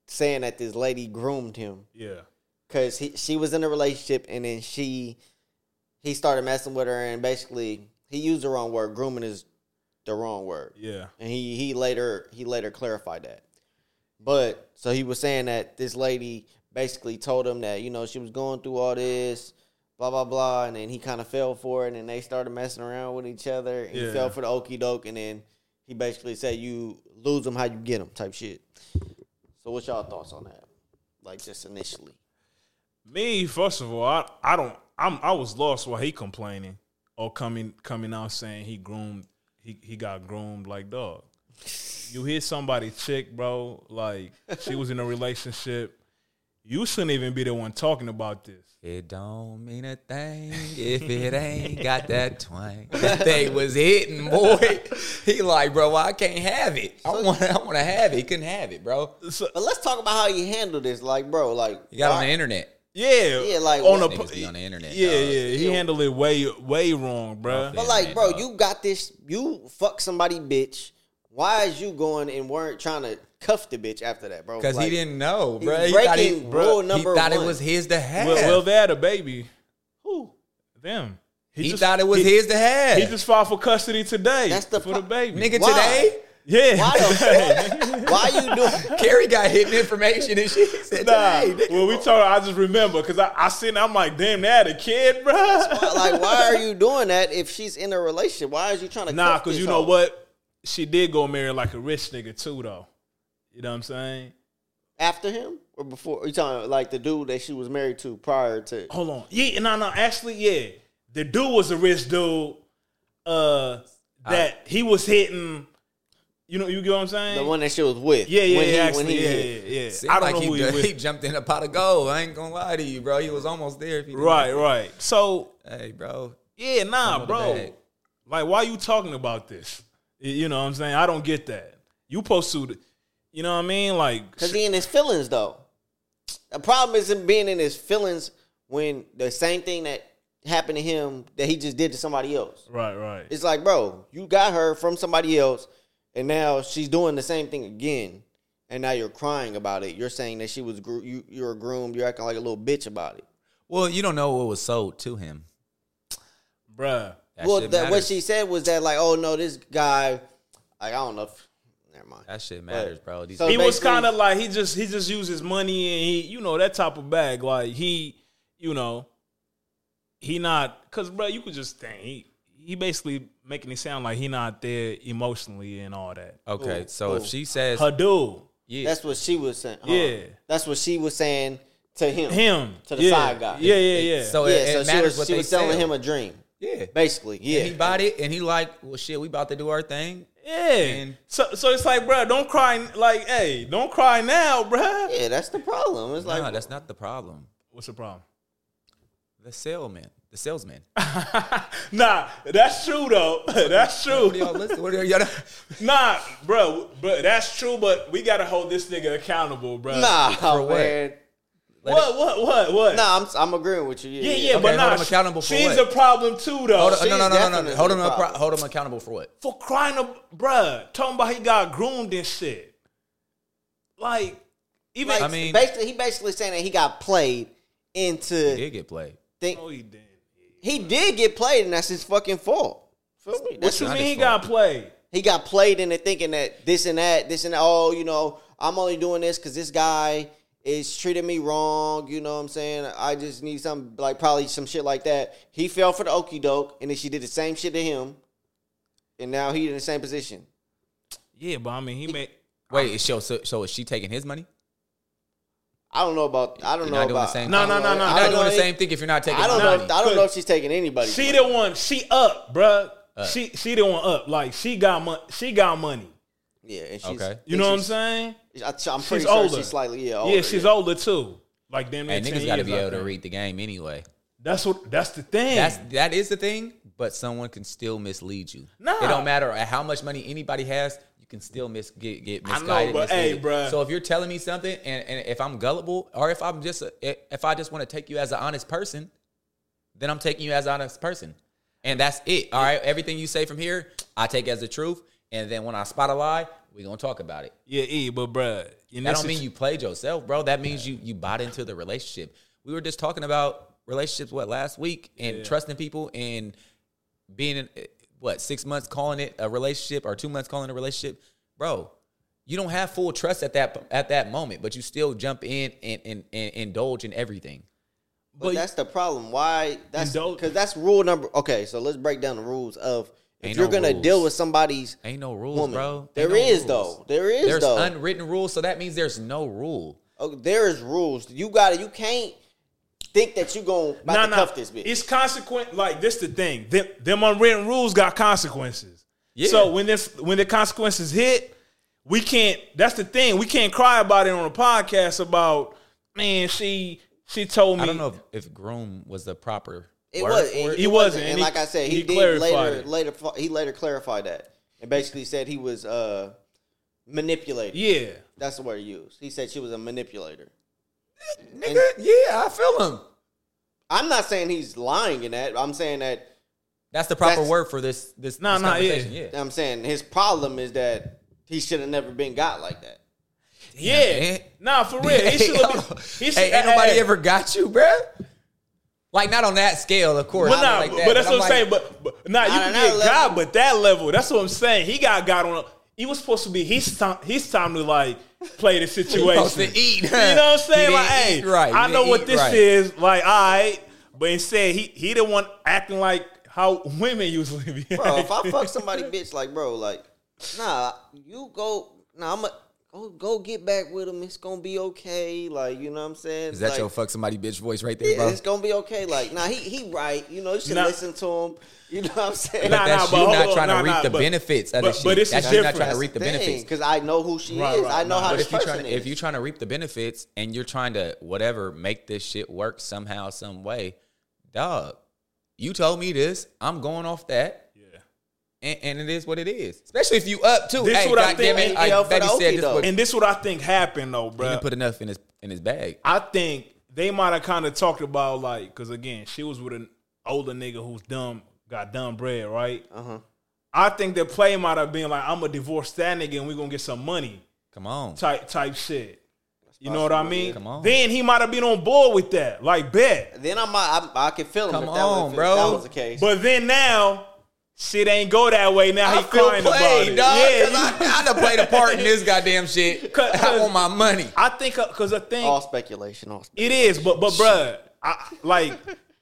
Speaker 2: saying that this lady groomed him.
Speaker 3: Yeah.
Speaker 2: because he she was in a relationship and then she he started messing with her and basically he used the wrong word. Grooming is the wrong word,
Speaker 3: Yeah.
Speaker 2: and he he later he later clarified that. But so he was saying that this lady basically told him that you know she was going through all this. Blah blah blah, and then he kind of fell for it, and then they started messing around with each other, and he
Speaker 3: Yeah.
Speaker 2: fell for the okey doke, and then he basically said, "You lose them how you get them," type shit. So, what's y'all thoughts on that? Like, just initially,
Speaker 3: Me, first of all, I, I don't. I'm. I was lost while he complaining or coming coming out saying he groomed. He he got groomed like dog. You hear somebody chick, bro. Like she was in a relationship. You shouldn't even be the one talking about this.
Speaker 1: It don't mean a thing if it ain't got
Speaker 2: [laughs]
Speaker 1: that twang. That thing was hitting, boy. He like, bro, I can't have it. I want, I want to have it. He couldn't have it, bro.
Speaker 2: But let's talk about how you handle this, like, bro, like
Speaker 1: You got on the
Speaker 2: why-
Speaker 1: internet.
Speaker 3: Yeah,
Speaker 2: Yeah, like,
Speaker 3: on
Speaker 2: what-
Speaker 3: the
Speaker 1: Niggas be on the internet,
Speaker 3: Yeah,
Speaker 1: dog.
Speaker 3: yeah, he
Speaker 2: Yeah.
Speaker 3: handled it way way wrong, bro.
Speaker 1: Nothing.
Speaker 2: But like, bro,
Speaker 1: Yeah.
Speaker 2: you got this. You fuck somebody, bitch. Why is you going and weren't trying to cuff the bitch after that, bro?
Speaker 1: Because
Speaker 2: Like,
Speaker 1: he didn't know,
Speaker 2: he's
Speaker 1: bro. He thought, he,
Speaker 2: breaking rule
Speaker 1: he
Speaker 2: number
Speaker 1: thought it
Speaker 2: one.
Speaker 1: was his to have.
Speaker 3: Well, well, they had a baby. Who? Them.
Speaker 1: he thought it was his to have.
Speaker 3: He just filed for custody today.
Speaker 2: That's the
Speaker 3: for
Speaker 2: pro-
Speaker 3: the baby.
Speaker 1: Nigga,
Speaker 2: Why?
Speaker 1: today,
Speaker 3: Yeah. [laughs]
Speaker 2: Why the fuck? Why you doing?
Speaker 1: Carrie got hidden information and shit. He said,
Speaker 3: Nah,
Speaker 1: today, nigga.
Speaker 3: well, we told her. I just remember because I, I seen. I'm like, damn, they had a kid, bro.
Speaker 2: Like, why are you doing that if she's in a relationship? Why is you trying to?
Speaker 3: [laughs] Nah,
Speaker 2: cuff
Speaker 3: because
Speaker 2: this
Speaker 3: you know
Speaker 2: hoe?
Speaker 3: what? She did go marry like a rich nigga too, though. You know what I'm saying?
Speaker 2: After him or before? You talking like the dude that she was married to prior to?
Speaker 3: Hold on. Yeah, no, no. Actually, yeah, the dude was a rich dude. Uh, that he was hitting. You know, you get what I'm saying?
Speaker 2: The one that she was with.
Speaker 3: yeah, yeah,
Speaker 2: when
Speaker 3: yeah,
Speaker 2: he-
Speaker 3: actually,
Speaker 2: when he
Speaker 3: yeah,
Speaker 2: hit.
Speaker 3: yeah, yeah.
Speaker 1: Seemed
Speaker 3: I don't
Speaker 1: like
Speaker 3: know
Speaker 1: he,
Speaker 3: who he
Speaker 1: done- [laughs]
Speaker 2: [laughs]
Speaker 3: was.
Speaker 1: he jumped in a pot of gold. I ain't gonna lie to you, bro. He was almost there. If he didn't-
Speaker 3: Right, right. So
Speaker 1: Hey, bro.
Speaker 3: yeah, nah,
Speaker 1: Come on the
Speaker 3: bro.
Speaker 1: bag.
Speaker 3: Like, why you talking about this? Y- You know what I'm saying? I don't get that. You supposed to, you know what I mean? Like,
Speaker 2: Because he in his feelings though. The problem isn't being in his feelings when the same thing that happened to him that he just did to somebody else.
Speaker 3: right, right.
Speaker 2: It's like, bro, you got her from somebody else, and now she's doing the same thing again, and now you're crying about it. You're saying that she was gro- you you were groomed. You're acting like a little bitch about it.
Speaker 1: Well, you don't know what was sold to him.
Speaker 3: Bruh.
Speaker 1: That
Speaker 2: well,
Speaker 1: shit
Speaker 2: that, what
Speaker 1: matters.
Speaker 2: she said was that like, oh no, this guy, like I don't know. If, never mind.
Speaker 1: That shit matters, bro. These
Speaker 2: So-
Speaker 3: He was
Speaker 2: basically-
Speaker 3: kind of like he just he just used his money and he you know that type of bag like he you know he not cause bro you could just think he, he he basically making it sound like he not there emotionally and all that.
Speaker 1: Okay,
Speaker 2: Ooh,
Speaker 1: so if
Speaker 2: ooh.
Speaker 1: she says,
Speaker 3: Her dude,
Speaker 1: yeah,
Speaker 2: That's what she was saying. huh?
Speaker 3: Yeah.
Speaker 2: That's what she was saying to him.
Speaker 3: him
Speaker 2: To the
Speaker 3: yeah.
Speaker 2: side guy.
Speaker 3: Yeah, yeah, yeah.
Speaker 1: so
Speaker 2: yeah,
Speaker 1: Oh, it,
Speaker 2: so
Speaker 1: it
Speaker 2: she
Speaker 1: matters
Speaker 2: was,
Speaker 1: what
Speaker 2: she
Speaker 1: they
Speaker 2: was selling
Speaker 1: sell.
Speaker 2: him a dream,
Speaker 1: yeah,
Speaker 2: basically. Yeah.
Speaker 1: And he bought it, and he like, well, shit, we about to do our thing.
Speaker 3: yeah.
Speaker 1: And-
Speaker 3: so so it's like, bruh, don't cry. Like, hey, don't cry now, bruh.
Speaker 2: yeah, that's the problem. It's
Speaker 1: Nah,
Speaker 2: like
Speaker 1: that's not the problem.
Speaker 3: What's the problem?
Speaker 1: The salesman, the
Speaker 3: [laughs]
Speaker 1: salesman.
Speaker 3: Nah, that's true though. [laughs] that's true.
Speaker 1: What are y'all listening? What are y'all?
Speaker 3: Nah, bro, but that's true. But we gotta hold this nigga accountable, bro.
Speaker 2: nah,
Speaker 1: what?
Speaker 2: man.
Speaker 3: what, what, what, what?
Speaker 2: Nah, I'm I'm agreeing with you. Yeah,
Speaker 3: yeah, yeah,
Speaker 1: Okay,
Speaker 3: but nah,
Speaker 1: hold him accountable for
Speaker 3: she's
Speaker 1: what?
Speaker 3: a problem too, though.
Speaker 1: Hold on,
Speaker 3: She-
Speaker 1: no, no, no, no, no.
Speaker 2: Oh, definitely
Speaker 1: Hold him,
Speaker 2: the
Speaker 1: up,
Speaker 2: problem.
Speaker 1: hold him accountable for what?
Speaker 3: for crying, a, bro, talking about he got groomed and shit. Like, even
Speaker 2: Like,
Speaker 1: I mean-
Speaker 2: basically, he basically saying that he got played into.
Speaker 1: Did get played.
Speaker 2: Think,
Speaker 3: no, he didn't.
Speaker 2: he did get played, and that's his fucking fault. Feel me?
Speaker 3: What
Speaker 2: That's
Speaker 3: you
Speaker 1: not
Speaker 3: mean
Speaker 1: his
Speaker 3: he
Speaker 1: fault.
Speaker 3: got played?
Speaker 2: he got played into thinking that this and that, this and that, oh, you know, I'm only doing this because this guy is treating me wrong. You know what I'm saying? I just need some, like, probably some shit like that. He fell for the okey doke, and then she did the same shit to him, and now he in the same position.
Speaker 3: Yeah, but I mean, he made.
Speaker 1: Wait, is she, so, so is she taking his money?
Speaker 2: I don't know about. I don't
Speaker 1: You're
Speaker 2: know
Speaker 1: not doing the
Speaker 2: about.
Speaker 1: same
Speaker 3: No,
Speaker 1: thing.
Speaker 3: no, no, no.
Speaker 1: You're
Speaker 3: I
Speaker 1: not
Speaker 2: don't
Speaker 1: doing the
Speaker 2: know.
Speaker 1: same thing if you're not taking
Speaker 2: I don't
Speaker 1: his
Speaker 2: know.
Speaker 1: money.
Speaker 2: If, I don't know if she's taking anybody.
Speaker 3: She the one. She up, bruh. She she the one up. Like she got mon- She got money.
Speaker 2: yeah, and she's,
Speaker 1: Okay.
Speaker 3: You know what I'm saying?
Speaker 2: saying? I, am
Speaker 3: She's
Speaker 2: pretty sure
Speaker 3: older.
Speaker 2: she's slightly yeah. Older,
Speaker 3: yeah, she's older too. Like damn, near
Speaker 1: Hey,
Speaker 3: 10
Speaker 1: niggas got to
Speaker 3: years,
Speaker 1: be
Speaker 3: I
Speaker 1: able to
Speaker 3: think.
Speaker 1: read the game anyway.
Speaker 3: That's what. That's the thing.
Speaker 1: That's that is the thing, but someone can still mislead you.
Speaker 3: Nah.
Speaker 1: It don't matter how much money anybody has, you can still mis- get, get
Speaker 3: I know,
Speaker 1: misguided.
Speaker 3: but hey,
Speaker 1: misleaded.
Speaker 3: bruh.
Speaker 1: So if you're telling me something, and, and if I'm gullible, or if I'm just a, if I just want to take you as an honest person, then I'm taking you as an honest person, and that's it. All right, everything you say from here, I take as the truth, and then when I spot a lie, we gonna talk about it.
Speaker 3: Yeah, E, but bruh, you know,
Speaker 1: That don't mean you played yourself, bro. That means you you bought into the relationship. We were just talking about relationships what last week and trusting people and being in eh, what six months calling it a relationship or two months calling it a relationship, bro. You don't have full trust at that at that moment, but you still jump in and and, and indulge in everything.
Speaker 2: But,
Speaker 3: But-
Speaker 2: that's the problem. Why? That's
Speaker 3: Indul-
Speaker 2: because that's rule number. Okay, so let's break down the rules of if
Speaker 1: Ain't
Speaker 2: you're
Speaker 1: no
Speaker 2: gonna deal
Speaker 1: rules.
Speaker 2: with somebody's
Speaker 1: Ain't no rules,
Speaker 2: woman.
Speaker 1: bro.
Speaker 2: There is though. There is
Speaker 1: there's
Speaker 2: though.
Speaker 1: unwritten rules, so that means there's no rule.
Speaker 2: Oh, there is rules. You got to You can't think that you gonna about
Speaker 3: nah,
Speaker 2: to
Speaker 3: nah.
Speaker 2: cuff this bitch.
Speaker 3: It's consequent. Like this, the thing. Them, them unwritten rules got consequences.
Speaker 1: Yeah.
Speaker 3: So when this, when the consequences hit, we can't. That's the thing. We can't cry about it on a podcast. About man, she she told me.
Speaker 1: I don't know if, if groom was the proper
Speaker 2: It
Speaker 1: word
Speaker 2: was.
Speaker 1: for
Speaker 2: and
Speaker 1: it.
Speaker 3: He wasn't,
Speaker 2: And
Speaker 3: and he-
Speaker 2: like I said, he,
Speaker 3: he
Speaker 2: did
Speaker 3: clarified
Speaker 2: later.
Speaker 3: it.
Speaker 2: Later, fu- he later clarified that and basically said he was uh manipulated.
Speaker 3: Yeah.
Speaker 2: That's the word he used. He said she was a manipulator.
Speaker 1: Nigga, yeah, I feel him.
Speaker 2: I'm not saying he's lying in that. I'm saying that
Speaker 1: That's the proper
Speaker 2: That's-
Speaker 1: word for this. This,
Speaker 3: Nah,
Speaker 1: this
Speaker 3: nah, yeah.
Speaker 1: conversation. yeah.
Speaker 2: I'm saying his problem is that he should have never been got like that.
Speaker 3: Yeah.
Speaker 1: man.
Speaker 3: Nah, for real. He
Speaker 1: [laughs]
Speaker 3: should
Speaker 1: Hey,
Speaker 3: have. He should,
Speaker 1: hey, ain't nobody ever got you, bruh. Like not on that scale, of course.
Speaker 3: But
Speaker 1: Well,
Speaker 3: nah,
Speaker 1: like that,
Speaker 3: but that's
Speaker 1: I'm
Speaker 3: what I'm
Speaker 1: like,
Speaker 3: saying. But, but nah, you
Speaker 2: Nah,
Speaker 3: can
Speaker 2: nah,
Speaker 3: get
Speaker 2: that
Speaker 3: God,
Speaker 2: level-
Speaker 3: but that level. That's what I'm saying. He got God on. A, he was supposed to be. He's time. He's time to like
Speaker 1: [laughs]
Speaker 3: play the
Speaker 1: supposed
Speaker 3: situation.
Speaker 1: to eat.
Speaker 3: You know what I'm
Speaker 1: [laughs]
Speaker 3: saying?
Speaker 1: He
Speaker 3: Like,
Speaker 1: didn't
Speaker 3: hey,
Speaker 1: eat right.
Speaker 3: I
Speaker 1: He
Speaker 3: know
Speaker 1: didn't
Speaker 3: what
Speaker 1: eat
Speaker 3: this
Speaker 1: right.
Speaker 3: is. Like, all right, but instead he he the one acting like how women usually be.
Speaker 2: bro. If I
Speaker 1: [laughs]
Speaker 2: fuck somebody, bitch, like, bro, like, nah, you go, nah, I'm going to go, go get back with him. It's gonna be okay. Like, you know what I'm saying?
Speaker 1: Is that
Speaker 2: like,
Speaker 1: your fuck somebody bitch voice right there,
Speaker 2: yeah,
Speaker 1: bro?
Speaker 2: it's gonna be okay. Like, nah, he he right. You know, you should
Speaker 3: Nah.
Speaker 2: listen to him. You know what I'm saying?
Speaker 3: Nah,
Speaker 1: That's
Speaker 3: but
Speaker 1: you
Speaker 3: hold
Speaker 1: not
Speaker 3: on,
Speaker 1: trying
Speaker 3: nah,
Speaker 1: to reap
Speaker 3: nah,
Speaker 1: the
Speaker 3: but-
Speaker 1: benefits of
Speaker 3: but-
Speaker 1: the shit.
Speaker 3: but this
Speaker 1: That's
Speaker 3: is
Speaker 1: you not trying
Speaker 3: different.
Speaker 1: to reap the benefits.
Speaker 2: because I know who she
Speaker 3: Right,
Speaker 2: is.
Speaker 3: right,
Speaker 2: I know
Speaker 3: nah.
Speaker 2: how
Speaker 1: But
Speaker 2: this
Speaker 1: if you're
Speaker 2: person
Speaker 1: trying to,
Speaker 2: is.
Speaker 1: if you're trying to reap the benefits and you're trying to whatever make this shit work somehow, some way, dog, you told me this. I'm going off that. Yeah. And, and it is what it is. Especially if you up too.
Speaker 3: This
Speaker 1: hey,
Speaker 3: what I
Speaker 1: goddamn
Speaker 3: think-
Speaker 1: it, I
Speaker 2: Yo, for
Speaker 1: baby
Speaker 2: the
Speaker 1: said
Speaker 2: Okie
Speaker 1: this
Speaker 2: doke.
Speaker 1: what-
Speaker 3: [laughs] and this what I think happened though,
Speaker 1: He
Speaker 3: bro.
Speaker 1: didn't put enough in his in his bag.
Speaker 3: I think they might have kind of talked about like because again, she was with an older nigga who's dumb, got dumb bread, right? Uh
Speaker 1: Uh-huh.
Speaker 3: huh. I think their play might have been like, I'm gonna divorce that nigga and we gonna get some money
Speaker 1: Come on.
Speaker 3: type type shit. You know what I mean?
Speaker 1: Come on.
Speaker 3: Then he might have been on board with that, like bet.
Speaker 2: then I might, I, I can feel him.
Speaker 1: Come
Speaker 2: if that was,
Speaker 1: on,
Speaker 2: if
Speaker 1: bro.
Speaker 2: That was the case.
Speaker 3: But then now, shit ain't go that way. Now
Speaker 1: I
Speaker 3: he
Speaker 1: feel
Speaker 3: crying about
Speaker 1: played,
Speaker 3: it.
Speaker 1: dog.
Speaker 3: yeah,
Speaker 1: 'cause
Speaker 3: you- [laughs]
Speaker 1: I, I done played a part in this goddamn shit.
Speaker 3: 'Cause-
Speaker 1: I want my money.
Speaker 3: [laughs] I think because I think
Speaker 2: all speculation. All spe-
Speaker 3: it is, but but bruh, I, like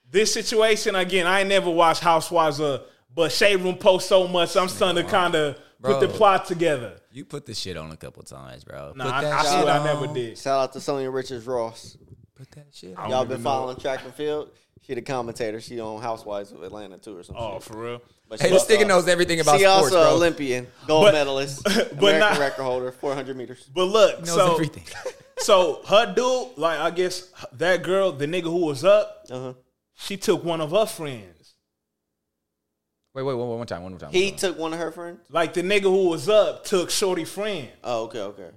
Speaker 3: this situation again. I ain't never watched Housewives of, But Shade Room posts so much, I'm starting to kind of put the
Speaker 1: Bro.
Speaker 3: plot together.
Speaker 1: You put the shit on a couple times, bro.
Speaker 3: Nah,
Speaker 1: put
Speaker 3: I,
Speaker 1: that
Speaker 3: I
Speaker 1: shit
Speaker 3: swear I
Speaker 1: on.
Speaker 3: never did.
Speaker 2: Shout out to Sonya Richards Ross.
Speaker 1: Put that shit on.
Speaker 3: I don't
Speaker 2: Y'all
Speaker 3: even
Speaker 2: been
Speaker 3: know.
Speaker 2: following track and field? She the commentator. She on Housewives of Atlanta too, or something.
Speaker 3: Oh, for real.
Speaker 2: but
Speaker 5: Hey,
Speaker 2: she
Speaker 5: the sticker
Speaker 2: also-
Speaker 5: knows everything about
Speaker 2: She
Speaker 5: sports,
Speaker 2: also
Speaker 5: bro.
Speaker 2: Olympian, gold
Speaker 3: But-
Speaker 2: medalist,
Speaker 3: [laughs] but
Speaker 2: American
Speaker 3: not-
Speaker 2: record holder, 400 meters.
Speaker 3: But look,
Speaker 1: knows
Speaker 3: so [laughs]
Speaker 1: everything. [laughs]
Speaker 3: so her dude, like I guess that girl, the nigga who was up,
Speaker 2: Uh-huh.
Speaker 3: she took one of her friends.
Speaker 1: Wait, wait, one, one time, one more time.
Speaker 2: He took one of her friends.
Speaker 3: Like the nigga who was up took Shorty friend.
Speaker 2: Oh, okay, okay.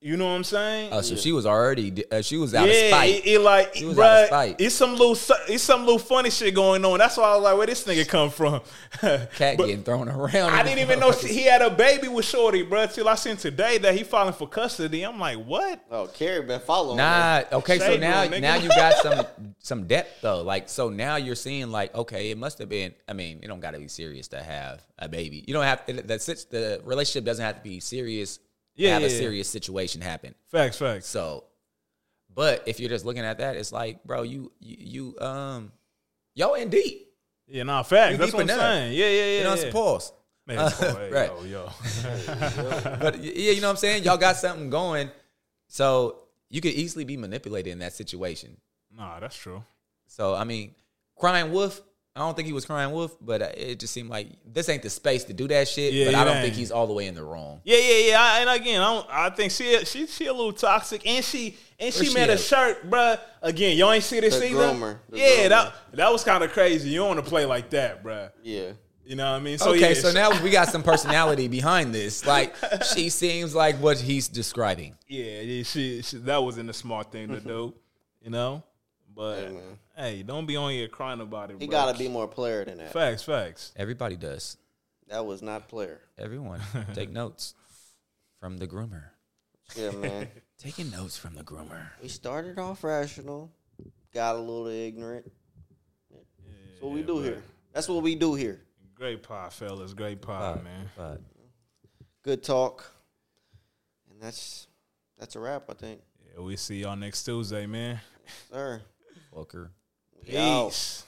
Speaker 3: You know what I'm saying?
Speaker 1: Oh, so she was already. Uh, she was out of
Speaker 3: yeah,
Speaker 1: spite.
Speaker 3: it, it like
Speaker 1: She was out of
Speaker 3: bruh,
Speaker 1: spite.
Speaker 3: it's some little su- it's some little funny shit going on. That's why I was like, where this nigga come from? [laughs]
Speaker 1: Cat
Speaker 3: But
Speaker 1: getting thrown around.
Speaker 3: I didn't even know she, he had a baby with Shorty, bro. Till I seen today that he filing for custody. I'm like, what?
Speaker 2: Oh, Carrie been following. her.
Speaker 1: Nah. Okay. So
Speaker 3: Shade
Speaker 1: now,
Speaker 3: room, nigga.
Speaker 1: now you got
Speaker 3: [laughs]
Speaker 1: some some depth though. Like so now you're seeing like okay, it must have been. I mean, it don't got to be serious to have a baby. You don't have to, the sit- the relationship doesn't have to be serious. to
Speaker 3: Yeah,
Speaker 1: have a
Speaker 3: yeah, yeah.
Speaker 1: serious situation happen.
Speaker 3: Facts, facts.
Speaker 1: So, but if you're just looking at that, it's like, bro, you you, you um, y'all in deep.
Speaker 3: Yeah, nah, facts.
Speaker 1: You
Speaker 3: That's
Speaker 1: deep
Speaker 3: what I'm
Speaker 1: enough.
Speaker 3: saying. Yeah, yeah, yeah.
Speaker 1: You know, it's
Speaker 3: yeah.
Speaker 1: pause.
Speaker 3: Man,
Speaker 1: [laughs]
Speaker 3: it's cool. Hey,
Speaker 1: right.
Speaker 3: yo, yo.
Speaker 1: But y- yeah, you know what I'm saying. Y'all got something going, so you could easily be manipulated in that situation.
Speaker 3: Nah, that's true.
Speaker 1: So I mean, crying wolf. I don't think he was crying wolf, but uh, it just seemed like this ain't the space to do that shit.
Speaker 3: Yeah,
Speaker 1: but I
Speaker 3: it
Speaker 1: don't
Speaker 3: ain't.
Speaker 1: think he's all the way in the wrong.
Speaker 3: Yeah, yeah, yeah. I, and again, I, don't, I think she she she a little toxic, and she and she
Speaker 1: Where she
Speaker 3: made a
Speaker 1: at?
Speaker 3: shirt, bruh. Again, y'all ain't see this
Speaker 2: The
Speaker 3: either.
Speaker 2: groomer. The
Speaker 3: yeah,
Speaker 2: groomer.
Speaker 3: that that was kind of crazy. You don't want to play like that, bruh.
Speaker 2: Yeah.
Speaker 3: You know what I mean? So
Speaker 1: okay,
Speaker 3: Oh, yeah,
Speaker 1: so
Speaker 3: she-
Speaker 1: now we got some personality behind this. Like she seems like what he's describing.
Speaker 3: yeah, yeah, she, she that wasn't a smart thing
Speaker 1: Mm-hmm.
Speaker 3: to do, you know. But hey,
Speaker 2: man.
Speaker 3: don't be on here crying about it.
Speaker 2: He
Speaker 3: bruh.
Speaker 2: got to be more player than that.
Speaker 3: facts, facts.
Speaker 1: Everybody does.
Speaker 2: That was not player.
Speaker 3: [laughs]
Speaker 1: Everyone take notes from the groomer.
Speaker 2: Yeah, [laughs] man.
Speaker 1: Taking notes from the groomer.
Speaker 2: we started off rational, got a little ignorant. That's what we do here. That's what we do here.
Speaker 3: Great pod, fellas. Great pod, man.
Speaker 1: But
Speaker 2: Good talk, and that's that's a wrap. I think,
Speaker 3: Yeah, we see y'all next Tuesday, man.
Speaker 2: sir.
Speaker 1: fucker.
Speaker 2: We out.
Speaker 3: Peace.